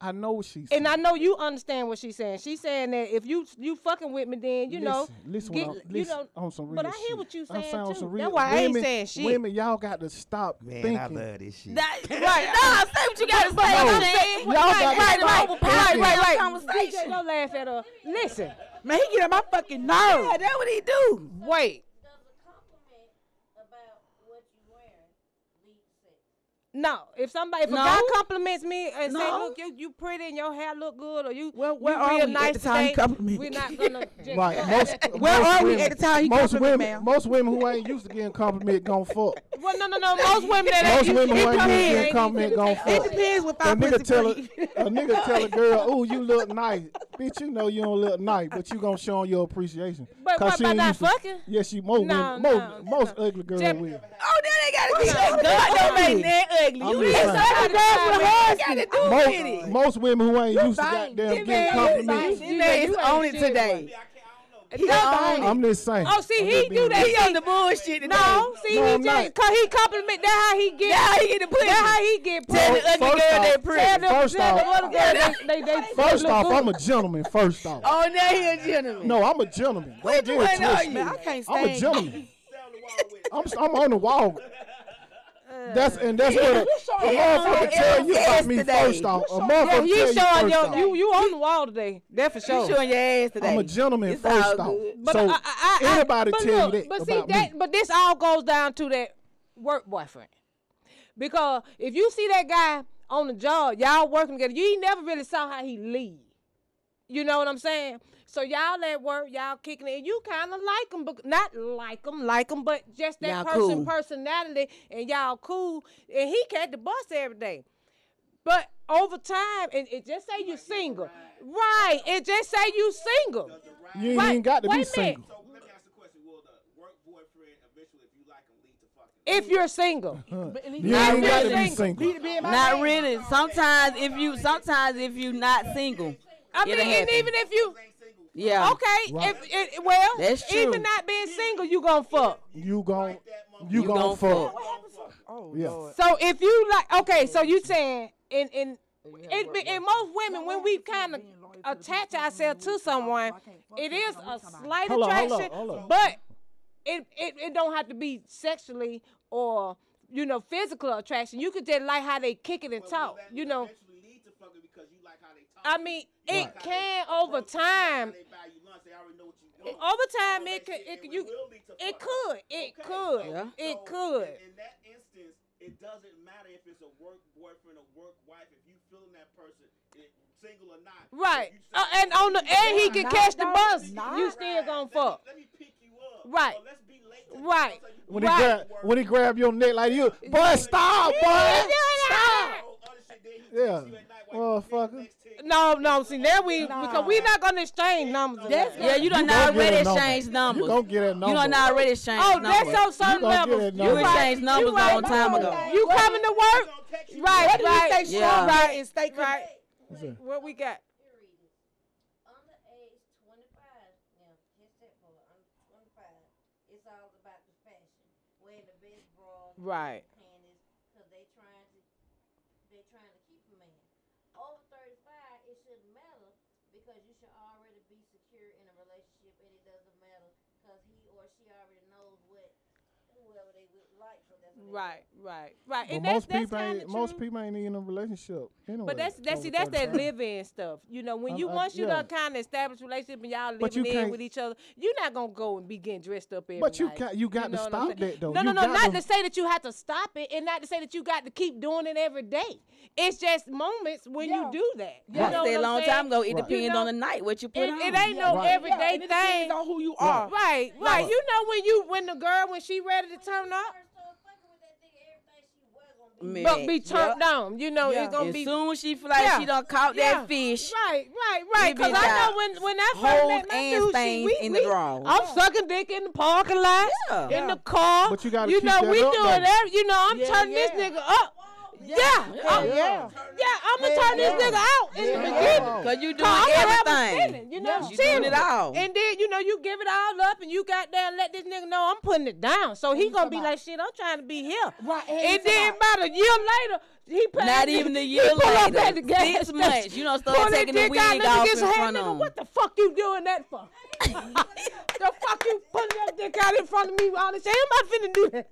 [SPEAKER 1] I know what she's.
[SPEAKER 3] And I know you understand what she's saying. She's saying that if you you fucking with me, then you know,
[SPEAKER 1] Listen, listen,
[SPEAKER 3] get-
[SPEAKER 1] when I'm,
[SPEAKER 3] you
[SPEAKER 1] listen
[SPEAKER 3] know.
[SPEAKER 1] on some real
[SPEAKER 3] but I
[SPEAKER 1] shit.
[SPEAKER 3] hear what you
[SPEAKER 1] I'm
[SPEAKER 3] saying
[SPEAKER 1] on
[SPEAKER 3] too.
[SPEAKER 1] some real
[SPEAKER 3] That's why I ain't
[SPEAKER 1] women-
[SPEAKER 3] saying shit.
[SPEAKER 1] Women, y'all got to stop
[SPEAKER 8] Man, I
[SPEAKER 1] thinking.
[SPEAKER 8] love this shit.
[SPEAKER 6] That, right. No, I say what you gotta say.
[SPEAKER 1] no.
[SPEAKER 6] Shane.
[SPEAKER 1] Y'all got
[SPEAKER 6] right,
[SPEAKER 1] to
[SPEAKER 6] right,
[SPEAKER 1] stop
[SPEAKER 6] right, right,
[SPEAKER 1] thinking.
[SPEAKER 6] right,
[SPEAKER 3] DJ,
[SPEAKER 6] Conversation.
[SPEAKER 3] don't laugh at her. Listen,
[SPEAKER 5] Man, he get on my fucking
[SPEAKER 6] Yeah,
[SPEAKER 5] nerve.
[SPEAKER 6] that's what he do.
[SPEAKER 3] wait.
[SPEAKER 7] Does a compliment about what you wearing lead sex?
[SPEAKER 3] No, if somebody, if a
[SPEAKER 6] No.
[SPEAKER 3] guy compliments me and say,
[SPEAKER 6] No.
[SPEAKER 3] "Look, you you pretty and your hair look good," or "You
[SPEAKER 5] Well,
[SPEAKER 3] you
[SPEAKER 5] where are
[SPEAKER 3] real
[SPEAKER 5] we at
[SPEAKER 3] nice
[SPEAKER 5] the time he
[SPEAKER 3] today,"
[SPEAKER 5] complimented
[SPEAKER 3] we're
[SPEAKER 5] you?
[SPEAKER 3] not gonna just
[SPEAKER 1] Right. Most,
[SPEAKER 5] Where
[SPEAKER 1] most
[SPEAKER 5] are we
[SPEAKER 1] women,
[SPEAKER 5] at the time he
[SPEAKER 1] most
[SPEAKER 5] compliment,
[SPEAKER 1] women,
[SPEAKER 5] ma'am?
[SPEAKER 1] most women who ain't used to getting compliment gon' fuck.
[SPEAKER 3] Well, no, no, no. Most women that
[SPEAKER 1] Most
[SPEAKER 3] ain't used
[SPEAKER 1] women
[SPEAKER 3] to
[SPEAKER 1] who ain't used to
[SPEAKER 3] compliment
[SPEAKER 1] getting
[SPEAKER 3] ain't
[SPEAKER 1] compliment gon' fuck.
[SPEAKER 5] It depends what
[SPEAKER 1] A
[SPEAKER 5] I pussy
[SPEAKER 1] nigga tell a,
[SPEAKER 5] free.
[SPEAKER 1] a nigga tell a girl, "Ooh, you look nice, bitch. You know you don't look nice, but you gonna show 'em your appreciation."
[SPEAKER 3] But
[SPEAKER 1] 'Cause
[SPEAKER 3] what
[SPEAKER 1] she
[SPEAKER 3] about
[SPEAKER 1] ain't
[SPEAKER 3] not
[SPEAKER 1] used to-
[SPEAKER 3] fucking?
[SPEAKER 1] Yeah, she most
[SPEAKER 3] No,
[SPEAKER 1] women, most,
[SPEAKER 3] no,
[SPEAKER 1] most
[SPEAKER 3] no.
[SPEAKER 1] ugly girl
[SPEAKER 3] Jeff-
[SPEAKER 1] will.
[SPEAKER 6] Oh, then they gotta be that
[SPEAKER 5] I'm
[SPEAKER 6] good. Don't
[SPEAKER 5] sorry.
[SPEAKER 6] make that ugly.
[SPEAKER 1] I'm
[SPEAKER 6] You
[SPEAKER 1] just
[SPEAKER 6] did
[SPEAKER 1] saying.
[SPEAKER 6] something
[SPEAKER 3] Ugly girls with
[SPEAKER 6] that got to do
[SPEAKER 1] Most,
[SPEAKER 6] with it.
[SPEAKER 1] most women who ain't used to
[SPEAKER 5] fine.
[SPEAKER 1] goddamn
[SPEAKER 5] Them
[SPEAKER 1] getting
[SPEAKER 5] man, you
[SPEAKER 1] compliments.
[SPEAKER 5] fine.
[SPEAKER 3] You
[SPEAKER 6] Man,
[SPEAKER 3] ain't
[SPEAKER 6] it's
[SPEAKER 3] doing
[SPEAKER 6] on it
[SPEAKER 3] shit
[SPEAKER 6] today.
[SPEAKER 3] right.
[SPEAKER 6] He
[SPEAKER 5] fine.
[SPEAKER 6] on it.
[SPEAKER 1] I'm just saying.
[SPEAKER 3] Oh, see,
[SPEAKER 1] I'm
[SPEAKER 3] he
[SPEAKER 1] just
[SPEAKER 3] do
[SPEAKER 1] being
[SPEAKER 3] that.
[SPEAKER 1] real.
[SPEAKER 6] He on the bullshit today.
[SPEAKER 3] No, see,
[SPEAKER 1] No,
[SPEAKER 3] he
[SPEAKER 1] I'm
[SPEAKER 3] just
[SPEAKER 1] not.
[SPEAKER 3] cause he compliment. That how he get.
[SPEAKER 6] Now he get the pussy.
[SPEAKER 3] That how he get.
[SPEAKER 6] Tell
[SPEAKER 3] pulled.
[SPEAKER 6] the ugly
[SPEAKER 1] First
[SPEAKER 6] girl
[SPEAKER 1] off-
[SPEAKER 6] they pretty.
[SPEAKER 3] Tell them-
[SPEAKER 1] First
[SPEAKER 3] tell them
[SPEAKER 1] off-
[SPEAKER 3] other girls they- they- they-
[SPEAKER 1] First
[SPEAKER 3] they
[SPEAKER 1] off,
[SPEAKER 3] look
[SPEAKER 1] I'm
[SPEAKER 3] good.
[SPEAKER 1] a gentleman. First off,
[SPEAKER 6] Oh, now he a gentleman.
[SPEAKER 1] no, I'm a gentleman. Don't
[SPEAKER 6] Which
[SPEAKER 1] get it
[SPEAKER 6] one are
[SPEAKER 1] twisted.
[SPEAKER 6] you?
[SPEAKER 5] I can't stand
[SPEAKER 1] I'm a
[SPEAKER 5] you.
[SPEAKER 1] gentleman. I'm s- I'm on the wall.
[SPEAKER 3] Uh.
[SPEAKER 1] That's and that's what a, a motherfucker tell you about me
[SPEAKER 6] Yesterday.
[SPEAKER 1] first off. A
[SPEAKER 3] Yeah,
[SPEAKER 1] motherfucker tell you
[SPEAKER 3] you showing
[SPEAKER 1] first
[SPEAKER 3] your
[SPEAKER 1] off.
[SPEAKER 3] you you on the wall today. That for sure.
[SPEAKER 6] You showing your ass today.
[SPEAKER 1] I'm a gentleman
[SPEAKER 6] It's
[SPEAKER 1] first
[SPEAKER 6] all
[SPEAKER 1] off.
[SPEAKER 6] good.
[SPEAKER 3] But
[SPEAKER 1] so
[SPEAKER 3] I, I, I,
[SPEAKER 1] anybody
[SPEAKER 3] but
[SPEAKER 1] tell
[SPEAKER 3] look,
[SPEAKER 1] you that
[SPEAKER 3] But
[SPEAKER 1] about
[SPEAKER 3] see that,
[SPEAKER 1] me.
[SPEAKER 3] but this all goes down to that work boyfriend. Because if you see that guy on the job, y'all working together, you ain't never really saw how he leave. You know what I'm saying? So y'all at work, y'all kicking it, and you kind of like him, but not like him, like him, but just that
[SPEAKER 6] Y'all
[SPEAKER 3] person
[SPEAKER 6] cool.
[SPEAKER 3] personality, and y'all cool, and he catch the bus every day. But over time, and it just say you single, right? It just say you single.
[SPEAKER 1] you ain't
[SPEAKER 3] Right.
[SPEAKER 1] even got to
[SPEAKER 3] Wait a
[SPEAKER 1] be
[SPEAKER 3] minute.
[SPEAKER 1] single.
[SPEAKER 9] So let me ask the question: Will the work boyfriend eventually, if you like him, lead to fucking?
[SPEAKER 3] If you're single.
[SPEAKER 5] But at least-
[SPEAKER 1] You ain't got to
[SPEAKER 6] really
[SPEAKER 1] be single.
[SPEAKER 5] Be- be in my
[SPEAKER 6] Not
[SPEAKER 5] man.
[SPEAKER 6] really. Sometimes if you, sometimes if you not single,
[SPEAKER 3] I mean,
[SPEAKER 6] It'll
[SPEAKER 3] and
[SPEAKER 6] happen.
[SPEAKER 3] even if you
[SPEAKER 6] yeah.
[SPEAKER 3] okay,
[SPEAKER 1] Right.
[SPEAKER 3] if it, well,
[SPEAKER 6] That's true.
[SPEAKER 3] even not being single, you gonna fuck.
[SPEAKER 1] You gon' you,
[SPEAKER 6] You
[SPEAKER 1] gon'
[SPEAKER 6] gon'
[SPEAKER 1] fuck.
[SPEAKER 6] fuck.
[SPEAKER 5] Oh,
[SPEAKER 1] Yeah.
[SPEAKER 5] Lord.
[SPEAKER 3] So if you like, okay, so you saying in in it, be- in most women when we kind of attach ourselves to someone, it is a slight
[SPEAKER 1] Hold on, hold on,
[SPEAKER 3] attraction,
[SPEAKER 1] hold on.
[SPEAKER 3] but it, it it don't have to be sexually or you know physical attraction. You could just like how they kick it and talk, you know. I mean, it can over time. Over time, it could, it could, you, it could, it could,
[SPEAKER 6] Yeah.
[SPEAKER 3] it could.
[SPEAKER 9] In that instance, it doesn't matter if it's a work boyfriend or work wife. If you feeling that person, it, single or not,
[SPEAKER 3] Right.
[SPEAKER 9] you say,
[SPEAKER 3] Uh, and on the and he can
[SPEAKER 5] Not
[SPEAKER 3] catch the
[SPEAKER 5] no,
[SPEAKER 3] bus.
[SPEAKER 5] not
[SPEAKER 3] You still
[SPEAKER 9] "Right,
[SPEAKER 3] gonna
[SPEAKER 9] let me-
[SPEAKER 3] fuck.
[SPEAKER 9] Let me pick you up.
[SPEAKER 3] Right.
[SPEAKER 9] Or let's be late. to-
[SPEAKER 3] Right.
[SPEAKER 9] so you-
[SPEAKER 1] When
[SPEAKER 3] Right.
[SPEAKER 1] he grab when he grab your neck like you, boy, stop, boy.
[SPEAKER 9] Oh, other shit, then he
[SPEAKER 1] Yeah.
[SPEAKER 9] text you at night while you
[SPEAKER 1] Motherfucker.
[SPEAKER 9] next text.
[SPEAKER 3] No, no. See, there we because we not gonna exchange numbers.
[SPEAKER 6] That's yeah, you
[SPEAKER 1] You
[SPEAKER 6] done
[SPEAKER 1] gonna get
[SPEAKER 6] already
[SPEAKER 1] a number.
[SPEAKER 6] exchanged numbers.
[SPEAKER 1] You gonna get that number.
[SPEAKER 6] You done already exchanged
[SPEAKER 3] oh,
[SPEAKER 6] numbers.
[SPEAKER 3] that's on
[SPEAKER 1] gonna
[SPEAKER 3] certain
[SPEAKER 1] get
[SPEAKER 3] levels.
[SPEAKER 1] that number.
[SPEAKER 6] You exchanged numbers
[SPEAKER 3] you right.
[SPEAKER 6] a long time ago.
[SPEAKER 3] You coming to work? Right,
[SPEAKER 5] What do you
[SPEAKER 3] right,
[SPEAKER 5] say, strong
[SPEAKER 6] Yeah.
[SPEAKER 5] right, and stay
[SPEAKER 3] right.
[SPEAKER 5] connected?
[SPEAKER 3] What we got?
[SPEAKER 7] Period. Under age 25, now, here's that part, under 25, it's all about the fashion. Wearing the best bras,
[SPEAKER 3] Right.
[SPEAKER 7] panties, because they trying to, they trying to keep a man. Over 35, it shouldn't matter because you should already be secure in a relationship and it doesn't matter because he or she already knows what whoever they would like, so that's what they
[SPEAKER 3] Right, right, right.
[SPEAKER 1] But
[SPEAKER 3] And
[SPEAKER 1] most
[SPEAKER 3] that's,
[SPEAKER 1] people
[SPEAKER 3] that's
[SPEAKER 1] ain't
[SPEAKER 3] kinda
[SPEAKER 1] most
[SPEAKER 3] true.
[SPEAKER 1] people ain't in a relationship. Anyway,
[SPEAKER 3] But that's that's see
[SPEAKER 1] over
[SPEAKER 3] that's that
[SPEAKER 1] 35.
[SPEAKER 3] live-in stuff. You know, when
[SPEAKER 1] I'm-
[SPEAKER 3] you
[SPEAKER 1] I-
[SPEAKER 3] once you
[SPEAKER 1] yeah.
[SPEAKER 3] done kind of established relationship and y'all
[SPEAKER 1] But you
[SPEAKER 3] living in
[SPEAKER 1] can't-
[SPEAKER 3] with each other, you're not gonna go and be getting dressed up every
[SPEAKER 1] But you
[SPEAKER 3] night.
[SPEAKER 1] got- you got to
[SPEAKER 3] know what I'm
[SPEAKER 1] stop
[SPEAKER 3] saying?
[SPEAKER 1] that, though.
[SPEAKER 3] No, no,
[SPEAKER 1] You
[SPEAKER 3] no.
[SPEAKER 1] got
[SPEAKER 3] Not
[SPEAKER 1] to-
[SPEAKER 3] to say that you have to stop it, and not to say that you got to keep doing it every day. It's just moments when
[SPEAKER 5] Yeah.
[SPEAKER 3] you do that. You
[SPEAKER 6] That's
[SPEAKER 3] know
[SPEAKER 6] a
[SPEAKER 3] what I'm
[SPEAKER 6] long
[SPEAKER 3] saying?
[SPEAKER 6] time ago. It
[SPEAKER 1] Right.
[SPEAKER 6] depends
[SPEAKER 3] You know,
[SPEAKER 6] on the night what you put
[SPEAKER 3] It,
[SPEAKER 6] on.
[SPEAKER 3] it ain't no
[SPEAKER 1] Right.
[SPEAKER 3] everyday
[SPEAKER 5] Yeah, and it depends
[SPEAKER 3] thing.
[SPEAKER 5] on who you are.
[SPEAKER 3] Right, right. You know when you when the girl when she ready to turn up,
[SPEAKER 7] first started fucking with that nigga, everything she was gonna be.
[SPEAKER 6] Man,
[SPEAKER 3] but be turned
[SPEAKER 6] yeah.
[SPEAKER 3] on. You know
[SPEAKER 5] Yeah.
[SPEAKER 3] it's gonna
[SPEAKER 6] As
[SPEAKER 3] be
[SPEAKER 6] soon as she feel like
[SPEAKER 3] Yeah.
[SPEAKER 6] she done caught
[SPEAKER 3] Yeah.
[SPEAKER 6] that fish,
[SPEAKER 3] Right, right, right.
[SPEAKER 6] We
[SPEAKER 3] Because
[SPEAKER 6] been
[SPEAKER 3] I
[SPEAKER 6] got
[SPEAKER 3] know when when I first
[SPEAKER 6] hoes
[SPEAKER 3] met my
[SPEAKER 6] and
[SPEAKER 3] dude, she,
[SPEAKER 6] things
[SPEAKER 3] we,
[SPEAKER 6] in
[SPEAKER 3] we,
[SPEAKER 6] the drawer.
[SPEAKER 3] I'm sucking dick in the parking lot,
[SPEAKER 6] Yeah.
[SPEAKER 3] in the car.
[SPEAKER 1] But you gotta keep
[SPEAKER 3] know,
[SPEAKER 1] that
[SPEAKER 3] we
[SPEAKER 1] up,
[SPEAKER 3] doing
[SPEAKER 1] though.
[SPEAKER 3] every, you know, I'm
[SPEAKER 5] Yeah,
[SPEAKER 3] turning
[SPEAKER 5] yeah.
[SPEAKER 3] this nigga up. Yeah,
[SPEAKER 5] Hell
[SPEAKER 3] I'm, yeah.
[SPEAKER 5] yeah.
[SPEAKER 3] I'm gonna turn
[SPEAKER 5] yeah.
[SPEAKER 3] this nigga out in the
[SPEAKER 1] Yeah.
[SPEAKER 3] beginning.
[SPEAKER 6] cause you doing
[SPEAKER 3] Cause I'm gonna have a
[SPEAKER 6] everything.
[SPEAKER 3] feeling, you know,
[SPEAKER 6] You doing
[SPEAKER 3] feeling.
[SPEAKER 6] it all.
[SPEAKER 3] And then you know you give it all up, and you got there and let this nigga know I'm putting it down. So he gonna be like, "Shit, I'm trying to be here."
[SPEAKER 5] Right, and
[SPEAKER 3] And
[SPEAKER 5] it's
[SPEAKER 3] then
[SPEAKER 5] about-
[SPEAKER 3] about a year later, he put-
[SPEAKER 6] Not even a
[SPEAKER 3] he
[SPEAKER 6] year
[SPEAKER 3] pull up
[SPEAKER 6] later.
[SPEAKER 3] at the gas
[SPEAKER 6] Six
[SPEAKER 3] station.
[SPEAKER 6] months. You done started
[SPEAKER 3] Pull that
[SPEAKER 6] taking the
[SPEAKER 3] dick
[SPEAKER 6] wig
[SPEAKER 3] out, nigga,
[SPEAKER 6] off
[SPEAKER 3] gets
[SPEAKER 6] in
[SPEAKER 3] head,
[SPEAKER 6] front
[SPEAKER 3] nigga,
[SPEAKER 6] of him.
[SPEAKER 3] What the fuck you doing that for? the fuck you pulling that dick out in front of me? All this shit. I'm not finna do that.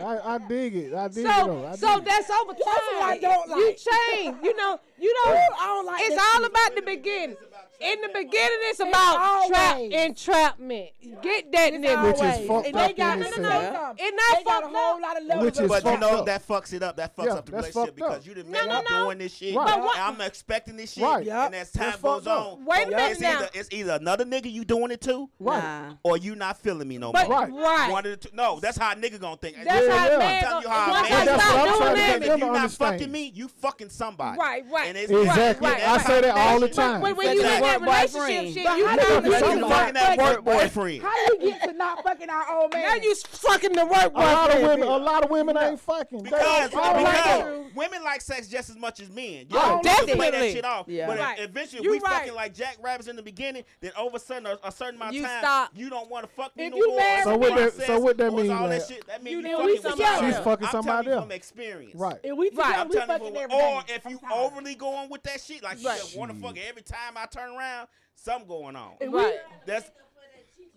[SPEAKER 1] I, I dig it. I dig it. Though.
[SPEAKER 3] So,
[SPEAKER 1] I
[SPEAKER 3] so
[SPEAKER 1] dig it.
[SPEAKER 3] that's over time.
[SPEAKER 5] what I don't
[SPEAKER 3] You
[SPEAKER 5] like.
[SPEAKER 3] change. You know, you don't.
[SPEAKER 5] I don't like
[SPEAKER 3] it's
[SPEAKER 5] that
[SPEAKER 3] all about the beginning. In the beginning, it's about
[SPEAKER 5] always-
[SPEAKER 3] trap entrapment. Get that nigga.
[SPEAKER 1] Which is
[SPEAKER 5] Always.
[SPEAKER 1] fucked
[SPEAKER 5] And
[SPEAKER 1] up
[SPEAKER 5] they got
[SPEAKER 1] in
[SPEAKER 5] no, no, no,
[SPEAKER 1] itself.
[SPEAKER 3] It
[SPEAKER 5] no.
[SPEAKER 3] not
[SPEAKER 5] They got a
[SPEAKER 3] fucked
[SPEAKER 5] whole
[SPEAKER 3] up.
[SPEAKER 5] lot of levels
[SPEAKER 1] Which
[SPEAKER 5] of
[SPEAKER 1] is
[SPEAKER 8] But you
[SPEAKER 1] fucked
[SPEAKER 8] know
[SPEAKER 1] up.
[SPEAKER 8] that fucks it up. That fucks
[SPEAKER 1] Yeah,
[SPEAKER 8] up the
[SPEAKER 1] that's
[SPEAKER 8] relationship
[SPEAKER 1] fucked up.
[SPEAKER 8] because you didn't
[SPEAKER 3] No, no,
[SPEAKER 8] I'm
[SPEAKER 3] no.
[SPEAKER 8] doing this shit.
[SPEAKER 1] Right. But
[SPEAKER 3] what-
[SPEAKER 8] And I'm expecting this shit.
[SPEAKER 1] Right.
[SPEAKER 5] Yep.
[SPEAKER 8] And as
[SPEAKER 1] That's
[SPEAKER 8] time goes
[SPEAKER 1] fucked up.
[SPEAKER 8] on,
[SPEAKER 3] Wait a minute
[SPEAKER 8] it's
[SPEAKER 3] now.
[SPEAKER 8] either, it's either another nigga you doing it to,
[SPEAKER 1] Right.
[SPEAKER 6] Nah.
[SPEAKER 8] or you not feeling me no
[SPEAKER 3] But
[SPEAKER 8] more.
[SPEAKER 1] Right.
[SPEAKER 8] One of the two. No, that's how a nigga gonna think.
[SPEAKER 3] That's
[SPEAKER 1] Yeah,
[SPEAKER 3] how
[SPEAKER 1] yeah.
[SPEAKER 3] a man
[SPEAKER 8] I'm telling
[SPEAKER 3] go-
[SPEAKER 8] you how a
[SPEAKER 3] once
[SPEAKER 8] man-
[SPEAKER 3] I
[SPEAKER 1] That's
[SPEAKER 3] stop
[SPEAKER 1] what I'm
[SPEAKER 3] doing
[SPEAKER 1] trying to
[SPEAKER 3] that-
[SPEAKER 1] get
[SPEAKER 8] If you're
[SPEAKER 1] them to
[SPEAKER 8] not
[SPEAKER 1] understand.
[SPEAKER 8] fucking me, you fucking somebody.
[SPEAKER 3] Right, right.
[SPEAKER 8] And it's-
[SPEAKER 1] Exactly.
[SPEAKER 3] Right,
[SPEAKER 8] and
[SPEAKER 1] I
[SPEAKER 3] right.
[SPEAKER 8] that's
[SPEAKER 1] say that
[SPEAKER 8] how-
[SPEAKER 1] all the
[SPEAKER 8] that's-
[SPEAKER 1] time.
[SPEAKER 3] When, when you in
[SPEAKER 8] That's
[SPEAKER 3] that
[SPEAKER 8] right.
[SPEAKER 3] relationship shit,
[SPEAKER 5] But
[SPEAKER 3] you
[SPEAKER 5] how
[SPEAKER 3] gotta
[SPEAKER 5] do you
[SPEAKER 3] do
[SPEAKER 5] fucking
[SPEAKER 8] You
[SPEAKER 3] something.
[SPEAKER 8] fucking that work boyfriend.
[SPEAKER 5] How do you get to not fucking our old man?
[SPEAKER 3] Now you s- fucking the work
[SPEAKER 1] A lot of
[SPEAKER 3] boyfriend.
[SPEAKER 1] women, a lot of women ain't fucking. They-
[SPEAKER 8] Because,
[SPEAKER 1] I don't like that.
[SPEAKER 8] because women like sex just as much as men. You
[SPEAKER 3] Oh,
[SPEAKER 8] don't need to play that
[SPEAKER 3] definitely.
[SPEAKER 8] shit off.
[SPEAKER 6] Yeah.
[SPEAKER 8] But if-
[SPEAKER 3] Right.
[SPEAKER 8] eventually, if
[SPEAKER 3] You
[SPEAKER 8] we
[SPEAKER 3] right.
[SPEAKER 8] fucking like jackrabbits in the beginning, then over a sudden, a, a certain amount
[SPEAKER 3] You
[SPEAKER 8] of time,
[SPEAKER 3] stop.
[SPEAKER 8] you don't want to fuck me
[SPEAKER 3] If
[SPEAKER 8] no
[SPEAKER 3] you
[SPEAKER 8] more.
[SPEAKER 3] married
[SPEAKER 8] It's
[SPEAKER 1] So what
[SPEAKER 8] about
[SPEAKER 1] that-
[SPEAKER 8] sex,
[SPEAKER 1] so what that
[SPEAKER 8] or it's
[SPEAKER 1] mean,
[SPEAKER 8] all
[SPEAKER 1] like-
[SPEAKER 8] that shit, that mean
[SPEAKER 3] You
[SPEAKER 8] you,
[SPEAKER 3] didn't
[SPEAKER 8] fucking
[SPEAKER 3] leave
[SPEAKER 8] with
[SPEAKER 3] somebody
[SPEAKER 8] somebody.
[SPEAKER 3] She's
[SPEAKER 1] else. fucking
[SPEAKER 8] I'm telling
[SPEAKER 1] somebody
[SPEAKER 8] you
[SPEAKER 1] else.
[SPEAKER 8] from experience.
[SPEAKER 1] Right.
[SPEAKER 5] and we
[SPEAKER 3] Right.
[SPEAKER 5] together,
[SPEAKER 8] I'm
[SPEAKER 5] we
[SPEAKER 8] telling
[SPEAKER 5] fucking
[SPEAKER 8] you, from,
[SPEAKER 5] every
[SPEAKER 8] or
[SPEAKER 5] day.
[SPEAKER 8] if you
[SPEAKER 5] Sometimes.
[SPEAKER 8] overly going with that shit, like
[SPEAKER 3] Right.
[SPEAKER 8] you just want to fuck every time I turn around, something going on.
[SPEAKER 5] And
[SPEAKER 3] Right.
[SPEAKER 8] That's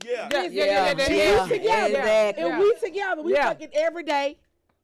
[SPEAKER 8] yeah.
[SPEAKER 3] Yeah, yeah, yeah, yeah,
[SPEAKER 5] yeah,
[SPEAKER 3] yeah,
[SPEAKER 5] yeah,
[SPEAKER 3] yeah.
[SPEAKER 6] Exactly.
[SPEAKER 5] And we together, we
[SPEAKER 3] Yeah.
[SPEAKER 5] fucking every day,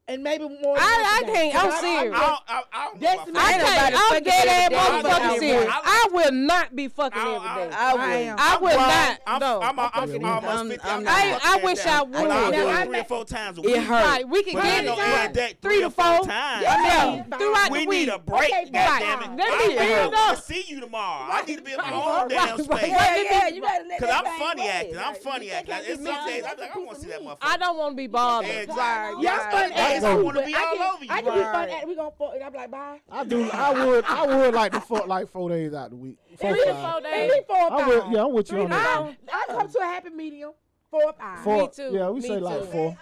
[SPEAKER 5] and maybe more. Than
[SPEAKER 3] I-
[SPEAKER 5] once a
[SPEAKER 3] I
[SPEAKER 5] day.
[SPEAKER 3] can't- I'm
[SPEAKER 5] But I-
[SPEAKER 8] I
[SPEAKER 3] serious.
[SPEAKER 8] don't, I, I don't know
[SPEAKER 5] That's
[SPEAKER 8] about
[SPEAKER 5] not-
[SPEAKER 3] I
[SPEAKER 6] Ain't
[SPEAKER 3] can't.
[SPEAKER 6] nobody
[SPEAKER 3] I'm
[SPEAKER 6] fucking
[SPEAKER 3] dead
[SPEAKER 6] every
[SPEAKER 3] ass
[SPEAKER 6] day.
[SPEAKER 3] motherfucking
[SPEAKER 8] I-
[SPEAKER 3] serious.
[SPEAKER 8] I-
[SPEAKER 3] I will not be fucking
[SPEAKER 8] I- I-
[SPEAKER 3] every day.
[SPEAKER 6] I
[SPEAKER 5] I
[SPEAKER 6] would.
[SPEAKER 5] am.
[SPEAKER 3] I will
[SPEAKER 8] Well,
[SPEAKER 3] not.
[SPEAKER 8] I'm,
[SPEAKER 3] No.
[SPEAKER 8] I'm, I'm, I'm,
[SPEAKER 1] fucking
[SPEAKER 8] almost
[SPEAKER 6] I'm-
[SPEAKER 8] 50.
[SPEAKER 6] I'm
[SPEAKER 8] I'm
[SPEAKER 6] not.
[SPEAKER 8] fucking
[SPEAKER 3] I- I
[SPEAKER 8] every
[SPEAKER 3] wish
[SPEAKER 8] day.
[SPEAKER 3] I
[SPEAKER 8] But
[SPEAKER 3] would.
[SPEAKER 8] I'll do
[SPEAKER 5] Now, I
[SPEAKER 8] it three or
[SPEAKER 5] make-
[SPEAKER 8] four times a week.
[SPEAKER 6] It hurt.
[SPEAKER 3] Right, we can
[SPEAKER 8] But I
[SPEAKER 3] get
[SPEAKER 8] know
[SPEAKER 3] it
[SPEAKER 8] every
[SPEAKER 3] done
[SPEAKER 8] day,
[SPEAKER 3] three to four.
[SPEAKER 8] times.
[SPEAKER 3] Yeah,
[SPEAKER 5] Right.
[SPEAKER 3] throughout
[SPEAKER 8] We
[SPEAKER 3] the week.
[SPEAKER 8] need a break,
[SPEAKER 5] Okay,
[SPEAKER 8] goddamn
[SPEAKER 3] Let
[SPEAKER 5] fine.
[SPEAKER 8] it. I
[SPEAKER 3] me
[SPEAKER 8] don't
[SPEAKER 3] hear
[SPEAKER 8] even
[SPEAKER 3] it
[SPEAKER 8] want
[SPEAKER 3] up.
[SPEAKER 8] to see you tomorrow. I need to be in my own damn space.
[SPEAKER 6] Yeah, yeah, you gotta let
[SPEAKER 8] Cause
[SPEAKER 6] that
[SPEAKER 8] I'm
[SPEAKER 6] thing
[SPEAKER 8] funny
[SPEAKER 6] go.
[SPEAKER 8] acting. I'm
[SPEAKER 6] Like,
[SPEAKER 8] funny
[SPEAKER 6] you
[SPEAKER 8] acting. Like,
[SPEAKER 6] think I
[SPEAKER 8] it's
[SPEAKER 6] can
[SPEAKER 8] some
[SPEAKER 6] be
[SPEAKER 8] days
[SPEAKER 6] out
[SPEAKER 8] I'm like, I want to see that
[SPEAKER 3] I
[SPEAKER 8] motherfucker.
[SPEAKER 3] don't want to be bothered.
[SPEAKER 8] Exactly.
[SPEAKER 5] Y'all
[SPEAKER 8] Y'all
[SPEAKER 5] fun
[SPEAKER 8] funny days
[SPEAKER 5] ass.
[SPEAKER 8] I
[SPEAKER 1] Right.
[SPEAKER 8] want to be
[SPEAKER 5] I can,
[SPEAKER 8] all over you.
[SPEAKER 5] I can be fun
[SPEAKER 3] Right.
[SPEAKER 5] ass. We gonna fuck, and I'm like, bye.
[SPEAKER 1] I do. I would. I would like to fuck like four days out the week. Four,
[SPEAKER 3] Three to
[SPEAKER 1] five.
[SPEAKER 3] four days.
[SPEAKER 5] Three, four,
[SPEAKER 1] I
[SPEAKER 5] five.
[SPEAKER 1] would. Yeah, I'm with you on that.
[SPEAKER 5] I, I come to a happy medium. four or five.
[SPEAKER 1] Four.
[SPEAKER 3] too,
[SPEAKER 1] Yeah, we
[SPEAKER 3] me
[SPEAKER 1] say like
[SPEAKER 3] too.
[SPEAKER 1] four.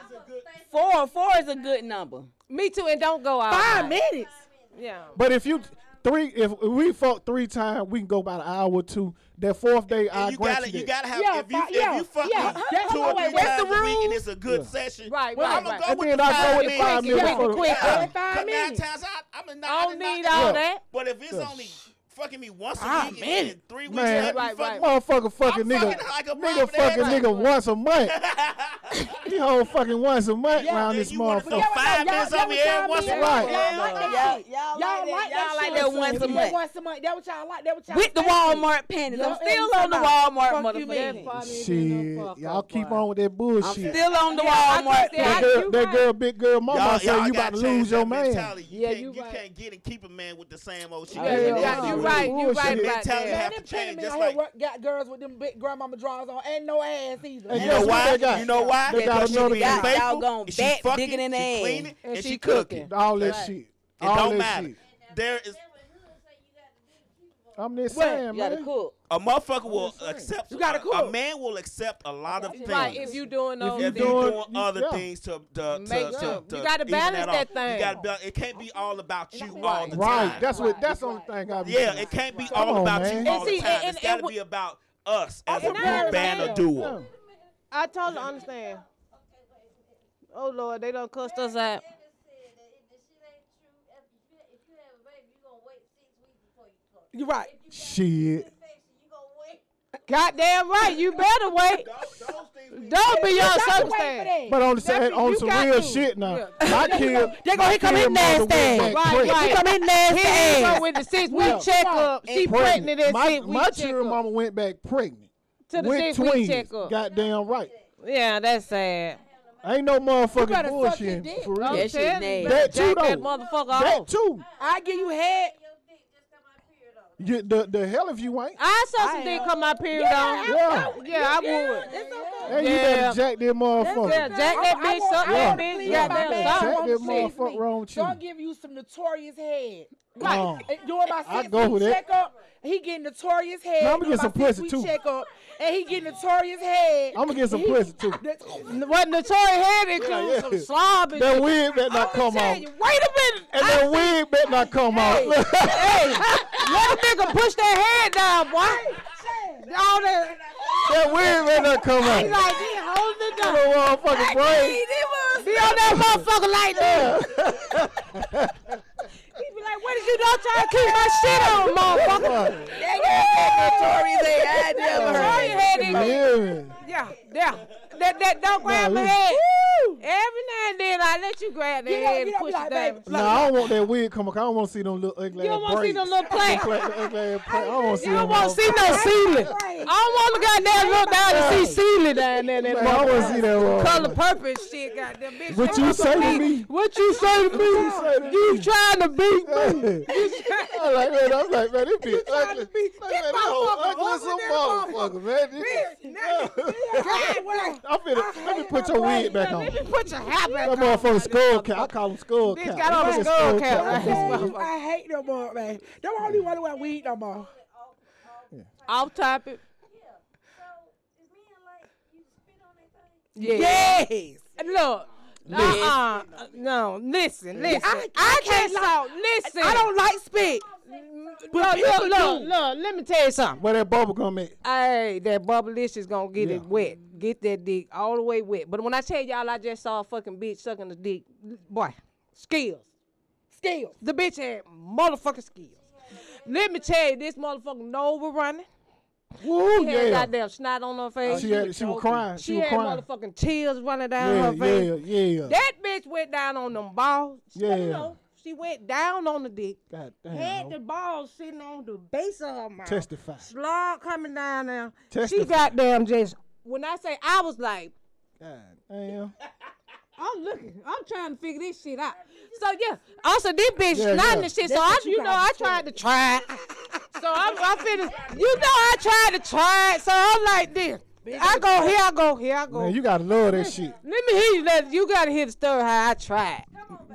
[SPEAKER 6] Four, four is a good number.
[SPEAKER 3] Me too, and don't go out.
[SPEAKER 5] Five minutes.
[SPEAKER 3] Yeah.
[SPEAKER 1] But if you three, if we fuck three times, we can go about an hour or two. That fourth day, I
[SPEAKER 8] you
[SPEAKER 1] grant
[SPEAKER 8] gotta,
[SPEAKER 1] you
[SPEAKER 8] you
[SPEAKER 1] that.
[SPEAKER 8] gotta have.
[SPEAKER 5] Yeah,
[SPEAKER 8] if you,
[SPEAKER 5] fi- yeah,
[SPEAKER 8] if you fuck
[SPEAKER 5] yeah.
[SPEAKER 8] me
[SPEAKER 5] That's-
[SPEAKER 8] two
[SPEAKER 5] hold
[SPEAKER 8] or
[SPEAKER 5] on,
[SPEAKER 8] three
[SPEAKER 5] wait, what's
[SPEAKER 8] times
[SPEAKER 5] the
[SPEAKER 8] a week and
[SPEAKER 5] rule?
[SPEAKER 8] it's a good session,
[SPEAKER 3] Right,
[SPEAKER 5] Well,
[SPEAKER 3] right,
[SPEAKER 8] I'ma
[SPEAKER 3] right.
[SPEAKER 8] go
[SPEAKER 1] And
[SPEAKER 8] with
[SPEAKER 1] then
[SPEAKER 8] the
[SPEAKER 1] I go
[SPEAKER 8] five
[SPEAKER 1] with the
[SPEAKER 8] minutes.
[SPEAKER 1] five
[SPEAKER 3] Quick,
[SPEAKER 1] minutes.
[SPEAKER 3] yeah,
[SPEAKER 1] for the-
[SPEAKER 3] quick.
[SPEAKER 8] Yeah.
[SPEAKER 3] Every five
[SPEAKER 8] Come nine
[SPEAKER 3] minutes.
[SPEAKER 8] times out, I'm a nine.
[SPEAKER 3] I
[SPEAKER 8] I'm
[SPEAKER 3] don't need
[SPEAKER 8] not-
[SPEAKER 3] all
[SPEAKER 1] Yeah.
[SPEAKER 3] that.
[SPEAKER 8] But if it's
[SPEAKER 1] Yeah.
[SPEAKER 8] only fucking me once a
[SPEAKER 5] Five
[SPEAKER 8] week
[SPEAKER 5] minutes.
[SPEAKER 8] and three weeks,
[SPEAKER 1] Man.
[SPEAKER 8] left, you
[SPEAKER 3] Right,
[SPEAKER 8] fucking-
[SPEAKER 1] Motherfucker, fucking
[SPEAKER 8] I'm
[SPEAKER 1] nigga,
[SPEAKER 8] fucking like a
[SPEAKER 1] nigga,
[SPEAKER 8] motherfucker.
[SPEAKER 1] fucking nigga, once a month. he hold fucking once a month
[SPEAKER 5] Yeah,
[SPEAKER 1] round
[SPEAKER 8] then
[SPEAKER 1] this
[SPEAKER 8] you wanna
[SPEAKER 1] motherfucker.
[SPEAKER 8] fuck five
[SPEAKER 5] y'all-
[SPEAKER 8] minutes
[SPEAKER 5] y'all
[SPEAKER 8] over
[SPEAKER 5] was
[SPEAKER 8] here
[SPEAKER 5] y'all
[SPEAKER 8] once a
[SPEAKER 1] mean. Right.
[SPEAKER 8] month.
[SPEAKER 5] Y'all like that. Y'all
[SPEAKER 6] Y'all,
[SPEAKER 5] like that
[SPEAKER 6] y'all like
[SPEAKER 5] shit.
[SPEAKER 6] that once a
[SPEAKER 5] Yeah,
[SPEAKER 6] month.
[SPEAKER 5] Once a month. That what y'all like. That what y'all
[SPEAKER 6] With the
[SPEAKER 5] fancy.
[SPEAKER 6] Walmart panties. I'm
[SPEAKER 5] Y'all
[SPEAKER 6] still
[SPEAKER 5] ain't
[SPEAKER 6] on the
[SPEAKER 5] talking about-
[SPEAKER 6] Walmart
[SPEAKER 5] Fuck you
[SPEAKER 6] motherfucking
[SPEAKER 5] mean.
[SPEAKER 6] panties.
[SPEAKER 1] Shit, y'all keep on with that
[SPEAKER 6] I'm
[SPEAKER 1] bullshit.
[SPEAKER 6] still on the
[SPEAKER 3] Yeah, I
[SPEAKER 6] Walmart
[SPEAKER 3] think that-
[SPEAKER 1] that
[SPEAKER 6] panties.
[SPEAKER 1] girl,
[SPEAKER 3] you
[SPEAKER 1] that
[SPEAKER 3] right.
[SPEAKER 1] girl, big girl, mama
[SPEAKER 8] Y'all,
[SPEAKER 1] say
[SPEAKER 8] y'all
[SPEAKER 1] you about
[SPEAKER 8] gotta
[SPEAKER 1] to
[SPEAKER 8] change
[SPEAKER 1] lose
[SPEAKER 8] that
[SPEAKER 1] your man.
[SPEAKER 8] mentality. You
[SPEAKER 3] Yeah,
[SPEAKER 8] can't,
[SPEAKER 3] you
[SPEAKER 8] you
[SPEAKER 3] right.
[SPEAKER 8] can't get and keep a man with the same old shit.
[SPEAKER 1] Yeah,
[SPEAKER 8] you
[SPEAKER 1] yeah,
[SPEAKER 8] did.
[SPEAKER 1] yeah.
[SPEAKER 3] you
[SPEAKER 1] no.
[SPEAKER 3] right, you
[SPEAKER 1] Bullshit.
[SPEAKER 3] right
[SPEAKER 8] That
[SPEAKER 3] about that.
[SPEAKER 8] mentality have
[SPEAKER 5] Man,
[SPEAKER 8] to
[SPEAKER 5] them pretty
[SPEAKER 8] change.
[SPEAKER 5] men
[SPEAKER 8] Just
[SPEAKER 5] out here
[SPEAKER 8] like
[SPEAKER 5] work, got girls with them big grandmama drawers on and no ass
[SPEAKER 1] And
[SPEAKER 5] either.
[SPEAKER 8] You
[SPEAKER 5] And
[SPEAKER 8] know
[SPEAKER 1] That's what
[SPEAKER 8] why?
[SPEAKER 1] they got.
[SPEAKER 8] You know why?
[SPEAKER 1] They got
[SPEAKER 8] Because
[SPEAKER 1] another
[SPEAKER 8] she
[SPEAKER 1] thing.
[SPEAKER 8] being faithful,
[SPEAKER 6] Doggone
[SPEAKER 8] and
[SPEAKER 6] bat
[SPEAKER 8] she fucking,
[SPEAKER 6] digging in
[SPEAKER 8] she
[SPEAKER 6] the
[SPEAKER 8] cleaning,
[SPEAKER 6] ass.
[SPEAKER 8] and,
[SPEAKER 3] And she
[SPEAKER 8] she cooking.
[SPEAKER 3] cooking.
[SPEAKER 1] All that shit.
[SPEAKER 8] It
[SPEAKER 1] All
[SPEAKER 8] don't
[SPEAKER 1] that
[SPEAKER 8] matter.
[SPEAKER 1] shit.
[SPEAKER 8] There is
[SPEAKER 1] I'm just
[SPEAKER 6] What?
[SPEAKER 1] saying,
[SPEAKER 6] you gotta
[SPEAKER 1] man.
[SPEAKER 6] cook.
[SPEAKER 8] a motherfucker will accept.
[SPEAKER 5] gotta
[SPEAKER 8] a- a,
[SPEAKER 5] cook.
[SPEAKER 8] man will accept a lot of things.
[SPEAKER 3] Right, if you doing those
[SPEAKER 8] if
[SPEAKER 3] things.
[SPEAKER 8] you're
[SPEAKER 1] doing-
[SPEAKER 8] doing,
[SPEAKER 1] you-
[SPEAKER 8] other
[SPEAKER 1] yeah.
[SPEAKER 8] things to, to,
[SPEAKER 3] Make
[SPEAKER 8] to,
[SPEAKER 3] sure.
[SPEAKER 8] to, to
[SPEAKER 3] You gotta
[SPEAKER 8] even
[SPEAKER 3] balance
[SPEAKER 8] off.
[SPEAKER 3] that thing.
[SPEAKER 8] You gotta balance. It can't be all about you all
[SPEAKER 6] Right.
[SPEAKER 8] the time.
[SPEAKER 1] Right. That's what. That's the only thing I be.
[SPEAKER 8] yeah,
[SPEAKER 1] saying.
[SPEAKER 8] it can't be
[SPEAKER 1] Come
[SPEAKER 8] all
[SPEAKER 1] on,
[SPEAKER 8] about
[SPEAKER 1] man.
[SPEAKER 8] you all
[SPEAKER 3] And see,
[SPEAKER 8] the time.
[SPEAKER 3] and-
[SPEAKER 8] it's
[SPEAKER 3] and-
[SPEAKER 8] gotta
[SPEAKER 3] and
[SPEAKER 8] be about us as a
[SPEAKER 3] and I
[SPEAKER 8] group band or
[SPEAKER 3] understand.
[SPEAKER 8] duo.
[SPEAKER 1] Yeah.
[SPEAKER 3] I totally understand. Oh Lord, they don't cussed us out.
[SPEAKER 5] you right.
[SPEAKER 1] Shit.
[SPEAKER 3] Goddamn right, you better wait. Don't be your circumstance.
[SPEAKER 1] But on the side,
[SPEAKER 3] That's what
[SPEAKER 1] on
[SPEAKER 3] you
[SPEAKER 1] some
[SPEAKER 3] got
[SPEAKER 1] real
[SPEAKER 3] to.
[SPEAKER 1] shit now.
[SPEAKER 3] Yeah.
[SPEAKER 1] My kid.
[SPEAKER 5] They gonna-
[SPEAKER 1] my
[SPEAKER 5] he come
[SPEAKER 1] kid
[SPEAKER 5] in
[SPEAKER 1] mother went
[SPEAKER 5] nasty.
[SPEAKER 1] back
[SPEAKER 3] Right,
[SPEAKER 1] pregnant.
[SPEAKER 3] right.
[SPEAKER 6] Come in nasty
[SPEAKER 3] Here you go
[SPEAKER 6] ass.
[SPEAKER 3] with the six
[SPEAKER 1] Yeah.
[SPEAKER 3] week checkup. She pregnant and
[SPEAKER 1] My,
[SPEAKER 3] six week
[SPEAKER 1] my children
[SPEAKER 3] checkup.
[SPEAKER 1] mama went back pregnant.
[SPEAKER 3] To the
[SPEAKER 1] With
[SPEAKER 3] six week
[SPEAKER 1] twins.
[SPEAKER 3] checkup.
[SPEAKER 1] Goddamn right.
[SPEAKER 3] Yeah, that's sad.
[SPEAKER 1] Ain't no
[SPEAKER 5] better
[SPEAKER 1] motherfucking
[SPEAKER 5] suck your
[SPEAKER 1] bullshit
[SPEAKER 5] dick.
[SPEAKER 1] for
[SPEAKER 3] I'm
[SPEAKER 1] real.
[SPEAKER 6] That shit
[SPEAKER 3] telling you,
[SPEAKER 6] nasty.
[SPEAKER 3] better
[SPEAKER 1] That too,
[SPEAKER 3] jack that
[SPEAKER 1] though.
[SPEAKER 3] motherfucker
[SPEAKER 1] That
[SPEAKER 3] off.
[SPEAKER 1] too.
[SPEAKER 5] I give you head.
[SPEAKER 1] You, the the hell if you ain't.
[SPEAKER 3] I saw some dick come my period on.
[SPEAKER 1] Yeah.
[SPEAKER 3] Yeah, I would.
[SPEAKER 5] It's okay.
[SPEAKER 1] Hey, you
[SPEAKER 3] Yeah.
[SPEAKER 1] better jack that motherfucker.
[SPEAKER 3] Yeah, jack that
[SPEAKER 5] I- I
[SPEAKER 3] bitch,
[SPEAKER 5] want-
[SPEAKER 3] suck
[SPEAKER 5] I
[SPEAKER 3] that
[SPEAKER 5] want to
[SPEAKER 3] bitch,
[SPEAKER 5] please
[SPEAKER 3] goddamn
[SPEAKER 5] my man.
[SPEAKER 3] suck.
[SPEAKER 5] I
[SPEAKER 3] Jack
[SPEAKER 5] want
[SPEAKER 1] that
[SPEAKER 5] to please
[SPEAKER 1] motherfucker
[SPEAKER 5] me.
[SPEAKER 1] wrong with
[SPEAKER 5] So
[SPEAKER 1] you.
[SPEAKER 5] I'm giving you some notorious head.
[SPEAKER 1] Come on.
[SPEAKER 5] And doing my
[SPEAKER 1] I
[SPEAKER 5] six
[SPEAKER 1] go with
[SPEAKER 5] week
[SPEAKER 1] it.
[SPEAKER 5] checkup, he getting notorious head.
[SPEAKER 1] Now I'ma
[SPEAKER 5] doing
[SPEAKER 1] get
[SPEAKER 5] my
[SPEAKER 1] some
[SPEAKER 5] six
[SPEAKER 1] pussy,
[SPEAKER 5] week
[SPEAKER 1] too.
[SPEAKER 5] Checkup, and he getting notorious head.
[SPEAKER 1] I'm gonna get some
[SPEAKER 5] He-
[SPEAKER 1] pussy too.
[SPEAKER 5] That-
[SPEAKER 3] What Notori had includes
[SPEAKER 1] yeah.
[SPEAKER 3] some slob and
[SPEAKER 1] That
[SPEAKER 3] shit.
[SPEAKER 1] wig better
[SPEAKER 3] I'ma
[SPEAKER 1] not come
[SPEAKER 3] tell
[SPEAKER 1] off.
[SPEAKER 3] you, Wait a minute.
[SPEAKER 1] And
[SPEAKER 3] I
[SPEAKER 1] that wig better not come off.
[SPEAKER 3] Hey, let a nigga push that head down, boy. All that,
[SPEAKER 1] that wig better not come
[SPEAKER 3] he
[SPEAKER 1] off.
[SPEAKER 3] like, he holding
[SPEAKER 1] That
[SPEAKER 3] it down.
[SPEAKER 1] little motherfucking brain.
[SPEAKER 3] Be on that motherfucker like that. he be like, what did you do? Try to keep my shit on, motherfucker.
[SPEAKER 6] Notorious ass. I never
[SPEAKER 3] Notori
[SPEAKER 6] heard.
[SPEAKER 3] had
[SPEAKER 1] Yeah.
[SPEAKER 3] it. Yeah, yeah. That, that don't grab
[SPEAKER 1] Nah,
[SPEAKER 3] my
[SPEAKER 1] you-
[SPEAKER 3] head. Every now and then I let you grab the
[SPEAKER 5] You know-
[SPEAKER 3] head
[SPEAKER 5] you
[SPEAKER 3] and
[SPEAKER 5] know,
[SPEAKER 3] push
[SPEAKER 5] like,
[SPEAKER 3] it down.
[SPEAKER 5] baby,
[SPEAKER 1] No, I don't want that wig coming. I don't want to see them little ugly
[SPEAKER 3] You don't
[SPEAKER 1] want to
[SPEAKER 3] see them little plaques.
[SPEAKER 1] I don't want to see
[SPEAKER 3] You
[SPEAKER 1] them.
[SPEAKER 3] don't want to see
[SPEAKER 1] motherfuckers.
[SPEAKER 3] no ceiling. I
[SPEAKER 5] Right.
[SPEAKER 3] don't want to goddamn look down and see ceiling down there. That
[SPEAKER 1] Man, I want to see that
[SPEAKER 3] motherfucker.
[SPEAKER 1] wrong.
[SPEAKER 3] color purple shit, goddamn bitch.
[SPEAKER 1] What you say to
[SPEAKER 3] Please,
[SPEAKER 1] me?
[SPEAKER 3] What you say to me?
[SPEAKER 1] you say to
[SPEAKER 3] You
[SPEAKER 1] me?
[SPEAKER 3] trying to beat me?
[SPEAKER 1] I'm like, man, I'm like, man, this bitch ugly. Look at that whole ugly as a motherfucker, man. This- I'm finna, let me put your wig back on.
[SPEAKER 3] Let me put your hat
[SPEAKER 1] That
[SPEAKER 3] back on.
[SPEAKER 1] motherfucker skull cap. I call him skull
[SPEAKER 3] Bitch
[SPEAKER 1] cap.
[SPEAKER 3] got on
[SPEAKER 1] Look
[SPEAKER 3] a
[SPEAKER 1] at
[SPEAKER 3] skull cap,
[SPEAKER 5] I
[SPEAKER 3] right?
[SPEAKER 5] tell
[SPEAKER 3] That's
[SPEAKER 5] you,
[SPEAKER 3] motherfucker.
[SPEAKER 5] I hate no more, man. Don't only want to wear weed no more.
[SPEAKER 3] Off topic.
[SPEAKER 5] Yes.
[SPEAKER 3] And Look. Uh-uh. No, listen, listen. I, can't talk. Listen.
[SPEAKER 5] I don't like spit.
[SPEAKER 3] Look,
[SPEAKER 5] people
[SPEAKER 3] look, look,
[SPEAKER 5] do.
[SPEAKER 3] look. Let me tell you something.
[SPEAKER 1] Where that bubble gum at?
[SPEAKER 3] Hey, that bubblicious is gonna get it
[SPEAKER 1] Yeah.
[SPEAKER 3] wet. Get that dick all the way wet. But when I tell y'all, I just saw a fucking bitch sucking a dick. Boy, skills.
[SPEAKER 5] Skills.
[SPEAKER 3] The bitch had motherfucking skills. Let me tell you, this motherfucker no overrunning.
[SPEAKER 1] Woo,
[SPEAKER 3] She had
[SPEAKER 1] yeah.
[SPEAKER 3] goddamn snot on her face.
[SPEAKER 1] She had, she was crying.
[SPEAKER 3] She
[SPEAKER 1] She was
[SPEAKER 3] had
[SPEAKER 1] crying.
[SPEAKER 3] motherfucking tears running down
[SPEAKER 1] Yeah,
[SPEAKER 3] her face.
[SPEAKER 1] yeah, yeah.
[SPEAKER 3] That bitch went down on them balls. She-
[SPEAKER 1] Yeah.
[SPEAKER 3] You know, she went down on the dick.
[SPEAKER 1] God
[SPEAKER 3] Had the
[SPEAKER 1] damn.
[SPEAKER 3] balls sitting on the base of her mouth.
[SPEAKER 1] Testify.
[SPEAKER 3] Slog coming down there. She
[SPEAKER 1] Testify.
[SPEAKER 3] goddamn just. When I say I was like,
[SPEAKER 1] God damn.
[SPEAKER 3] I'm looking, I'm trying to figure this shit out. So yeah. Also, this bitch
[SPEAKER 1] Yeah,
[SPEAKER 3] not in
[SPEAKER 1] yeah.
[SPEAKER 3] the shit. So I,
[SPEAKER 5] what you
[SPEAKER 3] you know,
[SPEAKER 5] gotta
[SPEAKER 3] I tried to try. it. so I'm, I'm finna, you know, I tried to try. it. So I'm like this. I go here. I go here. I go.
[SPEAKER 1] Man, you gotta love that shit.
[SPEAKER 3] Let me hear you. That you gotta hear the story how I tried.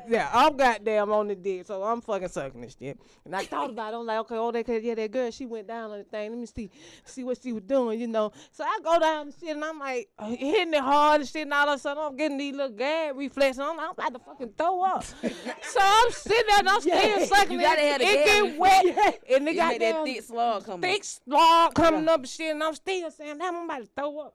[SPEAKER 3] Yeah, I'm goddamn on the dick, so I'm fucking sucking this shit. And I thought about it. I'm like, okay, oh, that, yeah, that girl, she went down on the thing. Let me see, see what she was doing, you know. So I go down and shit, and I'm like uh, hitting it hard and shit, and all of a sudden I'm getting these little gag reflexes. I'm, I'm about to fucking throw up. so I'm sitting there, and I'm
[SPEAKER 6] Yeah,
[SPEAKER 3] still sucking
[SPEAKER 6] you
[SPEAKER 3] it.
[SPEAKER 6] gotta have
[SPEAKER 3] It
[SPEAKER 6] the gag
[SPEAKER 3] get wet, and it
[SPEAKER 6] You
[SPEAKER 3] got
[SPEAKER 6] made that thick slug come
[SPEAKER 3] thick slog coming up and shit, and I'm still saying, damn, I'm about to throw up.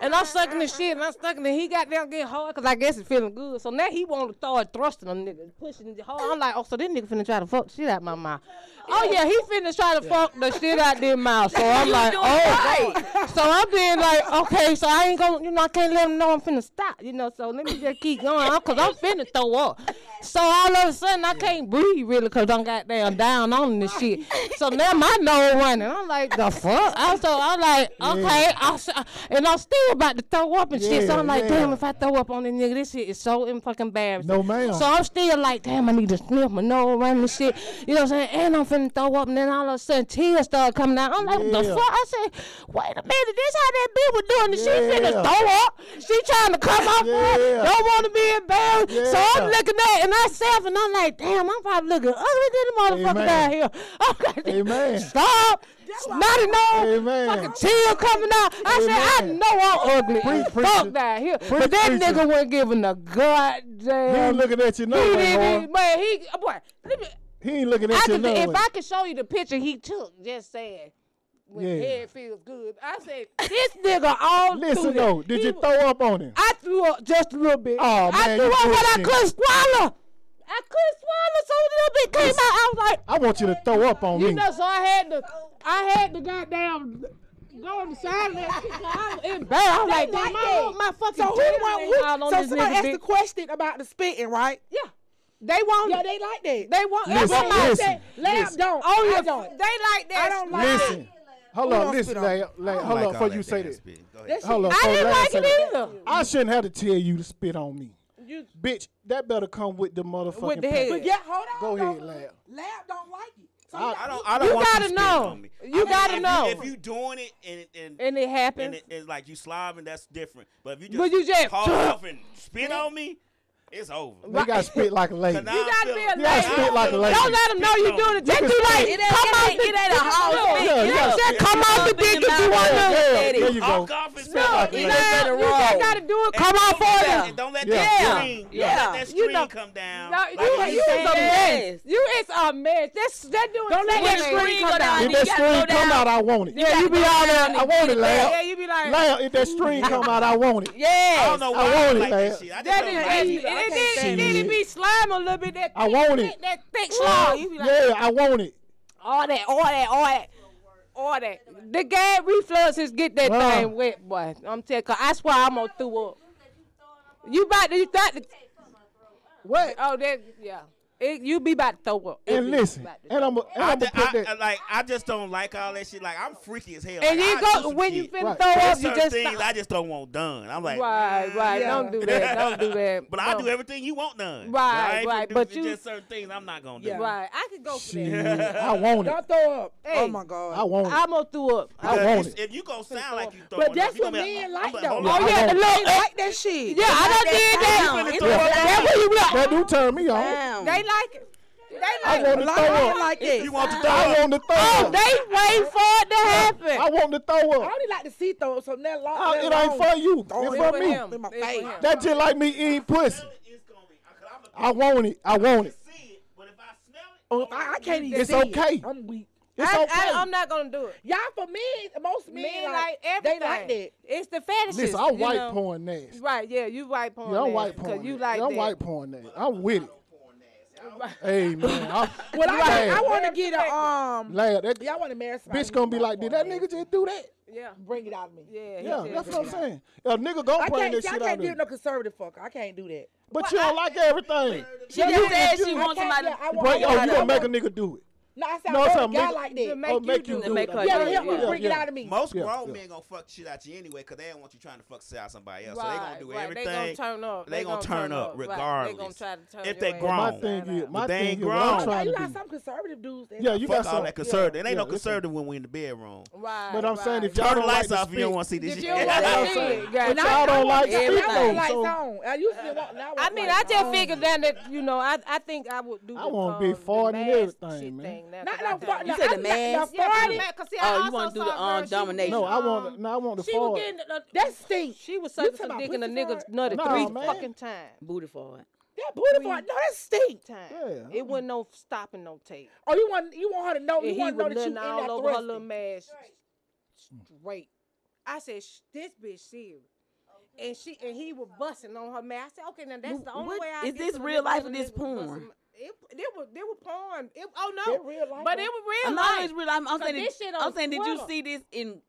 [SPEAKER 3] And I'm sucking the shit, and I'm sucking it. He got down getting hard because I guess it's feeling good. So now he want to start thrusting them niggas, pushing it hard. I'm like, oh, so this nigga finna try to fuck shit out my mouth. Oh yeah, he finna try to fuck the shit out their mouth. So I'm like,
[SPEAKER 6] doing
[SPEAKER 3] oh, God. so I'm being like, okay, so I ain't gonna, you know, I can't let him know I'm finna stop, you know. So let me just keep going, I'm, cause I'm finna throw up. So all of a sudden I can't breathe really, cause I'm goddamn down on this shit. So now my nose running. I'm like, the fuck? I'm so I'm like, okay, I'll s- and I'm still about to throw up and shit. So
[SPEAKER 1] Yeah,
[SPEAKER 3] I'm like,
[SPEAKER 1] yeah.
[SPEAKER 3] damn, if I throw up on this nigga, this shit is so in fucking embarrassing.
[SPEAKER 1] No, ma'am.
[SPEAKER 3] So I'm still like, damn, I need to sniff my nose around this shit. You know what I'm saying? And I'm finna throw up, and then all of a sudden tears start coming out. I'm like, what the
[SPEAKER 1] Yeah.
[SPEAKER 3] fuck? I said, wait a minute, this how that bitch was doing this. She
[SPEAKER 1] Yeah.
[SPEAKER 3] finna throw up. She trying to come off
[SPEAKER 1] Yeah.
[SPEAKER 3] yeah. Don't want to be embarrassed. So
[SPEAKER 1] Yeah.
[SPEAKER 3] I'm looking at it myself, and I'm like, damn, I'm probably looking ugly than the motherfucker
[SPEAKER 1] Amen.
[SPEAKER 3] down here. I'm like,
[SPEAKER 1] Amen.
[SPEAKER 3] stop. Not enough.
[SPEAKER 1] Amen.
[SPEAKER 3] Fucking tear coming out. I said, I
[SPEAKER 1] Amen.
[SPEAKER 3] know I'm ugly.
[SPEAKER 1] Preach,
[SPEAKER 3] as
[SPEAKER 1] preacher.
[SPEAKER 3] Fuck down here.
[SPEAKER 1] Preach,
[SPEAKER 3] But that
[SPEAKER 1] preacher.
[SPEAKER 3] nigga wasn't giving a
[SPEAKER 1] He
[SPEAKER 3] goddamn
[SPEAKER 1] ain't looking at you no
[SPEAKER 3] he
[SPEAKER 1] way,
[SPEAKER 3] didn't,
[SPEAKER 1] boy.
[SPEAKER 3] man. He, boy, let me,
[SPEAKER 1] He ain't looking
[SPEAKER 3] I
[SPEAKER 1] at you
[SPEAKER 3] could,
[SPEAKER 1] no
[SPEAKER 3] if
[SPEAKER 1] way.
[SPEAKER 3] I could show you the picture he took, just saying, when
[SPEAKER 1] Yeah.
[SPEAKER 3] head feels good. I said, this nigga all through
[SPEAKER 1] Listen
[SPEAKER 3] this.
[SPEAKER 1] though, did
[SPEAKER 3] He
[SPEAKER 1] you
[SPEAKER 3] was-
[SPEAKER 1] throw up on him?
[SPEAKER 3] I threw up just a little bit.
[SPEAKER 1] Aw,
[SPEAKER 3] I
[SPEAKER 1] man,
[SPEAKER 3] threw
[SPEAKER 1] you
[SPEAKER 3] up what I
[SPEAKER 1] bullshitting.
[SPEAKER 3] couldn't swallow. I couldn't swallow, so a little bit came out. I was like,
[SPEAKER 1] I want you to throw up on
[SPEAKER 3] you
[SPEAKER 1] me.
[SPEAKER 3] know, so I had to, I had to goddamn go on the side of that shit. 'cause I was embarrassed. I was like,
[SPEAKER 5] They like
[SPEAKER 3] damn, I
[SPEAKER 5] that.
[SPEAKER 3] want my fucking
[SPEAKER 5] So who
[SPEAKER 3] tail hang
[SPEAKER 5] want
[SPEAKER 3] all
[SPEAKER 5] who?
[SPEAKER 3] on
[SPEAKER 5] So
[SPEAKER 3] this
[SPEAKER 5] somebody
[SPEAKER 3] nigga
[SPEAKER 5] asked
[SPEAKER 3] dick.
[SPEAKER 5] the question about the spitting, right?
[SPEAKER 3] Yeah, they want.
[SPEAKER 5] Yeah,
[SPEAKER 3] it.
[SPEAKER 5] they like that.
[SPEAKER 3] They want
[SPEAKER 1] Listen,
[SPEAKER 3] they want
[SPEAKER 1] listen,
[SPEAKER 3] that.
[SPEAKER 5] Lab
[SPEAKER 1] listen.
[SPEAKER 5] don't.
[SPEAKER 3] Oh yeah,
[SPEAKER 5] I don't.
[SPEAKER 3] they like that.
[SPEAKER 5] I don't like
[SPEAKER 1] Listen. Hold
[SPEAKER 5] Who
[SPEAKER 1] on,
[SPEAKER 5] don't
[SPEAKER 1] listen,
[SPEAKER 5] spit on-
[SPEAKER 1] like, like, hold on before you say this.
[SPEAKER 5] That shit-
[SPEAKER 1] Hold on,
[SPEAKER 3] I
[SPEAKER 1] before
[SPEAKER 3] didn't
[SPEAKER 1] Larry
[SPEAKER 3] like
[SPEAKER 1] say
[SPEAKER 3] it
[SPEAKER 1] that.
[SPEAKER 3] either.
[SPEAKER 1] I shouldn't have to tell you to spit on me.
[SPEAKER 5] You-
[SPEAKER 1] Bitch, that better come with the motherfucking
[SPEAKER 3] With the
[SPEAKER 1] package.
[SPEAKER 5] But yeah, hold on.
[SPEAKER 1] Go
[SPEAKER 5] though.
[SPEAKER 1] ahead, Lab.
[SPEAKER 5] Lab don't like it. So
[SPEAKER 1] I-
[SPEAKER 5] y'all-
[SPEAKER 8] I don't. I don't
[SPEAKER 3] You
[SPEAKER 8] want
[SPEAKER 3] gotta
[SPEAKER 8] spitting
[SPEAKER 3] know.
[SPEAKER 8] on me.
[SPEAKER 3] You gotta
[SPEAKER 8] if
[SPEAKER 3] know.
[SPEAKER 8] if you doing it and and,
[SPEAKER 3] And it
[SPEAKER 8] and
[SPEAKER 3] happens.
[SPEAKER 8] it, it's like you slobbing, that's different. But if you just,
[SPEAKER 3] But you just-
[SPEAKER 8] cough up and spit on me, it's over.
[SPEAKER 1] They got spit like a lady.
[SPEAKER 8] Cause now
[SPEAKER 3] You
[SPEAKER 8] I'm
[SPEAKER 3] gotta
[SPEAKER 8] feeling-
[SPEAKER 3] be a
[SPEAKER 8] now I'm
[SPEAKER 3] lady.
[SPEAKER 8] feeling
[SPEAKER 1] Like a lady.
[SPEAKER 3] Don't let them know
[SPEAKER 8] spitting
[SPEAKER 3] you
[SPEAKER 8] on
[SPEAKER 3] doing
[SPEAKER 8] me.
[SPEAKER 3] it. That's too late.
[SPEAKER 6] It ain't-
[SPEAKER 3] come
[SPEAKER 6] it
[SPEAKER 3] off
[SPEAKER 6] ain't-
[SPEAKER 3] the
[SPEAKER 6] it ain't a
[SPEAKER 3] dick.
[SPEAKER 6] hard spit.
[SPEAKER 1] Yeah, you
[SPEAKER 3] You
[SPEAKER 1] gotta
[SPEAKER 3] just
[SPEAKER 1] spit.
[SPEAKER 3] come off the dick if you
[SPEAKER 1] yeah,
[SPEAKER 3] want to.
[SPEAKER 1] yeah,
[SPEAKER 6] it.
[SPEAKER 1] there you go.
[SPEAKER 8] Cough off and spit
[SPEAKER 1] Spit like
[SPEAKER 8] on
[SPEAKER 1] a
[SPEAKER 8] me.
[SPEAKER 3] You
[SPEAKER 1] lady.
[SPEAKER 3] just, you just
[SPEAKER 6] roll.
[SPEAKER 3] gotta do it.
[SPEAKER 8] And
[SPEAKER 3] Come off
[SPEAKER 8] don't
[SPEAKER 3] for
[SPEAKER 8] let that-
[SPEAKER 3] them.
[SPEAKER 8] and Don't let
[SPEAKER 1] Yeah.
[SPEAKER 8] that screen.
[SPEAKER 6] Yeah.
[SPEAKER 8] Don't let that
[SPEAKER 3] You know-
[SPEAKER 8] screen come down.
[SPEAKER 3] No,
[SPEAKER 8] Like
[SPEAKER 3] you,
[SPEAKER 8] you
[SPEAKER 3] you is a
[SPEAKER 8] said.
[SPEAKER 3] mess.
[SPEAKER 6] Yes.
[SPEAKER 3] You is a mess. That's that doing.
[SPEAKER 5] Don't let
[SPEAKER 3] too
[SPEAKER 5] that
[SPEAKER 3] much.
[SPEAKER 5] screen go
[SPEAKER 1] If
[SPEAKER 5] down.
[SPEAKER 6] You
[SPEAKER 1] that
[SPEAKER 6] gotta go
[SPEAKER 1] string come
[SPEAKER 6] down.
[SPEAKER 1] out, I want it.
[SPEAKER 3] Yeah, you be all there.
[SPEAKER 1] I want it, Lab.
[SPEAKER 3] Yeah, you be like,
[SPEAKER 1] Lab, if that string come out, I want it.
[SPEAKER 6] Yes.
[SPEAKER 8] I don't know
[SPEAKER 1] I
[SPEAKER 8] why I
[SPEAKER 1] want it,
[SPEAKER 8] like that
[SPEAKER 1] man.
[SPEAKER 8] shit. I just
[SPEAKER 3] that
[SPEAKER 8] don't
[SPEAKER 3] is
[SPEAKER 8] like
[SPEAKER 3] it.
[SPEAKER 8] it.
[SPEAKER 3] It,
[SPEAKER 5] either. I
[SPEAKER 3] it,
[SPEAKER 5] can't
[SPEAKER 3] it,
[SPEAKER 5] stand
[SPEAKER 3] it,
[SPEAKER 1] it.
[SPEAKER 3] be slime a little bit. That
[SPEAKER 1] I
[SPEAKER 3] thick-
[SPEAKER 1] want it.
[SPEAKER 3] That thick slime. You be like,
[SPEAKER 1] Yeah, I want it.
[SPEAKER 3] All that, all that, all that, all that. The gag reflexes get that
[SPEAKER 1] Wow.
[SPEAKER 3] thing wet, boy. I'm telling you, I swear I'm gonna throw up. You about to, you about to,
[SPEAKER 1] What?
[SPEAKER 3] oh, that, yeah. It, you be about to throw up. It
[SPEAKER 1] And
[SPEAKER 3] be
[SPEAKER 1] listen,
[SPEAKER 3] about to
[SPEAKER 1] and
[SPEAKER 3] throw
[SPEAKER 1] I'm
[SPEAKER 3] up.
[SPEAKER 1] gonna put
[SPEAKER 8] I, I,
[SPEAKER 1] that.
[SPEAKER 8] I, like I just don't like all that shit. Like I'm freaky as hell.
[SPEAKER 3] And
[SPEAKER 8] like,
[SPEAKER 3] you
[SPEAKER 8] I do
[SPEAKER 3] go,
[SPEAKER 8] some
[SPEAKER 3] when you
[SPEAKER 8] shit.
[SPEAKER 3] finna
[SPEAKER 1] Right.
[SPEAKER 3] throw
[SPEAKER 8] There's
[SPEAKER 3] up, you
[SPEAKER 8] certain
[SPEAKER 3] just
[SPEAKER 8] things
[SPEAKER 3] stop.
[SPEAKER 8] I just don't want done. I'm like, "Mm."
[SPEAKER 3] Right, right. Don't do that. Don't do that.
[SPEAKER 8] But I do
[SPEAKER 3] Don't.
[SPEAKER 8] everything you want done.
[SPEAKER 3] Right, right,
[SPEAKER 8] do-
[SPEAKER 3] but
[SPEAKER 8] it's
[SPEAKER 3] you-
[SPEAKER 8] just certain things I'm not gonna do.
[SPEAKER 5] Yeah.
[SPEAKER 3] Right. I could go for
[SPEAKER 1] Shit,
[SPEAKER 3] that.
[SPEAKER 1] I want it.
[SPEAKER 5] Y'all throw up.
[SPEAKER 3] Hey.
[SPEAKER 5] oh my god.
[SPEAKER 1] I want it.
[SPEAKER 3] I'm gonna throw up.
[SPEAKER 1] I
[SPEAKER 8] Because
[SPEAKER 1] want
[SPEAKER 8] if-
[SPEAKER 1] it.
[SPEAKER 8] If you gonna sound like you throw
[SPEAKER 5] but that's what men like though.
[SPEAKER 8] Oh
[SPEAKER 1] on.
[SPEAKER 3] Oh
[SPEAKER 1] I
[SPEAKER 3] yeah,
[SPEAKER 1] want
[SPEAKER 3] and
[SPEAKER 1] it.
[SPEAKER 5] They
[SPEAKER 3] look,
[SPEAKER 5] like that shit.
[SPEAKER 3] yeah, I done did
[SPEAKER 6] that
[SPEAKER 3] that.
[SPEAKER 6] down.
[SPEAKER 8] finna
[SPEAKER 6] It's
[SPEAKER 8] throw up.
[SPEAKER 6] down.
[SPEAKER 3] That's what you
[SPEAKER 1] That
[SPEAKER 3] be
[SPEAKER 1] do
[SPEAKER 3] like.
[SPEAKER 1] turn me on.
[SPEAKER 6] Down.
[SPEAKER 3] They like it. They
[SPEAKER 1] I
[SPEAKER 3] like
[SPEAKER 1] want
[SPEAKER 5] A
[SPEAKER 1] to
[SPEAKER 5] lot of
[SPEAKER 1] throw
[SPEAKER 5] men
[SPEAKER 1] up.
[SPEAKER 5] like that.
[SPEAKER 8] You want to throw
[SPEAKER 1] I
[SPEAKER 8] up.
[SPEAKER 1] want to throw
[SPEAKER 3] Oh,
[SPEAKER 1] up.
[SPEAKER 3] they wait for it to happen.
[SPEAKER 1] I want to throw
[SPEAKER 5] I
[SPEAKER 1] up.
[SPEAKER 5] only like to see throw up, so that long.
[SPEAKER 1] Oh, It
[SPEAKER 5] that
[SPEAKER 1] ain't
[SPEAKER 5] long.
[SPEAKER 1] for you.
[SPEAKER 5] Throw
[SPEAKER 1] It's for
[SPEAKER 5] it
[SPEAKER 1] me.
[SPEAKER 5] in my face.
[SPEAKER 1] That just like me eating pussy. I want it. I want it.
[SPEAKER 5] Oh, I, I can't even
[SPEAKER 1] It's
[SPEAKER 5] see it.
[SPEAKER 1] okay.
[SPEAKER 5] I'm weak.
[SPEAKER 1] It's
[SPEAKER 3] I,
[SPEAKER 1] okay.
[SPEAKER 3] I, I'm not gonna do it.
[SPEAKER 5] Y'all for men, most men,
[SPEAKER 3] Men
[SPEAKER 5] like,
[SPEAKER 3] like everything.
[SPEAKER 5] They like that.
[SPEAKER 3] It's the fetishes.
[SPEAKER 1] Listen, I'm
[SPEAKER 3] you
[SPEAKER 1] white
[SPEAKER 3] know.
[SPEAKER 1] porn nasty.
[SPEAKER 3] Right? Yeah, you white porn.
[SPEAKER 1] Yeah, I'm
[SPEAKER 3] nasty,
[SPEAKER 1] white
[SPEAKER 3] 'cause
[SPEAKER 1] porn.
[SPEAKER 3] You
[SPEAKER 1] nasty.
[SPEAKER 3] like
[SPEAKER 1] I'm
[SPEAKER 3] that.
[SPEAKER 1] white porn nasty. I'm with it. Hey man, I'm,
[SPEAKER 5] Well, I,
[SPEAKER 1] Lad,
[SPEAKER 5] I want to get a um.
[SPEAKER 1] lad, that
[SPEAKER 5] Y'all want to marry somebody?
[SPEAKER 1] bitch gonna be like, did that nigga just do that?
[SPEAKER 3] Yeah.
[SPEAKER 5] bring it out of me?
[SPEAKER 3] Yeah. he
[SPEAKER 1] Yeah,
[SPEAKER 3] said
[SPEAKER 1] that's
[SPEAKER 3] that.
[SPEAKER 1] what I'm saying. A nigga gonna
[SPEAKER 5] I
[SPEAKER 1] bring
[SPEAKER 5] can't.
[SPEAKER 1] this
[SPEAKER 5] I
[SPEAKER 1] shit out
[SPEAKER 5] can't
[SPEAKER 1] of
[SPEAKER 5] deal
[SPEAKER 1] you,
[SPEAKER 5] with no conservative fucker. I can't do that.
[SPEAKER 1] but you don't like everything.
[SPEAKER 6] She just said she
[SPEAKER 5] I can't-
[SPEAKER 6] wants somebody.
[SPEAKER 5] yeah, I
[SPEAKER 1] But
[SPEAKER 5] want-
[SPEAKER 1] oh,
[SPEAKER 5] I
[SPEAKER 1] you gonna
[SPEAKER 5] want-
[SPEAKER 1] make a nigga do it?
[SPEAKER 5] No, I said
[SPEAKER 1] No,
[SPEAKER 5] I
[SPEAKER 1] it's
[SPEAKER 5] hurt a
[SPEAKER 1] something
[SPEAKER 5] guy
[SPEAKER 1] make-
[SPEAKER 5] like that.
[SPEAKER 3] to make
[SPEAKER 1] oh,
[SPEAKER 3] you
[SPEAKER 1] make
[SPEAKER 3] do
[SPEAKER 1] you
[SPEAKER 3] it.
[SPEAKER 6] To
[SPEAKER 1] do
[SPEAKER 6] make
[SPEAKER 1] it
[SPEAKER 6] her
[SPEAKER 1] like
[SPEAKER 5] yeah,
[SPEAKER 6] do
[SPEAKER 1] that.
[SPEAKER 6] it,
[SPEAKER 5] help me
[SPEAKER 6] yeah.
[SPEAKER 5] bring it out of me.
[SPEAKER 8] Most
[SPEAKER 1] Yeah,
[SPEAKER 8] grown
[SPEAKER 1] yeah.
[SPEAKER 8] men gonna fuck shit out you anyway, cause they don't want you trying to fuck shit out somebody else.
[SPEAKER 3] Right,
[SPEAKER 8] so they gonna do
[SPEAKER 3] right.
[SPEAKER 8] everything.
[SPEAKER 3] They gonna turn up.
[SPEAKER 8] they gonna turn up
[SPEAKER 3] Right. They gonna
[SPEAKER 8] regardless.
[SPEAKER 3] try to turn
[SPEAKER 8] If
[SPEAKER 3] your
[SPEAKER 8] they
[SPEAKER 3] ass
[SPEAKER 8] grown.
[SPEAKER 1] My
[SPEAKER 8] Wrong.
[SPEAKER 1] thing
[SPEAKER 3] inside
[SPEAKER 1] is,
[SPEAKER 3] out.
[SPEAKER 1] my
[SPEAKER 8] But they
[SPEAKER 1] thing
[SPEAKER 8] ain't
[SPEAKER 1] is, what
[SPEAKER 8] grown.
[SPEAKER 1] I'm
[SPEAKER 5] Oh, now
[SPEAKER 1] trying
[SPEAKER 5] you
[SPEAKER 1] to
[SPEAKER 5] got
[SPEAKER 1] do.
[SPEAKER 5] some conservative dudes. that-
[SPEAKER 1] Yeah, you
[SPEAKER 8] fuck
[SPEAKER 1] got
[SPEAKER 8] all
[SPEAKER 1] some.
[SPEAKER 8] that conservative. It ain't no
[SPEAKER 1] yeah, listen.
[SPEAKER 8] conservative when we in the bedroom.
[SPEAKER 3] Right.
[SPEAKER 1] But I'm saying
[SPEAKER 3] right.
[SPEAKER 1] if y'all
[SPEAKER 8] Turn the
[SPEAKER 1] don't like
[SPEAKER 8] lights
[SPEAKER 1] to
[SPEAKER 8] off if you don't
[SPEAKER 1] speak-
[SPEAKER 8] want to see this
[SPEAKER 3] Did
[SPEAKER 8] shit.
[SPEAKER 3] you want to see it?
[SPEAKER 1] But
[SPEAKER 3] Gotcha.
[SPEAKER 1] y'all don't like
[SPEAKER 5] I
[SPEAKER 3] everything.
[SPEAKER 1] speak
[SPEAKER 5] don't
[SPEAKER 1] though.
[SPEAKER 5] like
[SPEAKER 1] so
[SPEAKER 5] song. I used to want. Now
[SPEAKER 3] I mean, I just figured then that you know, I I think I would do.
[SPEAKER 1] I
[SPEAKER 3] the,
[SPEAKER 1] wanna be
[SPEAKER 3] um, the
[SPEAKER 1] 40 and
[SPEAKER 3] mask
[SPEAKER 1] everything,
[SPEAKER 3] shit
[SPEAKER 1] man.
[SPEAKER 3] thing now,
[SPEAKER 5] Not
[SPEAKER 3] 'cause I
[SPEAKER 5] no
[SPEAKER 3] think-
[SPEAKER 5] fuck-
[SPEAKER 6] You
[SPEAKER 5] no,
[SPEAKER 6] said the
[SPEAKER 5] I'm not- no,
[SPEAKER 6] mask?
[SPEAKER 3] Yeah, 'cause the
[SPEAKER 5] forty.
[SPEAKER 3] mask- 'cause see,
[SPEAKER 6] Oh,
[SPEAKER 3] I
[SPEAKER 6] you
[SPEAKER 3] also
[SPEAKER 6] wanna do the,
[SPEAKER 3] saw her,
[SPEAKER 6] um,
[SPEAKER 3] she was
[SPEAKER 6] domination.
[SPEAKER 1] no, I
[SPEAKER 3] getting,
[SPEAKER 1] want.
[SPEAKER 3] um,
[SPEAKER 1] No, I want the
[SPEAKER 3] She was
[SPEAKER 1] forward.
[SPEAKER 3] getting uh,
[SPEAKER 5] That stink.
[SPEAKER 3] She was
[SPEAKER 5] You
[SPEAKER 3] sucking
[SPEAKER 5] talking
[SPEAKER 3] some
[SPEAKER 5] about
[SPEAKER 3] dick in a
[SPEAKER 5] pussy
[SPEAKER 3] nigga's
[SPEAKER 5] fart?
[SPEAKER 3] nut at
[SPEAKER 1] Nah,
[SPEAKER 3] three
[SPEAKER 1] man.
[SPEAKER 3] fucking times.
[SPEAKER 6] Booty for it.
[SPEAKER 5] That booty part. No, that stink.
[SPEAKER 3] Time.
[SPEAKER 1] Yeah,
[SPEAKER 3] It wasn't no stopping no tape.
[SPEAKER 5] Oh, you want you want her to know?
[SPEAKER 3] And
[SPEAKER 5] You
[SPEAKER 3] he
[SPEAKER 5] want to know
[SPEAKER 3] was
[SPEAKER 5] that you in
[SPEAKER 3] nutting
[SPEAKER 5] that
[SPEAKER 3] all over her little
[SPEAKER 5] thrusting?
[SPEAKER 3] mask straight. I said, "Sh- this bitch serious. And she and he was busting on her mask. I said, okay, now that's
[SPEAKER 6] Wh-
[SPEAKER 3] the only
[SPEAKER 6] what-
[SPEAKER 3] way I
[SPEAKER 6] is
[SPEAKER 3] get
[SPEAKER 6] this
[SPEAKER 3] to the
[SPEAKER 6] real
[SPEAKER 3] nigga
[SPEAKER 6] life or
[SPEAKER 3] when
[SPEAKER 6] this
[SPEAKER 3] niggas busting
[SPEAKER 6] porn?
[SPEAKER 3] my- It, it was they were porn. It, oh
[SPEAKER 5] That
[SPEAKER 3] no,
[SPEAKER 5] real life
[SPEAKER 3] but
[SPEAKER 5] though.
[SPEAKER 3] it was real
[SPEAKER 6] I'm
[SPEAKER 3] life.
[SPEAKER 6] not always real. I'm, I'm
[SPEAKER 3] Cause
[SPEAKER 6] saying. Did,
[SPEAKER 3] this shit on
[SPEAKER 6] I'm saying. Did you
[SPEAKER 3] Twitter.
[SPEAKER 6] see this in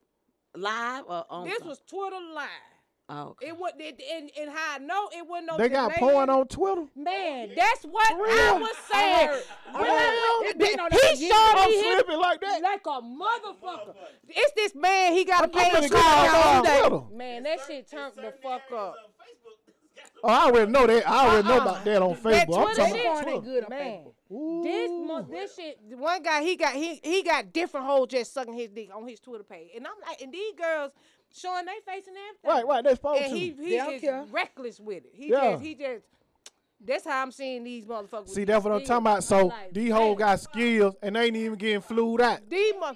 [SPEAKER 6] live or on?
[SPEAKER 3] This
[SPEAKER 6] some-
[SPEAKER 3] was Twitter live.
[SPEAKER 6] Oh, okay.
[SPEAKER 3] It was it, and and how I know it wasn't no.
[SPEAKER 1] They got
[SPEAKER 3] delay.
[SPEAKER 1] porn on Twitter.
[SPEAKER 3] Man, that's what I
[SPEAKER 1] Real.
[SPEAKER 3] was saying.
[SPEAKER 1] I
[SPEAKER 3] Real.
[SPEAKER 5] It been on
[SPEAKER 3] He
[SPEAKER 5] that
[SPEAKER 3] showed
[SPEAKER 1] I'm
[SPEAKER 3] me his
[SPEAKER 1] slipping like that.
[SPEAKER 3] like a motherfucker. It's this man. He got a
[SPEAKER 1] I'm
[SPEAKER 3] pay
[SPEAKER 1] finna get on
[SPEAKER 3] call.
[SPEAKER 1] Twitter.
[SPEAKER 3] Man, that shit turned the fuck up.
[SPEAKER 1] Oh, I already know that. I already know
[SPEAKER 3] Uh-uh.
[SPEAKER 1] about that on
[SPEAKER 3] That
[SPEAKER 1] Facebook. I'm
[SPEAKER 3] Twitter
[SPEAKER 1] talking about
[SPEAKER 3] shit.
[SPEAKER 1] Twitter.
[SPEAKER 5] good on
[SPEAKER 3] Man,
[SPEAKER 1] Ooh.
[SPEAKER 3] this mo- this shit. One guy he got he he got different hoes just sucking his dick on his Twitter page, and I'm like, and these girls showing their face and everything.
[SPEAKER 1] Right, right. That's supposed
[SPEAKER 3] And
[SPEAKER 1] to.
[SPEAKER 3] he he
[SPEAKER 5] don't
[SPEAKER 3] is
[SPEAKER 5] care.
[SPEAKER 3] reckless with it. He
[SPEAKER 1] Yeah.
[SPEAKER 3] just he just. That's how I'm seeing these motherfuckers.
[SPEAKER 1] See, that's what I'm talking about. So these hoes got skills, and they ain't even getting flued out.
[SPEAKER 3] these mo-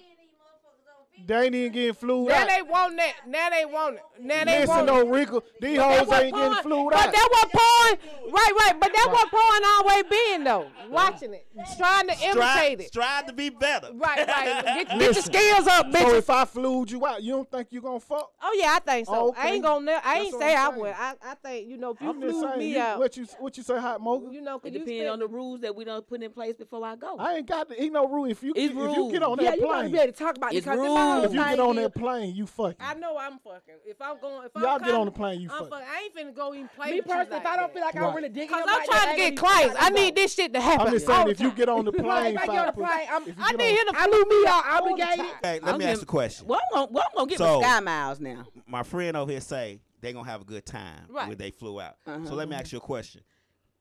[SPEAKER 1] They ain't even getting flued
[SPEAKER 3] Now
[SPEAKER 1] out.
[SPEAKER 3] they want that. Now they want it. Now they
[SPEAKER 1] Listen,
[SPEAKER 3] want it.
[SPEAKER 1] though, Rico, these
[SPEAKER 3] That
[SPEAKER 1] hoes
[SPEAKER 3] what
[SPEAKER 1] ain't getting
[SPEAKER 3] porn-
[SPEAKER 1] flued
[SPEAKER 3] But
[SPEAKER 1] out.
[SPEAKER 3] that what porn, right, right. But that what porn always being though. Watching it, trying to imitate
[SPEAKER 8] Strive,
[SPEAKER 3] it.
[SPEAKER 8] strive to be better.
[SPEAKER 3] Right, right. Get, get your
[SPEAKER 1] Listen.
[SPEAKER 3] skills up,
[SPEAKER 1] So
[SPEAKER 3] bitches.
[SPEAKER 1] if I flued you out, you don't think you gonna fuck?
[SPEAKER 3] Oh yeah, I think so. I
[SPEAKER 1] Okay.
[SPEAKER 3] ain't gonna. ne- I
[SPEAKER 1] That's
[SPEAKER 3] ain't
[SPEAKER 1] what
[SPEAKER 3] say I
[SPEAKER 1] I'm
[SPEAKER 3] would.
[SPEAKER 1] saying.
[SPEAKER 3] I, I think you know if you
[SPEAKER 1] I'm just
[SPEAKER 3] flew
[SPEAKER 1] saying.
[SPEAKER 3] me
[SPEAKER 1] you-
[SPEAKER 3] out,
[SPEAKER 1] what you what you say, hot mocha?
[SPEAKER 3] you know,
[SPEAKER 6] It
[SPEAKER 3] could you
[SPEAKER 6] depends on
[SPEAKER 3] spend
[SPEAKER 6] the rules that we don't put in place before I go.
[SPEAKER 1] I ain't got to, ain't no rule. If you
[SPEAKER 6] It's
[SPEAKER 1] if you get
[SPEAKER 6] rules.
[SPEAKER 1] on
[SPEAKER 5] Yeah,
[SPEAKER 1] that
[SPEAKER 5] you gotta
[SPEAKER 1] plane,
[SPEAKER 5] be able to talk about
[SPEAKER 6] It's
[SPEAKER 5] because the
[SPEAKER 6] rules.
[SPEAKER 5] mother
[SPEAKER 1] if you
[SPEAKER 5] thing
[SPEAKER 1] get on
[SPEAKER 5] is-
[SPEAKER 1] that plane, you fucking.
[SPEAKER 3] I know I'm fucking. If I'm going, if
[SPEAKER 1] Y'all
[SPEAKER 3] I'm
[SPEAKER 1] get
[SPEAKER 3] kinda-
[SPEAKER 1] on the plane, you
[SPEAKER 3] I'm
[SPEAKER 1] fucking.
[SPEAKER 3] I ain't finna go even play.
[SPEAKER 5] Me
[SPEAKER 3] with you
[SPEAKER 5] personally,
[SPEAKER 3] like
[SPEAKER 5] if I
[SPEAKER 3] that.
[SPEAKER 5] don't feel like I'm
[SPEAKER 1] Right.
[SPEAKER 5] really digging
[SPEAKER 3] Cause
[SPEAKER 5] him
[SPEAKER 3] I'm
[SPEAKER 5] like that,
[SPEAKER 3] trying to
[SPEAKER 5] I
[SPEAKER 3] get
[SPEAKER 5] ain't even
[SPEAKER 3] clients.
[SPEAKER 5] trying
[SPEAKER 3] I
[SPEAKER 5] to
[SPEAKER 3] need
[SPEAKER 5] go.
[SPEAKER 3] this shit to happen.
[SPEAKER 1] I'm just
[SPEAKER 3] all
[SPEAKER 1] saying,
[SPEAKER 3] the
[SPEAKER 1] if you
[SPEAKER 3] time.
[SPEAKER 1] get on the plane,
[SPEAKER 5] if I get on the
[SPEAKER 1] five-
[SPEAKER 5] plane, I'm-
[SPEAKER 1] if you
[SPEAKER 3] I
[SPEAKER 1] get
[SPEAKER 3] need
[SPEAKER 1] on-
[SPEAKER 3] him to
[SPEAKER 5] I
[SPEAKER 3] flew
[SPEAKER 5] blew
[SPEAKER 3] me
[SPEAKER 5] me
[SPEAKER 3] out.
[SPEAKER 5] out obligated.
[SPEAKER 8] Hey,
[SPEAKER 6] I'm
[SPEAKER 8] let me ask
[SPEAKER 6] getting-
[SPEAKER 8] the question.
[SPEAKER 6] Well, I'm gonna, well, I'm gonna get
[SPEAKER 8] So-
[SPEAKER 6] my sky miles now.
[SPEAKER 8] My friend over here say they gonna have a good time
[SPEAKER 3] Right.
[SPEAKER 8] when they flew out.
[SPEAKER 1] Uh-huh.
[SPEAKER 8] So let me ask you a question.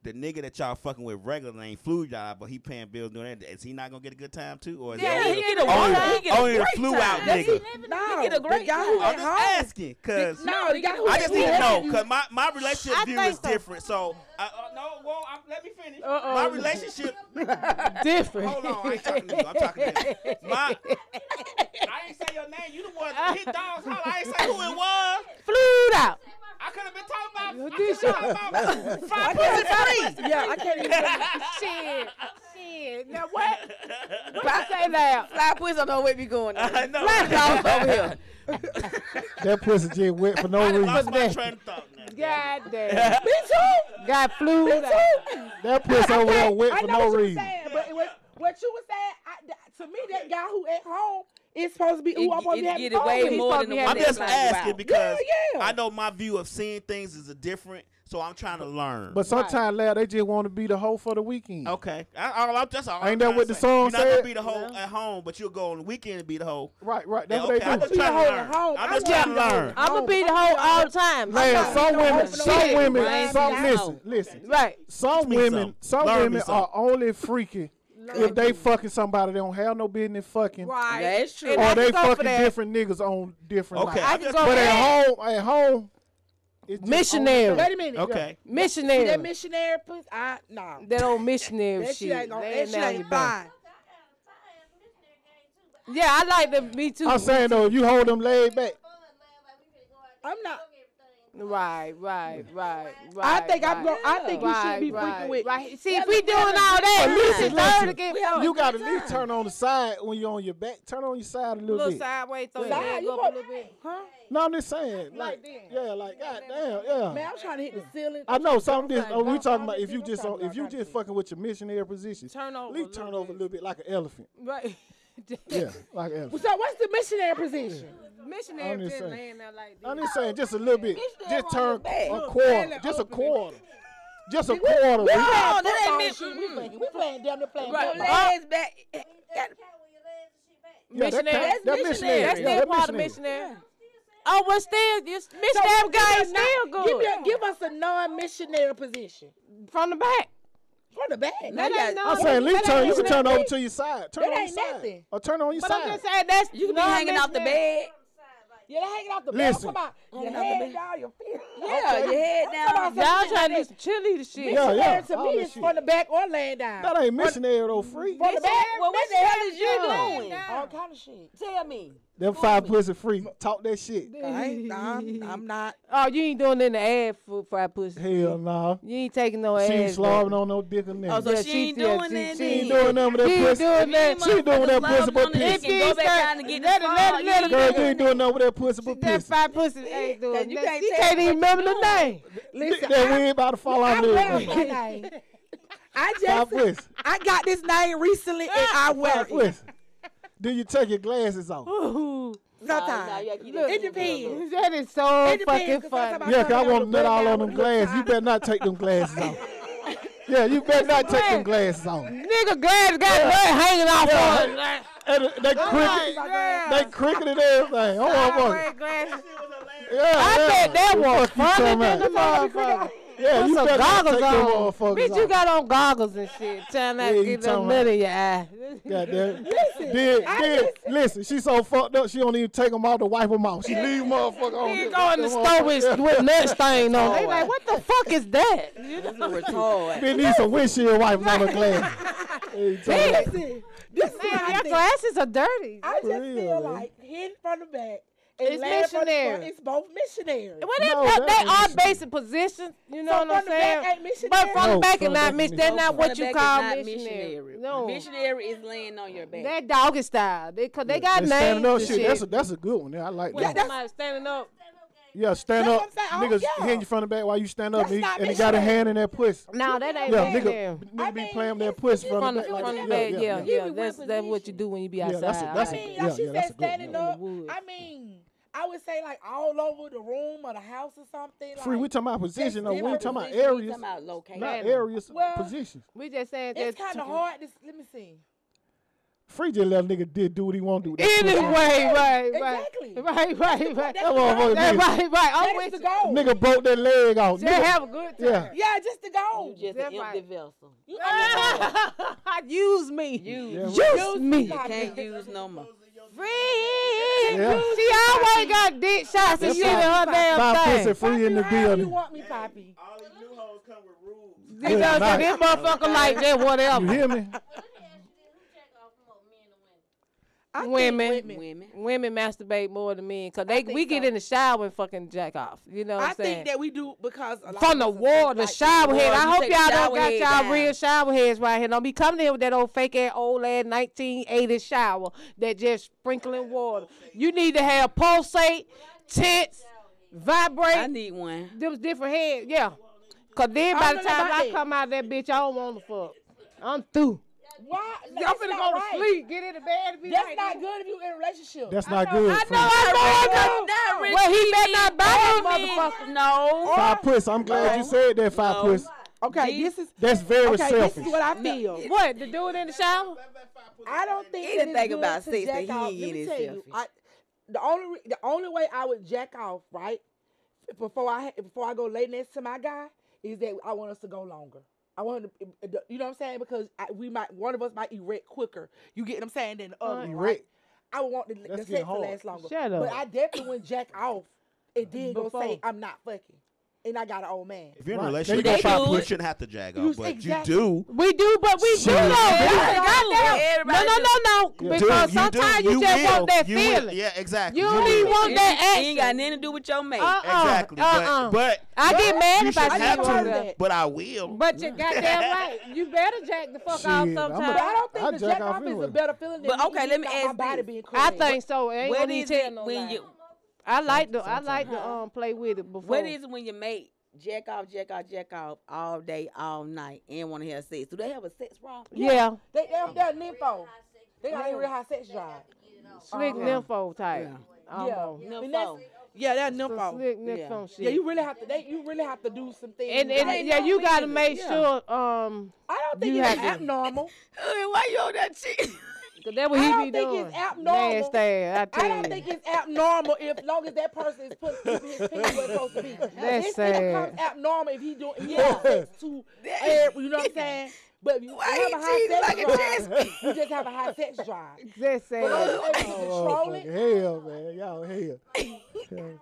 [SPEAKER 8] The nigga that y'all fucking with regularly ain't flew y'all, but he paying bills doing that. Is he not gonna get a good time too? Or is
[SPEAKER 3] Yeah,
[SPEAKER 8] it
[SPEAKER 3] he
[SPEAKER 8] only,
[SPEAKER 3] get
[SPEAKER 8] the-
[SPEAKER 3] a good
[SPEAKER 8] only,
[SPEAKER 3] time.
[SPEAKER 8] the-
[SPEAKER 3] He
[SPEAKER 6] get a
[SPEAKER 8] only the
[SPEAKER 6] great
[SPEAKER 8] flew out
[SPEAKER 6] time. Does he
[SPEAKER 8] nigga?
[SPEAKER 5] No,
[SPEAKER 6] get a great
[SPEAKER 5] the guy
[SPEAKER 6] time.
[SPEAKER 5] who
[SPEAKER 8] I'm
[SPEAKER 5] at
[SPEAKER 8] just
[SPEAKER 5] home.
[SPEAKER 8] asking, cause
[SPEAKER 5] No, the guy who
[SPEAKER 8] I
[SPEAKER 5] at
[SPEAKER 8] just
[SPEAKER 5] home-
[SPEAKER 8] need to know, cause my, my relationship
[SPEAKER 3] I
[SPEAKER 8] view
[SPEAKER 3] think
[SPEAKER 8] is
[SPEAKER 3] so.
[SPEAKER 8] different. So, I, uh, no, well, I'm, let me finish.
[SPEAKER 3] Uh-oh.
[SPEAKER 8] My relationship.
[SPEAKER 3] Different.
[SPEAKER 8] Hold on, I ain't talking to you. I'm talking to you. My, I ain't say your name. You the one that hit dogs holler. I ain't say who it was.
[SPEAKER 3] Flew out.
[SPEAKER 8] I could have been talking about. I
[SPEAKER 3] This
[SPEAKER 8] could have been talking about. Five pussy free.
[SPEAKER 5] Yeah, I can't even.
[SPEAKER 3] shit, shit. Now what? What you say now?
[SPEAKER 6] Fly pussy, I know where we going. now.
[SPEAKER 8] I know.
[SPEAKER 6] Fly dogs over here.
[SPEAKER 1] that pussy just wet for no
[SPEAKER 8] I lost
[SPEAKER 1] reason.
[SPEAKER 8] my train of thought now.
[SPEAKER 3] God damn.
[SPEAKER 5] Me too.
[SPEAKER 3] Got flew out.
[SPEAKER 1] That pussy over there wet
[SPEAKER 5] I
[SPEAKER 1] for no
[SPEAKER 5] know what you were
[SPEAKER 1] reason.
[SPEAKER 5] saying, but it was, what you were saying, I, th- to me, that guy who at home is supposed to be who
[SPEAKER 6] It-
[SPEAKER 5] I'm supposed to be
[SPEAKER 6] it
[SPEAKER 5] having
[SPEAKER 6] get it
[SPEAKER 5] fun
[SPEAKER 6] way
[SPEAKER 5] with.
[SPEAKER 6] more than the one
[SPEAKER 8] I'm
[SPEAKER 6] that
[SPEAKER 8] just
[SPEAKER 6] fly you
[SPEAKER 8] asking
[SPEAKER 6] out.
[SPEAKER 8] because
[SPEAKER 5] Yeah, yeah.
[SPEAKER 8] I know my view of seeing things is a different, so I'm trying to learn.
[SPEAKER 1] But sometimes, lad, they just want to be the hoe for the weekend.
[SPEAKER 8] Okay, I, I, I'm just all I'm
[SPEAKER 1] Ain't that
[SPEAKER 8] trying
[SPEAKER 1] what
[SPEAKER 8] to
[SPEAKER 1] the
[SPEAKER 8] say.
[SPEAKER 1] song
[SPEAKER 8] You're not gonna
[SPEAKER 1] said?
[SPEAKER 8] be the hoe at home, but you'll go on the weekend and be the hoe.
[SPEAKER 1] Right, right.
[SPEAKER 8] Yeah,
[SPEAKER 1] That's
[SPEAKER 8] okay,
[SPEAKER 1] what
[SPEAKER 8] I'm
[SPEAKER 1] they
[SPEAKER 8] just
[SPEAKER 1] do.
[SPEAKER 8] trying to
[SPEAKER 5] hoe at
[SPEAKER 8] learn.
[SPEAKER 5] home.
[SPEAKER 8] I'm
[SPEAKER 5] I
[SPEAKER 8] just trying to
[SPEAKER 5] want to
[SPEAKER 8] learn.
[SPEAKER 3] I'm gonna be the hoe all the time.
[SPEAKER 1] Man, some women, some
[SPEAKER 3] Shit,
[SPEAKER 1] women,
[SPEAKER 3] man.
[SPEAKER 1] some
[SPEAKER 6] Y'all
[SPEAKER 1] listen,
[SPEAKER 6] know.
[SPEAKER 1] listen.
[SPEAKER 3] Right.
[SPEAKER 1] Some
[SPEAKER 8] me
[SPEAKER 1] women,
[SPEAKER 8] some.
[SPEAKER 1] some
[SPEAKER 8] Learn me
[SPEAKER 1] women
[SPEAKER 8] some.
[SPEAKER 1] are only freaky if they fucking somebody they don't have no business fucking,
[SPEAKER 3] Right.
[SPEAKER 6] That's true.
[SPEAKER 3] And I
[SPEAKER 1] or
[SPEAKER 3] can
[SPEAKER 1] Oh, they
[SPEAKER 3] go for
[SPEAKER 1] fucking
[SPEAKER 3] that.
[SPEAKER 1] different niggas on different.
[SPEAKER 8] Okay,
[SPEAKER 1] nights.
[SPEAKER 8] I'm
[SPEAKER 3] can
[SPEAKER 8] just,
[SPEAKER 3] go
[SPEAKER 1] but
[SPEAKER 3] back.
[SPEAKER 1] at home, at home, it's just on the
[SPEAKER 3] Missionary.
[SPEAKER 1] thing.
[SPEAKER 5] Wait a minute.
[SPEAKER 8] okay.
[SPEAKER 5] See That
[SPEAKER 3] Missionary.
[SPEAKER 5] missionary pussy, I, nah.
[SPEAKER 3] That old missionary
[SPEAKER 5] That shit
[SPEAKER 3] shit.
[SPEAKER 5] ain't gonna,
[SPEAKER 3] Laying
[SPEAKER 5] that shit
[SPEAKER 3] down
[SPEAKER 5] ain't
[SPEAKER 3] your back.
[SPEAKER 5] fine.
[SPEAKER 3] Yeah, I like the me too.
[SPEAKER 1] I'm saying though, if you hold them laid back,
[SPEAKER 5] I'm not-
[SPEAKER 3] Right, right, right,
[SPEAKER 5] I
[SPEAKER 3] right.
[SPEAKER 5] think
[SPEAKER 3] right.
[SPEAKER 5] I'm going. I think you
[SPEAKER 3] Right,
[SPEAKER 5] should be
[SPEAKER 3] right,
[SPEAKER 5] freaking with.
[SPEAKER 3] right. See, if
[SPEAKER 5] Tell
[SPEAKER 3] we
[SPEAKER 5] us
[SPEAKER 3] doing
[SPEAKER 5] what
[SPEAKER 3] all
[SPEAKER 5] it
[SPEAKER 3] that,
[SPEAKER 1] But listen,
[SPEAKER 3] it's time to
[SPEAKER 1] listen.
[SPEAKER 3] get
[SPEAKER 5] We have-
[SPEAKER 1] you got to at least turn on the side when you're on your back. Turn on your side a little,
[SPEAKER 3] little
[SPEAKER 1] bit.
[SPEAKER 3] sideways, throw your
[SPEAKER 5] Nah,
[SPEAKER 3] leg
[SPEAKER 5] you
[SPEAKER 3] up a
[SPEAKER 5] want-
[SPEAKER 3] little bit.
[SPEAKER 5] Huh?
[SPEAKER 1] No, I'm just saying, like,
[SPEAKER 3] this.
[SPEAKER 1] yeah, like, goddamn, yeah.
[SPEAKER 5] Man, I'm trying to hit
[SPEAKER 6] Mm.
[SPEAKER 5] the ceiling.
[SPEAKER 1] I know some just
[SPEAKER 5] Sometimes
[SPEAKER 1] oh, we talking
[SPEAKER 5] don't call
[SPEAKER 1] about
[SPEAKER 5] it
[SPEAKER 1] if you
[SPEAKER 5] big,
[SPEAKER 1] just
[SPEAKER 5] sometimes
[SPEAKER 1] on, if you
[SPEAKER 5] don't call it
[SPEAKER 1] just fucking with your missionary position.
[SPEAKER 3] Turn over
[SPEAKER 1] at
[SPEAKER 3] a
[SPEAKER 1] least
[SPEAKER 3] little
[SPEAKER 1] turn over a
[SPEAKER 3] bit.
[SPEAKER 1] little bit like an elephant.
[SPEAKER 3] Right.
[SPEAKER 1] Yeah, like an elephant.
[SPEAKER 5] So what's the missionary position?
[SPEAKER 3] Missionary
[SPEAKER 1] just
[SPEAKER 3] just
[SPEAKER 1] saying.
[SPEAKER 3] laying there like this.
[SPEAKER 1] I'm just saying, just a little bit.
[SPEAKER 6] Bitch, that
[SPEAKER 1] Just
[SPEAKER 6] wrong
[SPEAKER 1] turn
[SPEAKER 6] back.
[SPEAKER 1] a
[SPEAKER 6] Look,
[SPEAKER 1] quarter,
[SPEAKER 3] stand it
[SPEAKER 1] just a
[SPEAKER 3] open.
[SPEAKER 1] quarter. Just a quarter.
[SPEAKER 6] No,
[SPEAKER 1] week.
[SPEAKER 6] that ain't me.
[SPEAKER 5] Shit, we playing, we playing damn near playing.
[SPEAKER 6] Mm-hmm.
[SPEAKER 3] Oh.
[SPEAKER 6] Right,
[SPEAKER 5] football.
[SPEAKER 6] legs back. Got-
[SPEAKER 1] Yeah, that
[SPEAKER 3] missionary.
[SPEAKER 1] count. That
[SPEAKER 6] That's
[SPEAKER 1] missionary.
[SPEAKER 3] That's
[SPEAKER 6] missionary.
[SPEAKER 1] Yeah,
[SPEAKER 3] still
[SPEAKER 1] that
[SPEAKER 3] part of
[SPEAKER 1] missionary.
[SPEAKER 3] missionary. Oh, well, still, this missionary guy is still good.
[SPEAKER 5] Give, me a, give us a non-missionary position
[SPEAKER 3] From the back.
[SPEAKER 5] from the back.
[SPEAKER 3] That
[SPEAKER 5] Now,
[SPEAKER 3] ain't
[SPEAKER 5] yeah,
[SPEAKER 3] no-
[SPEAKER 1] I say, at least
[SPEAKER 3] That
[SPEAKER 1] turn. You
[SPEAKER 3] ain't
[SPEAKER 1] can turn
[SPEAKER 3] nothing.
[SPEAKER 1] over to your side. Turn
[SPEAKER 5] That
[SPEAKER 1] on your
[SPEAKER 5] ain't
[SPEAKER 1] side.
[SPEAKER 5] nothing.
[SPEAKER 1] Or turn on your
[SPEAKER 3] But I'm
[SPEAKER 1] side.
[SPEAKER 3] just saying, that's
[SPEAKER 6] You can be hanging off the bed.
[SPEAKER 5] You're hanging off the
[SPEAKER 1] Listen.
[SPEAKER 5] back. Come on, your
[SPEAKER 6] Hanging out the
[SPEAKER 5] head
[SPEAKER 6] back.
[SPEAKER 5] down, your feet.
[SPEAKER 6] Yeah, your head
[SPEAKER 5] I'm talking
[SPEAKER 6] down.
[SPEAKER 5] about
[SPEAKER 3] Y'all
[SPEAKER 5] something
[SPEAKER 3] trying to do
[SPEAKER 5] like
[SPEAKER 3] some cheerleader shit.
[SPEAKER 1] Yeah,
[SPEAKER 5] Missionary
[SPEAKER 1] yeah,
[SPEAKER 5] to
[SPEAKER 1] all
[SPEAKER 5] me
[SPEAKER 1] that
[SPEAKER 5] is
[SPEAKER 1] shit.
[SPEAKER 5] from the back or laying down.
[SPEAKER 1] That ain't missionary though, free.
[SPEAKER 5] from the back.
[SPEAKER 6] Well, what the hell is you
[SPEAKER 3] Missionary
[SPEAKER 6] doing?
[SPEAKER 3] down.
[SPEAKER 5] All kind of shit.
[SPEAKER 6] Tell me.
[SPEAKER 1] Them five pussy free. Talk that shit.
[SPEAKER 5] I ain't, I'm, I'm not.
[SPEAKER 3] Oh, you ain't doing nothing to add for fried pussy.
[SPEAKER 1] Hell nah.
[SPEAKER 3] You ain't taking no
[SPEAKER 1] She
[SPEAKER 3] ass.
[SPEAKER 1] ain't slobbing on no dick or
[SPEAKER 6] Oh,
[SPEAKER 1] nothing.
[SPEAKER 6] so
[SPEAKER 3] Yeah,
[SPEAKER 6] she
[SPEAKER 3] she-
[SPEAKER 6] ain't
[SPEAKER 3] yeah,
[SPEAKER 6] doing
[SPEAKER 3] she-
[SPEAKER 6] that
[SPEAKER 3] she
[SPEAKER 1] She ain't
[SPEAKER 6] then.
[SPEAKER 1] doing nothing with
[SPEAKER 3] She
[SPEAKER 1] that
[SPEAKER 3] ain't
[SPEAKER 1] pussy.
[SPEAKER 3] doing that.
[SPEAKER 1] She ain't doing that
[SPEAKER 6] Motherfuckers
[SPEAKER 1] pussy but
[SPEAKER 6] loved on
[SPEAKER 1] piss.
[SPEAKER 6] this can go back down and get
[SPEAKER 3] Let
[SPEAKER 6] the
[SPEAKER 3] her- let
[SPEAKER 6] ball.
[SPEAKER 3] her-
[SPEAKER 6] You
[SPEAKER 3] let her-
[SPEAKER 6] ain't
[SPEAKER 1] Girl,
[SPEAKER 6] doing
[SPEAKER 1] you ain't doing nothing with that pussy but
[SPEAKER 3] That
[SPEAKER 1] piss.
[SPEAKER 3] fried pussy ain't doing
[SPEAKER 6] you
[SPEAKER 3] nothing.
[SPEAKER 6] can't
[SPEAKER 3] She
[SPEAKER 6] tell
[SPEAKER 3] can't
[SPEAKER 6] me
[SPEAKER 3] even
[SPEAKER 6] what you
[SPEAKER 3] remember the name.
[SPEAKER 5] Listen,
[SPEAKER 1] That
[SPEAKER 5] I,
[SPEAKER 1] wig about to fall
[SPEAKER 5] I
[SPEAKER 1] out
[SPEAKER 5] wear my
[SPEAKER 1] there.
[SPEAKER 5] name. I
[SPEAKER 1] Five
[SPEAKER 5] just,
[SPEAKER 1] pussy.
[SPEAKER 5] I got this name recently and I wear
[SPEAKER 1] Five
[SPEAKER 5] it
[SPEAKER 1] pussy. Do you take your glasses off?
[SPEAKER 3] Ooh,
[SPEAKER 6] Nah,
[SPEAKER 5] sometimes.
[SPEAKER 6] y'all keep
[SPEAKER 5] It
[SPEAKER 6] that shit
[SPEAKER 5] depends.
[SPEAKER 3] that is so
[SPEAKER 5] It
[SPEAKER 3] fucking
[SPEAKER 5] depends, 'cause
[SPEAKER 3] funny.
[SPEAKER 5] sometimes
[SPEAKER 1] Yeah, 'cause I want
[SPEAKER 5] Somebody
[SPEAKER 1] to
[SPEAKER 5] with
[SPEAKER 1] nut
[SPEAKER 5] a
[SPEAKER 1] all on
[SPEAKER 5] red eye
[SPEAKER 1] them
[SPEAKER 5] with a
[SPEAKER 1] glasses. You better not take them glasses off. Yeah, you better not take them glasses off.
[SPEAKER 3] Nigga Gladys got blood hanging off
[SPEAKER 1] Yeah.
[SPEAKER 3] on her.
[SPEAKER 1] And they cricket, they cricket and everything. Oh, I want it. Yeah,
[SPEAKER 3] I
[SPEAKER 1] yeah.
[SPEAKER 3] said that
[SPEAKER 1] What fuck
[SPEAKER 3] was
[SPEAKER 1] you talking
[SPEAKER 3] funny than the
[SPEAKER 1] about?
[SPEAKER 3] motherfucker.
[SPEAKER 1] Yeah,
[SPEAKER 3] Put
[SPEAKER 1] you
[SPEAKER 3] some
[SPEAKER 1] better not
[SPEAKER 3] goggles
[SPEAKER 1] take them
[SPEAKER 3] on.
[SPEAKER 1] motherfuckers
[SPEAKER 3] Bitch, you
[SPEAKER 1] off.
[SPEAKER 3] got on goggles and shit. Trying not
[SPEAKER 1] Yeah,
[SPEAKER 3] to
[SPEAKER 1] you
[SPEAKER 3] get that
[SPEAKER 1] talking
[SPEAKER 3] nut
[SPEAKER 1] about-
[SPEAKER 3] in your eye.
[SPEAKER 1] Goddamn. Then, then, listen, she so fucked up, she don't even take them out to wipe them off. She leave motherfucker on. there.
[SPEAKER 3] You go in the
[SPEAKER 1] Them
[SPEAKER 3] store
[SPEAKER 1] motherfuckers-
[SPEAKER 3] with, with nut stain on. They like, what the fuck is that? You know?
[SPEAKER 6] Retard.
[SPEAKER 1] They need some windshield wipers on her glass. Ain't talking about-
[SPEAKER 5] Listen, this is
[SPEAKER 3] Man,
[SPEAKER 5] what I
[SPEAKER 3] your
[SPEAKER 5] think.
[SPEAKER 3] glasses are dirty.
[SPEAKER 5] I just
[SPEAKER 1] Really?
[SPEAKER 5] feel like hitting from the back and
[SPEAKER 3] It's
[SPEAKER 5] laying from the front,
[SPEAKER 3] missionary.
[SPEAKER 5] it's both missionary.
[SPEAKER 3] Well, they,
[SPEAKER 1] No,
[SPEAKER 3] they-
[SPEAKER 1] that
[SPEAKER 3] they
[SPEAKER 1] ain't
[SPEAKER 3] are
[SPEAKER 1] missionary.
[SPEAKER 3] basic positions. You know
[SPEAKER 5] So
[SPEAKER 3] what I'm
[SPEAKER 5] from the back ain't
[SPEAKER 3] saying?
[SPEAKER 5] missionary?
[SPEAKER 3] But from the
[SPEAKER 1] No,
[SPEAKER 3] back
[SPEAKER 1] from
[SPEAKER 3] and
[SPEAKER 1] the
[SPEAKER 3] not
[SPEAKER 1] back
[SPEAKER 3] missionary.
[SPEAKER 1] ain't
[SPEAKER 3] That's not
[SPEAKER 1] missionary.
[SPEAKER 3] what you call missionary.
[SPEAKER 6] missionary.
[SPEAKER 3] No.
[SPEAKER 6] Missionary is laying on your back.
[SPEAKER 3] That doggy style. They, cause they got
[SPEAKER 1] They
[SPEAKER 3] names.
[SPEAKER 1] standing up,
[SPEAKER 3] and
[SPEAKER 1] shit. That's a that's a good one. Yeah, I like
[SPEAKER 3] When
[SPEAKER 1] that. one.
[SPEAKER 3] somebody standing up.
[SPEAKER 1] Yeah, stand
[SPEAKER 5] That's
[SPEAKER 1] up.
[SPEAKER 5] what I'm saying. Oh,
[SPEAKER 1] Niggas
[SPEAKER 5] yeah.
[SPEAKER 1] hinge from the back while you stand up,
[SPEAKER 5] That's
[SPEAKER 1] and he,
[SPEAKER 5] not
[SPEAKER 1] and he got a
[SPEAKER 5] missionary.
[SPEAKER 1] hand in that pussy.
[SPEAKER 3] No, that ain't
[SPEAKER 1] Yeah,
[SPEAKER 3] missionary.
[SPEAKER 1] nigga, nigga
[SPEAKER 5] I
[SPEAKER 1] be
[SPEAKER 5] mean,
[SPEAKER 1] playing that
[SPEAKER 5] it's-
[SPEAKER 1] pussy
[SPEAKER 5] it's
[SPEAKER 1] from
[SPEAKER 3] From
[SPEAKER 1] the
[SPEAKER 3] the,
[SPEAKER 1] back. like
[SPEAKER 3] from
[SPEAKER 1] that.
[SPEAKER 3] the back, yeah, yeah.
[SPEAKER 5] yeah. You be
[SPEAKER 3] That's,
[SPEAKER 5] one
[SPEAKER 3] that's what you
[SPEAKER 5] position.
[SPEAKER 3] do when you be
[SPEAKER 1] Yeah,
[SPEAKER 3] outside.
[SPEAKER 1] that's a- that's
[SPEAKER 5] I
[SPEAKER 1] a-
[SPEAKER 5] mean,
[SPEAKER 1] yeah,
[SPEAKER 5] like she
[SPEAKER 1] yeah, that's a
[SPEAKER 5] said,
[SPEAKER 1] good one,
[SPEAKER 5] standing
[SPEAKER 1] yeah.
[SPEAKER 5] up.
[SPEAKER 3] Wood.
[SPEAKER 5] I mean, I would say like all over the room or the house or something. Like,
[SPEAKER 1] Free, we talking about position, though.
[SPEAKER 5] that's
[SPEAKER 1] We ain't
[SPEAKER 5] different
[SPEAKER 1] talking about
[SPEAKER 6] Position, we
[SPEAKER 1] areas.
[SPEAKER 6] talking about location.
[SPEAKER 1] Not
[SPEAKER 3] Random.
[SPEAKER 1] areas,
[SPEAKER 5] Well,
[SPEAKER 1] positions.
[SPEAKER 3] We just saying that's
[SPEAKER 5] it's kind of hard. To, let me see.
[SPEAKER 1] Free just let a nigga did do what he want to do. with that
[SPEAKER 3] Anyway,
[SPEAKER 1] pussy.
[SPEAKER 3] right, right,
[SPEAKER 5] Exactly.
[SPEAKER 3] right, right, right.
[SPEAKER 5] That's
[SPEAKER 1] That motherfucker
[SPEAKER 3] That's
[SPEAKER 1] did.
[SPEAKER 3] right, right. I'm
[SPEAKER 5] That is
[SPEAKER 3] with
[SPEAKER 5] the
[SPEAKER 3] you.
[SPEAKER 5] goal.
[SPEAKER 1] Nigga broke that leg off.
[SPEAKER 3] Just
[SPEAKER 1] Nigga,
[SPEAKER 3] have a good time.
[SPEAKER 1] yeah.
[SPEAKER 5] Yeah, just the
[SPEAKER 6] You
[SPEAKER 5] goal.
[SPEAKER 6] just
[SPEAKER 3] That's
[SPEAKER 6] an empty
[SPEAKER 3] right.
[SPEAKER 6] vessel. You
[SPEAKER 3] Use me.
[SPEAKER 1] Yeah,
[SPEAKER 3] Use,
[SPEAKER 1] we-
[SPEAKER 3] me.
[SPEAKER 6] can't use no more.
[SPEAKER 3] Free.
[SPEAKER 1] Yeah.
[SPEAKER 3] She always got dick shots and
[SPEAKER 1] That's
[SPEAKER 3] shit in
[SPEAKER 1] why-
[SPEAKER 3] her
[SPEAKER 1] Five
[SPEAKER 3] damn
[SPEAKER 1] pussy
[SPEAKER 3] thing.
[SPEAKER 5] Poppy,
[SPEAKER 1] free in the
[SPEAKER 5] how You
[SPEAKER 1] building.
[SPEAKER 5] want me, Poppy?
[SPEAKER 9] All these new hoes come with rules.
[SPEAKER 3] You know, so
[SPEAKER 1] night.
[SPEAKER 3] this motherfucker like that,
[SPEAKER 1] You
[SPEAKER 3] whatever.
[SPEAKER 1] hear me?
[SPEAKER 5] I think
[SPEAKER 3] Women.
[SPEAKER 6] Women.
[SPEAKER 3] Women masturbate more than men because they
[SPEAKER 5] think
[SPEAKER 3] we get
[SPEAKER 5] so.
[SPEAKER 3] in the shower and fucking jack off. You know what
[SPEAKER 5] I
[SPEAKER 3] I'm saying?
[SPEAKER 5] think that we do because a lot
[SPEAKER 3] from the
[SPEAKER 5] of us are
[SPEAKER 3] wall,
[SPEAKER 5] just
[SPEAKER 3] the
[SPEAKER 5] like-
[SPEAKER 3] shower head.
[SPEAKER 6] wall,
[SPEAKER 3] I
[SPEAKER 6] you
[SPEAKER 3] hope
[SPEAKER 6] take
[SPEAKER 3] y'all
[SPEAKER 6] the
[SPEAKER 3] don't
[SPEAKER 6] shower
[SPEAKER 3] got
[SPEAKER 6] head
[SPEAKER 3] y'all
[SPEAKER 6] down.
[SPEAKER 3] real shower heads right here. Don't be coming here with that old fake ass old ass 1980 shower that just sprinkling water. You need to have pulsate, tense,
[SPEAKER 6] I
[SPEAKER 3] vibrate,
[SPEAKER 6] need one.
[SPEAKER 3] them different heads. Yeah. Cause then
[SPEAKER 5] I
[SPEAKER 3] by
[SPEAKER 5] don't
[SPEAKER 3] the
[SPEAKER 5] know
[SPEAKER 3] time
[SPEAKER 5] about
[SPEAKER 3] I
[SPEAKER 5] that.
[SPEAKER 3] come out of that bitch, I don't want to fuck. I'm through.
[SPEAKER 5] Why? No,
[SPEAKER 3] I'm
[SPEAKER 5] it's
[SPEAKER 3] finna
[SPEAKER 5] not
[SPEAKER 3] go
[SPEAKER 5] right.
[SPEAKER 3] to sleep, get in the bed, and be
[SPEAKER 5] That's
[SPEAKER 3] like,
[SPEAKER 5] not good if you in a relationship. Oh,
[SPEAKER 1] That's
[SPEAKER 3] I
[SPEAKER 1] not
[SPEAKER 3] know,
[SPEAKER 1] good.
[SPEAKER 3] I
[SPEAKER 1] free.
[SPEAKER 3] know, I know, I know.
[SPEAKER 6] Not rich
[SPEAKER 3] Well, he better not buy that
[SPEAKER 6] men.
[SPEAKER 3] Oh, motherfucker. Oh,
[SPEAKER 6] No.
[SPEAKER 1] Five pussy. I'm glad you said that. Five
[SPEAKER 6] No.
[SPEAKER 1] pussy.
[SPEAKER 5] okay,
[SPEAKER 6] G-
[SPEAKER 5] this is
[SPEAKER 1] That's very
[SPEAKER 5] okay.
[SPEAKER 1] selfish.
[SPEAKER 5] This is what I feel.
[SPEAKER 3] What, the dude in the shower?
[SPEAKER 5] I don't think
[SPEAKER 6] He
[SPEAKER 5] that
[SPEAKER 6] didn't
[SPEAKER 5] it's
[SPEAKER 6] think
[SPEAKER 5] good
[SPEAKER 6] about
[SPEAKER 5] to
[SPEAKER 6] sex,
[SPEAKER 5] jack
[SPEAKER 6] that he
[SPEAKER 5] off.
[SPEAKER 6] ain't
[SPEAKER 5] Let me
[SPEAKER 6] getting
[SPEAKER 5] tell
[SPEAKER 6] his
[SPEAKER 5] you,
[SPEAKER 6] selfie.
[SPEAKER 5] I, the only re- the only way I would jack off right before I ha- before I go lay next to my guy is that I want us to go longer. I want to, you know what I'm saying because I, we might one of us might erect quicker. You get what I'm saying than the other. one, Right?
[SPEAKER 1] Erect.
[SPEAKER 5] I would want the, the
[SPEAKER 1] That's
[SPEAKER 5] sex
[SPEAKER 1] getting
[SPEAKER 5] to
[SPEAKER 1] hard.
[SPEAKER 5] last longer.
[SPEAKER 3] Shut
[SPEAKER 5] But
[SPEAKER 3] up.
[SPEAKER 5] I definitely wouldn't jack off and then go
[SPEAKER 3] Before.
[SPEAKER 5] say I'm not fucking and I got an old man.
[SPEAKER 8] If you're in a
[SPEAKER 1] Right.
[SPEAKER 8] relationship,
[SPEAKER 1] They
[SPEAKER 8] you probably-
[SPEAKER 6] do
[SPEAKER 8] you
[SPEAKER 6] it.
[SPEAKER 8] shouldn't have to jag
[SPEAKER 5] You-
[SPEAKER 8] off, but
[SPEAKER 5] exactly.
[SPEAKER 8] you do.
[SPEAKER 3] We do, but we do
[SPEAKER 1] Shit.
[SPEAKER 3] though.
[SPEAKER 6] Everybody
[SPEAKER 3] oh, Goddamn.
[SPEAKER 6] do.
[SPEAKER 3] No, no, no, no.
[SPEAKER 1] Yeah.
[SPEAKER 8] Do,
[SPEAKER 3] Because
[SPEAKER 8] you do,
[SPEAKER 3] sometimes you,
[SPEAKER 8] you
[SPEAKER 3] just
[SPEAKER 8] will,
[SPEAKER 3] want that
[SPEAKER 8] you will.
[SPEAKER 3] feeling.
[SPEAKER 8] Yeah, exactly.
[SPEAKER 3] You
[SPEAKER 8] You
[SPEAKER 3] only
[SPEAKER 8] will.
[SPEAKER 3] want that action.
[SPEAKER 6] Ain't got nothing to do with your mate.
[SPEAKER 3] Uh-uh,
[SPEAKER 8] Exactly.
[SPEAKER 3] Uh-uh.
[SPEAKER 8] But, but
[SPEAKER 3] I get mad
[SPEAKER 8] you
[SPEAKER 3] if I
[SPEAKER 8] should
[SPEAKER 3] see
[SPEAKER 8] have
[SPEAKER 3] you do
[SPEAKER 8] to.
[SPEAKER 3] that.
[SPEAKER 8] But I will.
[SPEAKER 3] But you goddamn right. You better jack the fuck
[SPEAKER 1] Shit,
[SPEAKER 3] off
[SPEAKER 1] I'm a-
[SPEAKER 3] sometimes.
[SPEAKER 5] But I
[SPEAKER 3] I,
[SPEAKER 5] don't think
[SPEAKER 1] I
[SPEAKER 5] the
[SPEAKER 1] jack
[SPEAKER 5] jack
[SPEAKER 1] off
[SPEAKER 5] off is
[SPEAKER 1] anyway.
[SPEAKER 5] a better feeling than
[SPEAKER 6] But
[SPEAKER 5] me
[SPEAKER 6] okay, let
[SPEAKER 5] eating
[SPEAKER 6] me
[SPEAKER 5] out my
[SPEAKER 6] ask
[SPEAKER 5] body
[SPEAKER 6] this.
[SPEAKER 5] being crazy.
[SPEAKER 3] think so. It ain't
[SPEAKER 6] What
[SPEAKER 3] gonna even
[SPEAKER 6] is
[SPEAKER 3] tell
[SPEAKER 6] it
[SPEAKER 3] no
[SPEAKER 6] when
[SPEAKER 3] lie.
[SPEAKER 6] you?
[SPEAKER 3] I like to I like to um play with it before.
[SPEAKER 6] What is it when your mate jack off, jack off, jack off all day, all night, and want to have sex? Do they have a sex problem?
[SPEAKER 3] yeah.
[SPEAKER 5] They they don't they're nympho. They got a real high sex drive.
[SPEAKER 3] Slick
[SPEAKER 5] Uh-huh.
[SPEAKER 3] nympho type. Um,
[SPEAKER 6] Yeah.
[SPEAKER 3] Almost.
[SPEAKER 5] Yeah.
[SPEAKER 6] Nympho.
[SPEAKER 5] And that's, Yeah, that's
[SPEAKER 3] Some
[SPEAKER 5] nympho.
[SPEAKER 3] slick Nick
[SPEAKER 6] Yeah.
[SPEAKER 3] some shit.
[SPEAKER 5] Yeah, you really have to. They, you really have to do some things.
[SPEAKER 3] and,
[SPEAKER 5] I
[SPEAKER 3] and
[SPEAKER 5] ain't
[SPEAKER 3] yeah,
[SPEAKER 5] know
[SPEAKER 3] you gotta
[SPEAKER 5] either.
[SPEAKER 3] make
[SPEAKER 5] Yeah.
[SPEAKER 3] sure um
[SPEAKER 5] I don't think
[SPEAKER 3] you
[SPEAKER 5] it's
[SPEAKER 3] have to-
[SPEAKER 5] abnormal.
[SPEAKER 6] Why you on that cheek?
[SPEAKER 3] 'cause that what he
[SPEAKER 5] I don't
[SPEAKER 3] be
[SPEAKER 5] think
[SPEAKER 3] doing.
[SPEAKER 5] it's abnormal.
[SPEAKER 3] Nasty, I tell
[SPEAKER 5] I don't
[SPEAKER 3] you.
[SPEAKER 5] think it's abnormal if long as that person is putting keeping his finger where it's supposed to be.
[SPEAKER 3] That's
[SPEAKER 5] it
[SPEAKER 3] sad.
[SPEAKER 5] becomes abnormal if he doing yeah it's too. eh, you know what I'm saying? But if you
[SPEAKER 6] Why
[SPEAKER 5] have
[SPEAKER 6] he
[SPEAKER 5] a high
[SPEAKER 6] cheating
[SPEAKER 5] sex
[SPEAKER 6] like a
[SPEAKER 5] drive, you just have a high sex drive.
[SPEAKER 3] That's
[SPEAKER 5] But
[SPEAKER 3] sad.
[SPEAKER 5] if you control
[SPEAKER 1] Motherfucker,
[SPEAKER 5] it,
[SPEAKER 1] Hell, man. Y'all hell.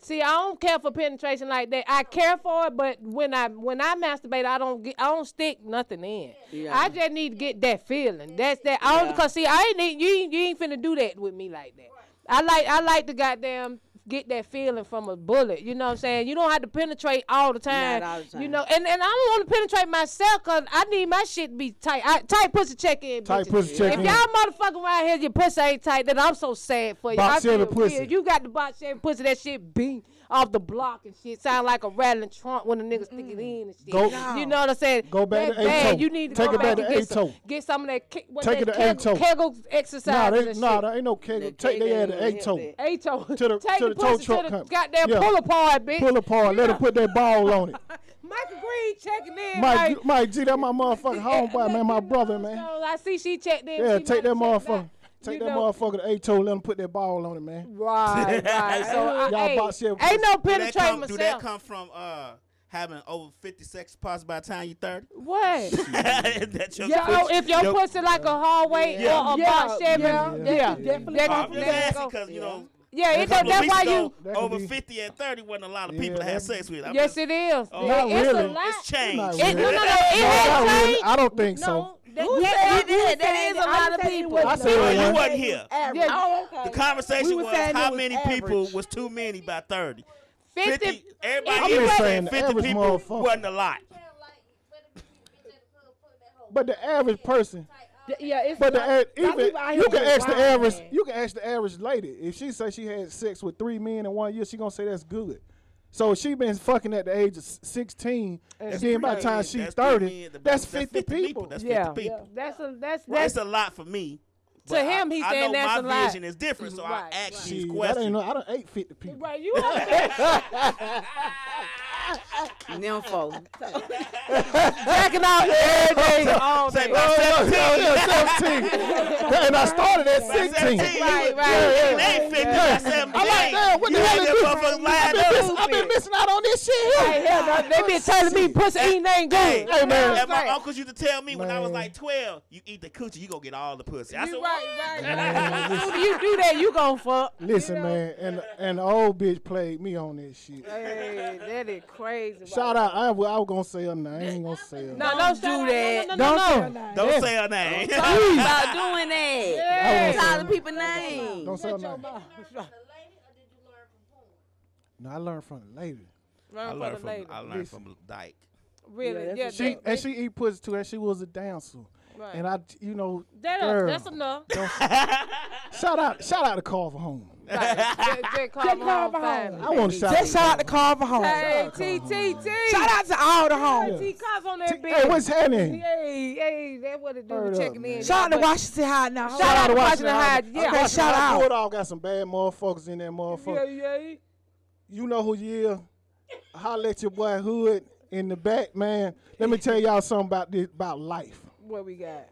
[SPEAKER 3] See, I don't care for penetration like that. I care for it, but when I when I masturbate, I don't get I don't stick nothing in.
[SPEAKER 6] Yeah.
[SPEAKER 3] I just need to get that feeling. That's that. I don't
[SPEAKER 6] Yeah.
[SPEAKER 3] cause see, I ain't need, you ain't you ain't finna do that with me like that. I like I like to goddamn get that feeling from a bullet. You know what I'm saying? You don't have to penetrate all the time.
[SPEAKER 6] Not all the
[SPEAKER 3] You
[SPEAKER 6] time.
[SPEAKER 3] know, and, and I don't want to penetrate myself cause I need my shit to be tight. I, tight pussy check in.
[SPEAKER 1] Tight
[SPEAKER 3] bitches.
[SPEAKER 1] pussy check
[SPEAKER 3] If
[SPEAKER 1] in.
[SPEAKER 3] y'all motherfucking around here, your pussy ain't tight, then I'm so sad for you. I
[SPEAKER 1] Box every
[SPEAKER 3] feel
[SPEAKER 1] pussy.
[SPEAKER 3] real. You you got the box shape pussy that shit beat off the block and shit. Sound like a rattling trunk when the niggas stick it
[SPEAKER 6] Mm.
[SPEAKER 3] in and shit.
[SPEAKER 1] Go-
[SPEAKER 3] you know what I'm saying?
[SPEAKER 1] Go back
[SPEAKER 3] That
[SPEAKER 1] to
[SPEAKER 3] bad.
[SPEAKER 1] Ato.
[SPEAKER 3] You need to
[SPEAKER 1] Take
[SPEAKER 3] go
[SPEAKER 1] it back to
[SPEAKER 3] and get some,
[SPEAKER 1] Ato.
[SPEAKER 3] get some of that. Ke- what
[SPEAKER 1] Take
[SPEAKER 3] that
[SPEAKER 1] it to
[SPEAKER 3] Kegel,
[SPEAKER 1] Ato.
[SPEAKER 3] Kegel
[SPEAKER 1] Nah,
[SPEAKER 3] exercise
[SPEAKER 1] they,
[SPEAKER 3] and
[SPEAKER 1] nah,
[SPEAKER 3] shit.
[SPEAKER 1] there ain't no keg.
[SPEAKER 6] That
[SPEAKER 1] Take
[SPEAKER 6] keg
[SPEAKER 1] their ass
[SPEAKER 6] ain't
[SPEAKER 1] to
[SPEAKER 6] gonna
[SPEAKER 1] eight toe.
[SPEAKER 6] help that.
[SPEAKER 3] Ato,
[SPEAKER 1] To the-
[SPEAKER 3] take
[SPEAKER 1] to
[SPEAKER 3] the
[SPEAKER 1] the tow
[SPEAKER 3] pussy
[SPEAKER 1] truck
[SPEAKER 3] to the
[SPEAKER 1] company.
[SPEAKER 3] goddamn
[SPEAKER 1] Yeah.
[SPEAKER 3] pull apart, bitch.
[SPEAKER 1] Pull apart. Let her put that ball on it.
[SPEAKER 3] Michael Green checking in. like,
[SPEAKER 1] Mike, Mike G, that my motherfucking
[SPEAKER 3] look,
[SPEAKER 1] homeboy, man. My
[SPEAKER 3] you know,
[SPEAKER 1] brother, man.
[SPEAKER 3] so I see she checked in.
[SPEAKER 1] Yeah,
[SPEAKER 3] she
[SPEAKER 1] take that
[SPEAKER 3] might have checked out.
[SPEAKER 1] motherfucker. Take
[SPEAKER 3] You
[SPEAKER 1] that
[SPEAKER 3] know-
[SPEAKER 1] motherfucker to eight toe. Let him put that ball on it, man.
[SPEAKER 3] Right, right. So I,
[SPEAKER 1] Y'all
[SPEAKER 3] hey,
[SPEAKER 1] box shape
[SPEAKER 3] ain't no
[SPEAKER 8] Do that,
[SPEAKER 3] penetrating
[SPEAKER 8] come, do that
[SPEAKER 3] myself.
[SPEAKER 8] come from uh, having over 50 sex parts by the time you're 30?
[SPEAKER 3] What?
[SPEAKER 8] That's your
[SPEAKER 3] Yo,
[SPEAKER 8] question?
[SPEAKER 3] if your
[SPEAKER 8] Yo-
[SPEAKER 3] pussy like a hallway
[SPEAKER 8] Yeah.
[SPEAKER 3] or a
[SPEAKER 5] Yeah,
[SPEAKER 3] box shed,
[SPEAKER 5] yeah,
[SPEAKER 3] yeah,
[SPEAKER 5] that
[SPEAKER 3] yeah,
[SPEAKER 5] could definitely
[SPEAKER 3] that
[SPEAKER 8] I'm
[SPEAKER 3] could-
[SPEAKER 8] just
[SPEAKER 5] Let
[SPEAKER 3] that
[SPEAKER 8] asking
[SPEAKER 3] could go.
[SPEAKER 8] because, you know,
[SPEAKER 3] yeah,
[SPEAKER 8] a
[SPEAKER 3] it don't,
[SPEAKER 8] couple of
[SPEAKER 3] that's
[SPEAKER 8] weeks
[SPEAKER 3] why
[SPEAKER 8] ago,
[SPEAKER 3] you.
[SPEAKER 1] That could
[SPEAKER 8] over
[SPEAKER 1] be-
[SPEAKER 8] 50 and 30 wasn't a lot of
[SPEAKER 1] Yeah,
[SPEAKER 8] people that
[SPEAKER 1] that-
[SPEAKER 8] had sex with. I'm
[SPEAKER 3] Yes,
[SPEAKER 8] just-
[SPEAKER 3] it is.
[SPEAKER 8] Oh,
[SPEAKER 3] It-
[SPEAKER 1] Not
[SPEAKER 3] it's a
[SPEAKER 1] really.
[SPEAKER 3] lot.
[SPEAKER 8] It's changed.
[SPEAKER 1] Not
[SPEAKER 3] It, no, no, no. It
[SPEAKER 1] not
[SPEAKER 3] has
[SPEAKER 1] really.
[SPEAKER 3] changed.
[SPEAKER 1] I don't think so.
[SPEAKER 3] No, that,
[SPEAKER 6] Who
[SPEAKER 3] yes,
[SPEAKER 6] said
[SPEAKER 3] you
[SPEAKER 6] that? That
[SPEAKER 3] said
[SPEAKER 6] is a
[SPEAKER 3] I
[SPEAKER 6] lot of
[SPEAKER 3] said it
[SPEAKER 6] people.
[SPEAKER 3] wasn't
[SPEAKER 1] I
[SPEAKER 3] a
[SPEAKER 1] said
[SPEAKER 3] lot.
[SPEAKER 1] it
[SPEAKER 8] Well, you
[SPEAKER 1] was.
[SPEAKER 8] wasn't here.
[SPEAKER 5] average.
[SPEAKER 6] Oh, okay.
[SPEAKER 8] The
[SPEAKER 5] We
[SPEAKER 8] conversation
[SPEAKER 5] were
[SPEAKER 8] was
[SPEAKER 5] saying it
[SPEAKER 8] how
[SPEAKER 5] was
[SPEAKER 8] many people
[SPEAKER 5] average.
[SPEAKER 8] was too many by 30.
[SPEAKER 3] 50.
[SPEAKER 8] 50, everybody
[SPEAKER 3] I'm
[SPEAKER 8] here
[SPEAKER 3] just
[SPEAKER 8] was
[SPEAKER 1] saying the
[SPEAKER 8] 50
[SPEAKER 1] average
[SPEAKER 8] people
[SPEAKER 1] motherfucker.
[SPEAKER 8] wasn't a lot.
[SPEAKER 1] But the average person.
[SPEAKER 5] Th- Yeah, it's
[SPEAKER 1] But the
[SPEAKER 5] like-
[SPEAKER 1] a-
[SPEAKER 5] y'all
[SPEAKER 1] even
[SPEAKER 5] people out here
[SPEAKER 1] you can
[SPEAKER 5] just
[SPEAKER 1] ask the
[SPEAKER 5] lying,
[SPEAKER 1] average
[SPEAKER 5] man.
[SPEAKER 1] you can ask the average lady if she say she had sex with three men in one year she gonna say that's good. So she been fucking at the age of s- sixteen, and then by the time she's
[SPEAKER 8] That's
[SPEAKER 1] thirty,
[SPEAKER 8] 50,
[SPEAKER 1] that's fifty people.
[SPEAKER 8] That's 50
[SPEAKER 3] Yeah,
[SPEAKER 8] people.
[SPEAKER 3] that's a that's
[SPEAKER 8] That's
[SPEAKER 3] that's
[SPEAKER 8] a lot for me.
[SPEAKER 3] To
[SPEAKER 8] but
[SPEAKER 3] him,
[SPEAKER 8] I,
[SPEAKER 3] he's
[SPEAKER 8] I
[SPEAKER 3] saying
[SPEAKER 8] know
[SPEAKER 3] that's a
[SPEAKER 8] my
[SPEAKER 3] lot.
[SPEAKER 8] vision is different, so
[SPEAKER 3] Right,
[SPEAKER 8] I ask
[SPEAKER 3] right.
[SPEAKER 8] these
[SPEAKER 1] Shit, I didn't
[SPEAKER 8] questions.
[SPEAKER 1] know. I done ate fifty people.
[SPEAKER 3] right. You up there
[SPEAKER 6] Nympho.
[SPEAKER 3] jacking out every day, all
[SPEAKER 8] Say
[SPEAKER 3] day.
[SPEAKER 8] by
[SPEAKER 1] Oh,
[SPEAKER 8] seventeen,
[SPEAKER 1] yeah, yeah, 17. and I started at
[SPEAKER 8] by
[SPEAKER 1] sixteen.
[SPEAKER 8] seventeen,
[SPEAKER 3] Right,
[SPEAKER 8] you-
[SPEAKER 3] right.
[SPEAKER 8] you-
[SPEAKER 3] Yeah.
[SPEAKER 8] They ain't fifty
[SPEAKER 1] Yeah.
[SPEAKER 8] by seventeen.
[SPEAKER 1] I'm like, damn, what the
[SPEAKER 8] You
[SPEAKER 1] hell
[SPEAKER 8] had
[SPEAKER 1] is this?
[SPEAKER 8] them motherfuckers
[SPEAKER 1] I've
[SPEAKER 8] lined
[SPEAKER 1] been,
[SPEAKER 8] up.
[SPEAKER 1] missing, I've been missing out on this shit here.
[SPEAKER 3] Hey, hell, no, they been telling me pussy eating ain't good.
[SPEAKER 1] Hey, man.
[SPEAKER 3] You know
[SPEAKER 8] And
[SPEAKER 3] what I'm
[SPEAKER 8] my
[SPEAKER 3] saying?
[SPEAKER 8] uncles used to tell me when I was
[SPEAKER 1] Man.
[SPEAKER 8] like 12, you eat the coochie, you gonna get all the pussy. I said,
[SPEAKER 3] You
[SPEAKER 8] what?
[SPEAKER 3] right, right, right. Soon as you do that, you gonna fuck.
[SPEAKER 1] Listen, man, and and the old bitch played me on this shit.
[SPEAKER 3] Hey, that is crazy.
[SPEAKER 1] Shout out. I, wa- I was gonna say her name. I ain't gonna say her name.
[SPEAKER 3] No, don't, do that. No, no, no.
[SPEAKER 1] Don't say her
[SPEAKER 8] Don't
[SPEAKER 1] Yeah.
[SPEAKER 8] say her name.
[SPEAKER 6] Talk about doing that.
[SPEAKER 1] I
[SPEAKER 3] Hey.
[SPEAKER 1] won't
[SPEAKER 6] It's
[SPEAKER 1] say
[SPEAKER 6] all
[SPEAKER 1] her
[SPEAKER 6] the
[SPEAKER 1] name.
[SPEAKER 6] people name.
[SPEAKER 1] Don't say her name.
[SPEAKER 7] That's
[SPEAKER 1] No, I learned from the lady.
[SPEAKER 3] Learn from the lady.
[SPEAKER 8] I learned from Dyke.
[SPEAKER 3] Really? Yeah,
[SPEAKER 5] Yeah, that's
[SPEAKER 1] She
[SPEAKER 3] that-
[SPEAKER 1] and she eat pussy too, and she was a dancer.
[SPEAKER 3] Right.
[SPEAKER 1] And I, you know,
[SPEAKER 3] that- uh,
[SPEAKER 1] girl,
[SPEAKER 3] that's enough.
[SPEAKER 1] don't say- shout out, shout out to Carver Home.
[SPEAKER 3] Right. Just- just call them
[SPEAKER 5] Just call
[SPEAKER 3] home
[SPEAKER 5] them home.
[SPEAKER 3] family.
[SPEAKER 1] I want to shout.
[SPEAKER 5] Just shout out to
[SPEAKER 1] Carver
[SPEAKER 5] Carver Home.
[SPEAKER 3] Hey, T T T.
[SPEAKER 5] Shout out to all the
[SPEAKER 1] Yeah.
[SPEAKER 5] homes.
[SPEAKER 3] T Cos on
[SPEAKER 1] Home.
[SPEAKER 3] that
[SPEAKER 1] T-
[SPEAKER 3] bitch.
[SPEAKER 1] Hey, what's happening?
[SPEAKER 3] Hey, hey, that what it do
[SPEAKER 1] Word
[SPEAKER 3] to
[SPEAKER 1] up,
[SPEAKER 3] checking
[SPEAKER 1] man.
[SPEAKER 3] in.
[SPEAKER 5] Shout out to
[SPEAKER 3] But-
[SPEAKER 5] Washington High now.
[SPEAKER 3] Shout out to Washington
[SPEAKER 1] High.
[SPEAKER 3] High. Yeah.
[SPEAKER 5] Okay, shout out.
[SPEAKER 1] Bulldog got some bad motherfuckers in that motherfucker.
[SPEAKER 3] Yeah, yeah.
[SPEAKER 1] you know who you is. Holler at your boy Hood in the back, man. Let me tell y'all something about this about life.
[SPEAKER 3] What we got?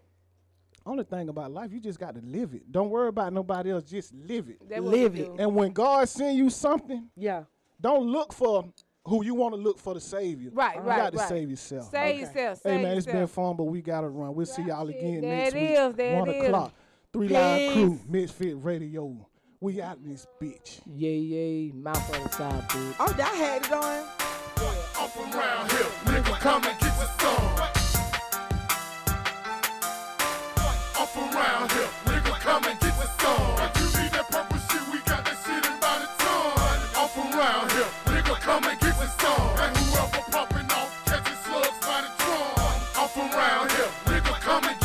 [SPEAKER 1] Only thing about life, you just got to live it. Don't worry about nobody else. Just live it.
[SPEAKER 3] That what we
[SPEAKER 5] Live it.
[SPEAKER 3] do.
[SPEAKER 1] And when God send you something,
[SPEAKER 5] Yeah.
[SPEAKER 1] don't look for who you want to look for to save you.
[SPEAKER 3] Right,
[SPEAKER 1] you
[SPEAKER 3] right,
[SPEAKER 1] got to
[SPEAKER 3] right.
[SPEAKER 1] save yourself.
[SPEAKER 3] Save yourself.
[SPEAKER 1] Hey
[SPEAKER 3] save
[SPEAKER 1] man, it's been
[SPEAKER 3] yourself.
[SPEAKER 1] fun, but we gotta run. We'll see y'all again
[SPEAKER 3] There
[SPEAKER 1] next
[SPEAKER 3] it
[SPEAKER 1] week.
[SPEAKER 3] is, there
[SPEAKER 1] One
[SPEAKER 3] it is.
[SPEAKER 1] o'clock. Three Live
[SPEAKER 5] Peace.
[SPEAKER 1] Crew, Misfit Radio. We out this bitch.
[SPEAKER 3] Yeah, yeah. Mouth on the side, bitch.
[SPEAKER 5] Oh, that had it on.
[SPEAKER 10] Up around here, nigga, come and get your son. Up around here, nigga, come and get your son. If you need that purple shit, we got that shit in by the ton. Up around here, nigga, come and get your son. And whoever popping off, catching slugs by the drum. Up around here, nigga, come and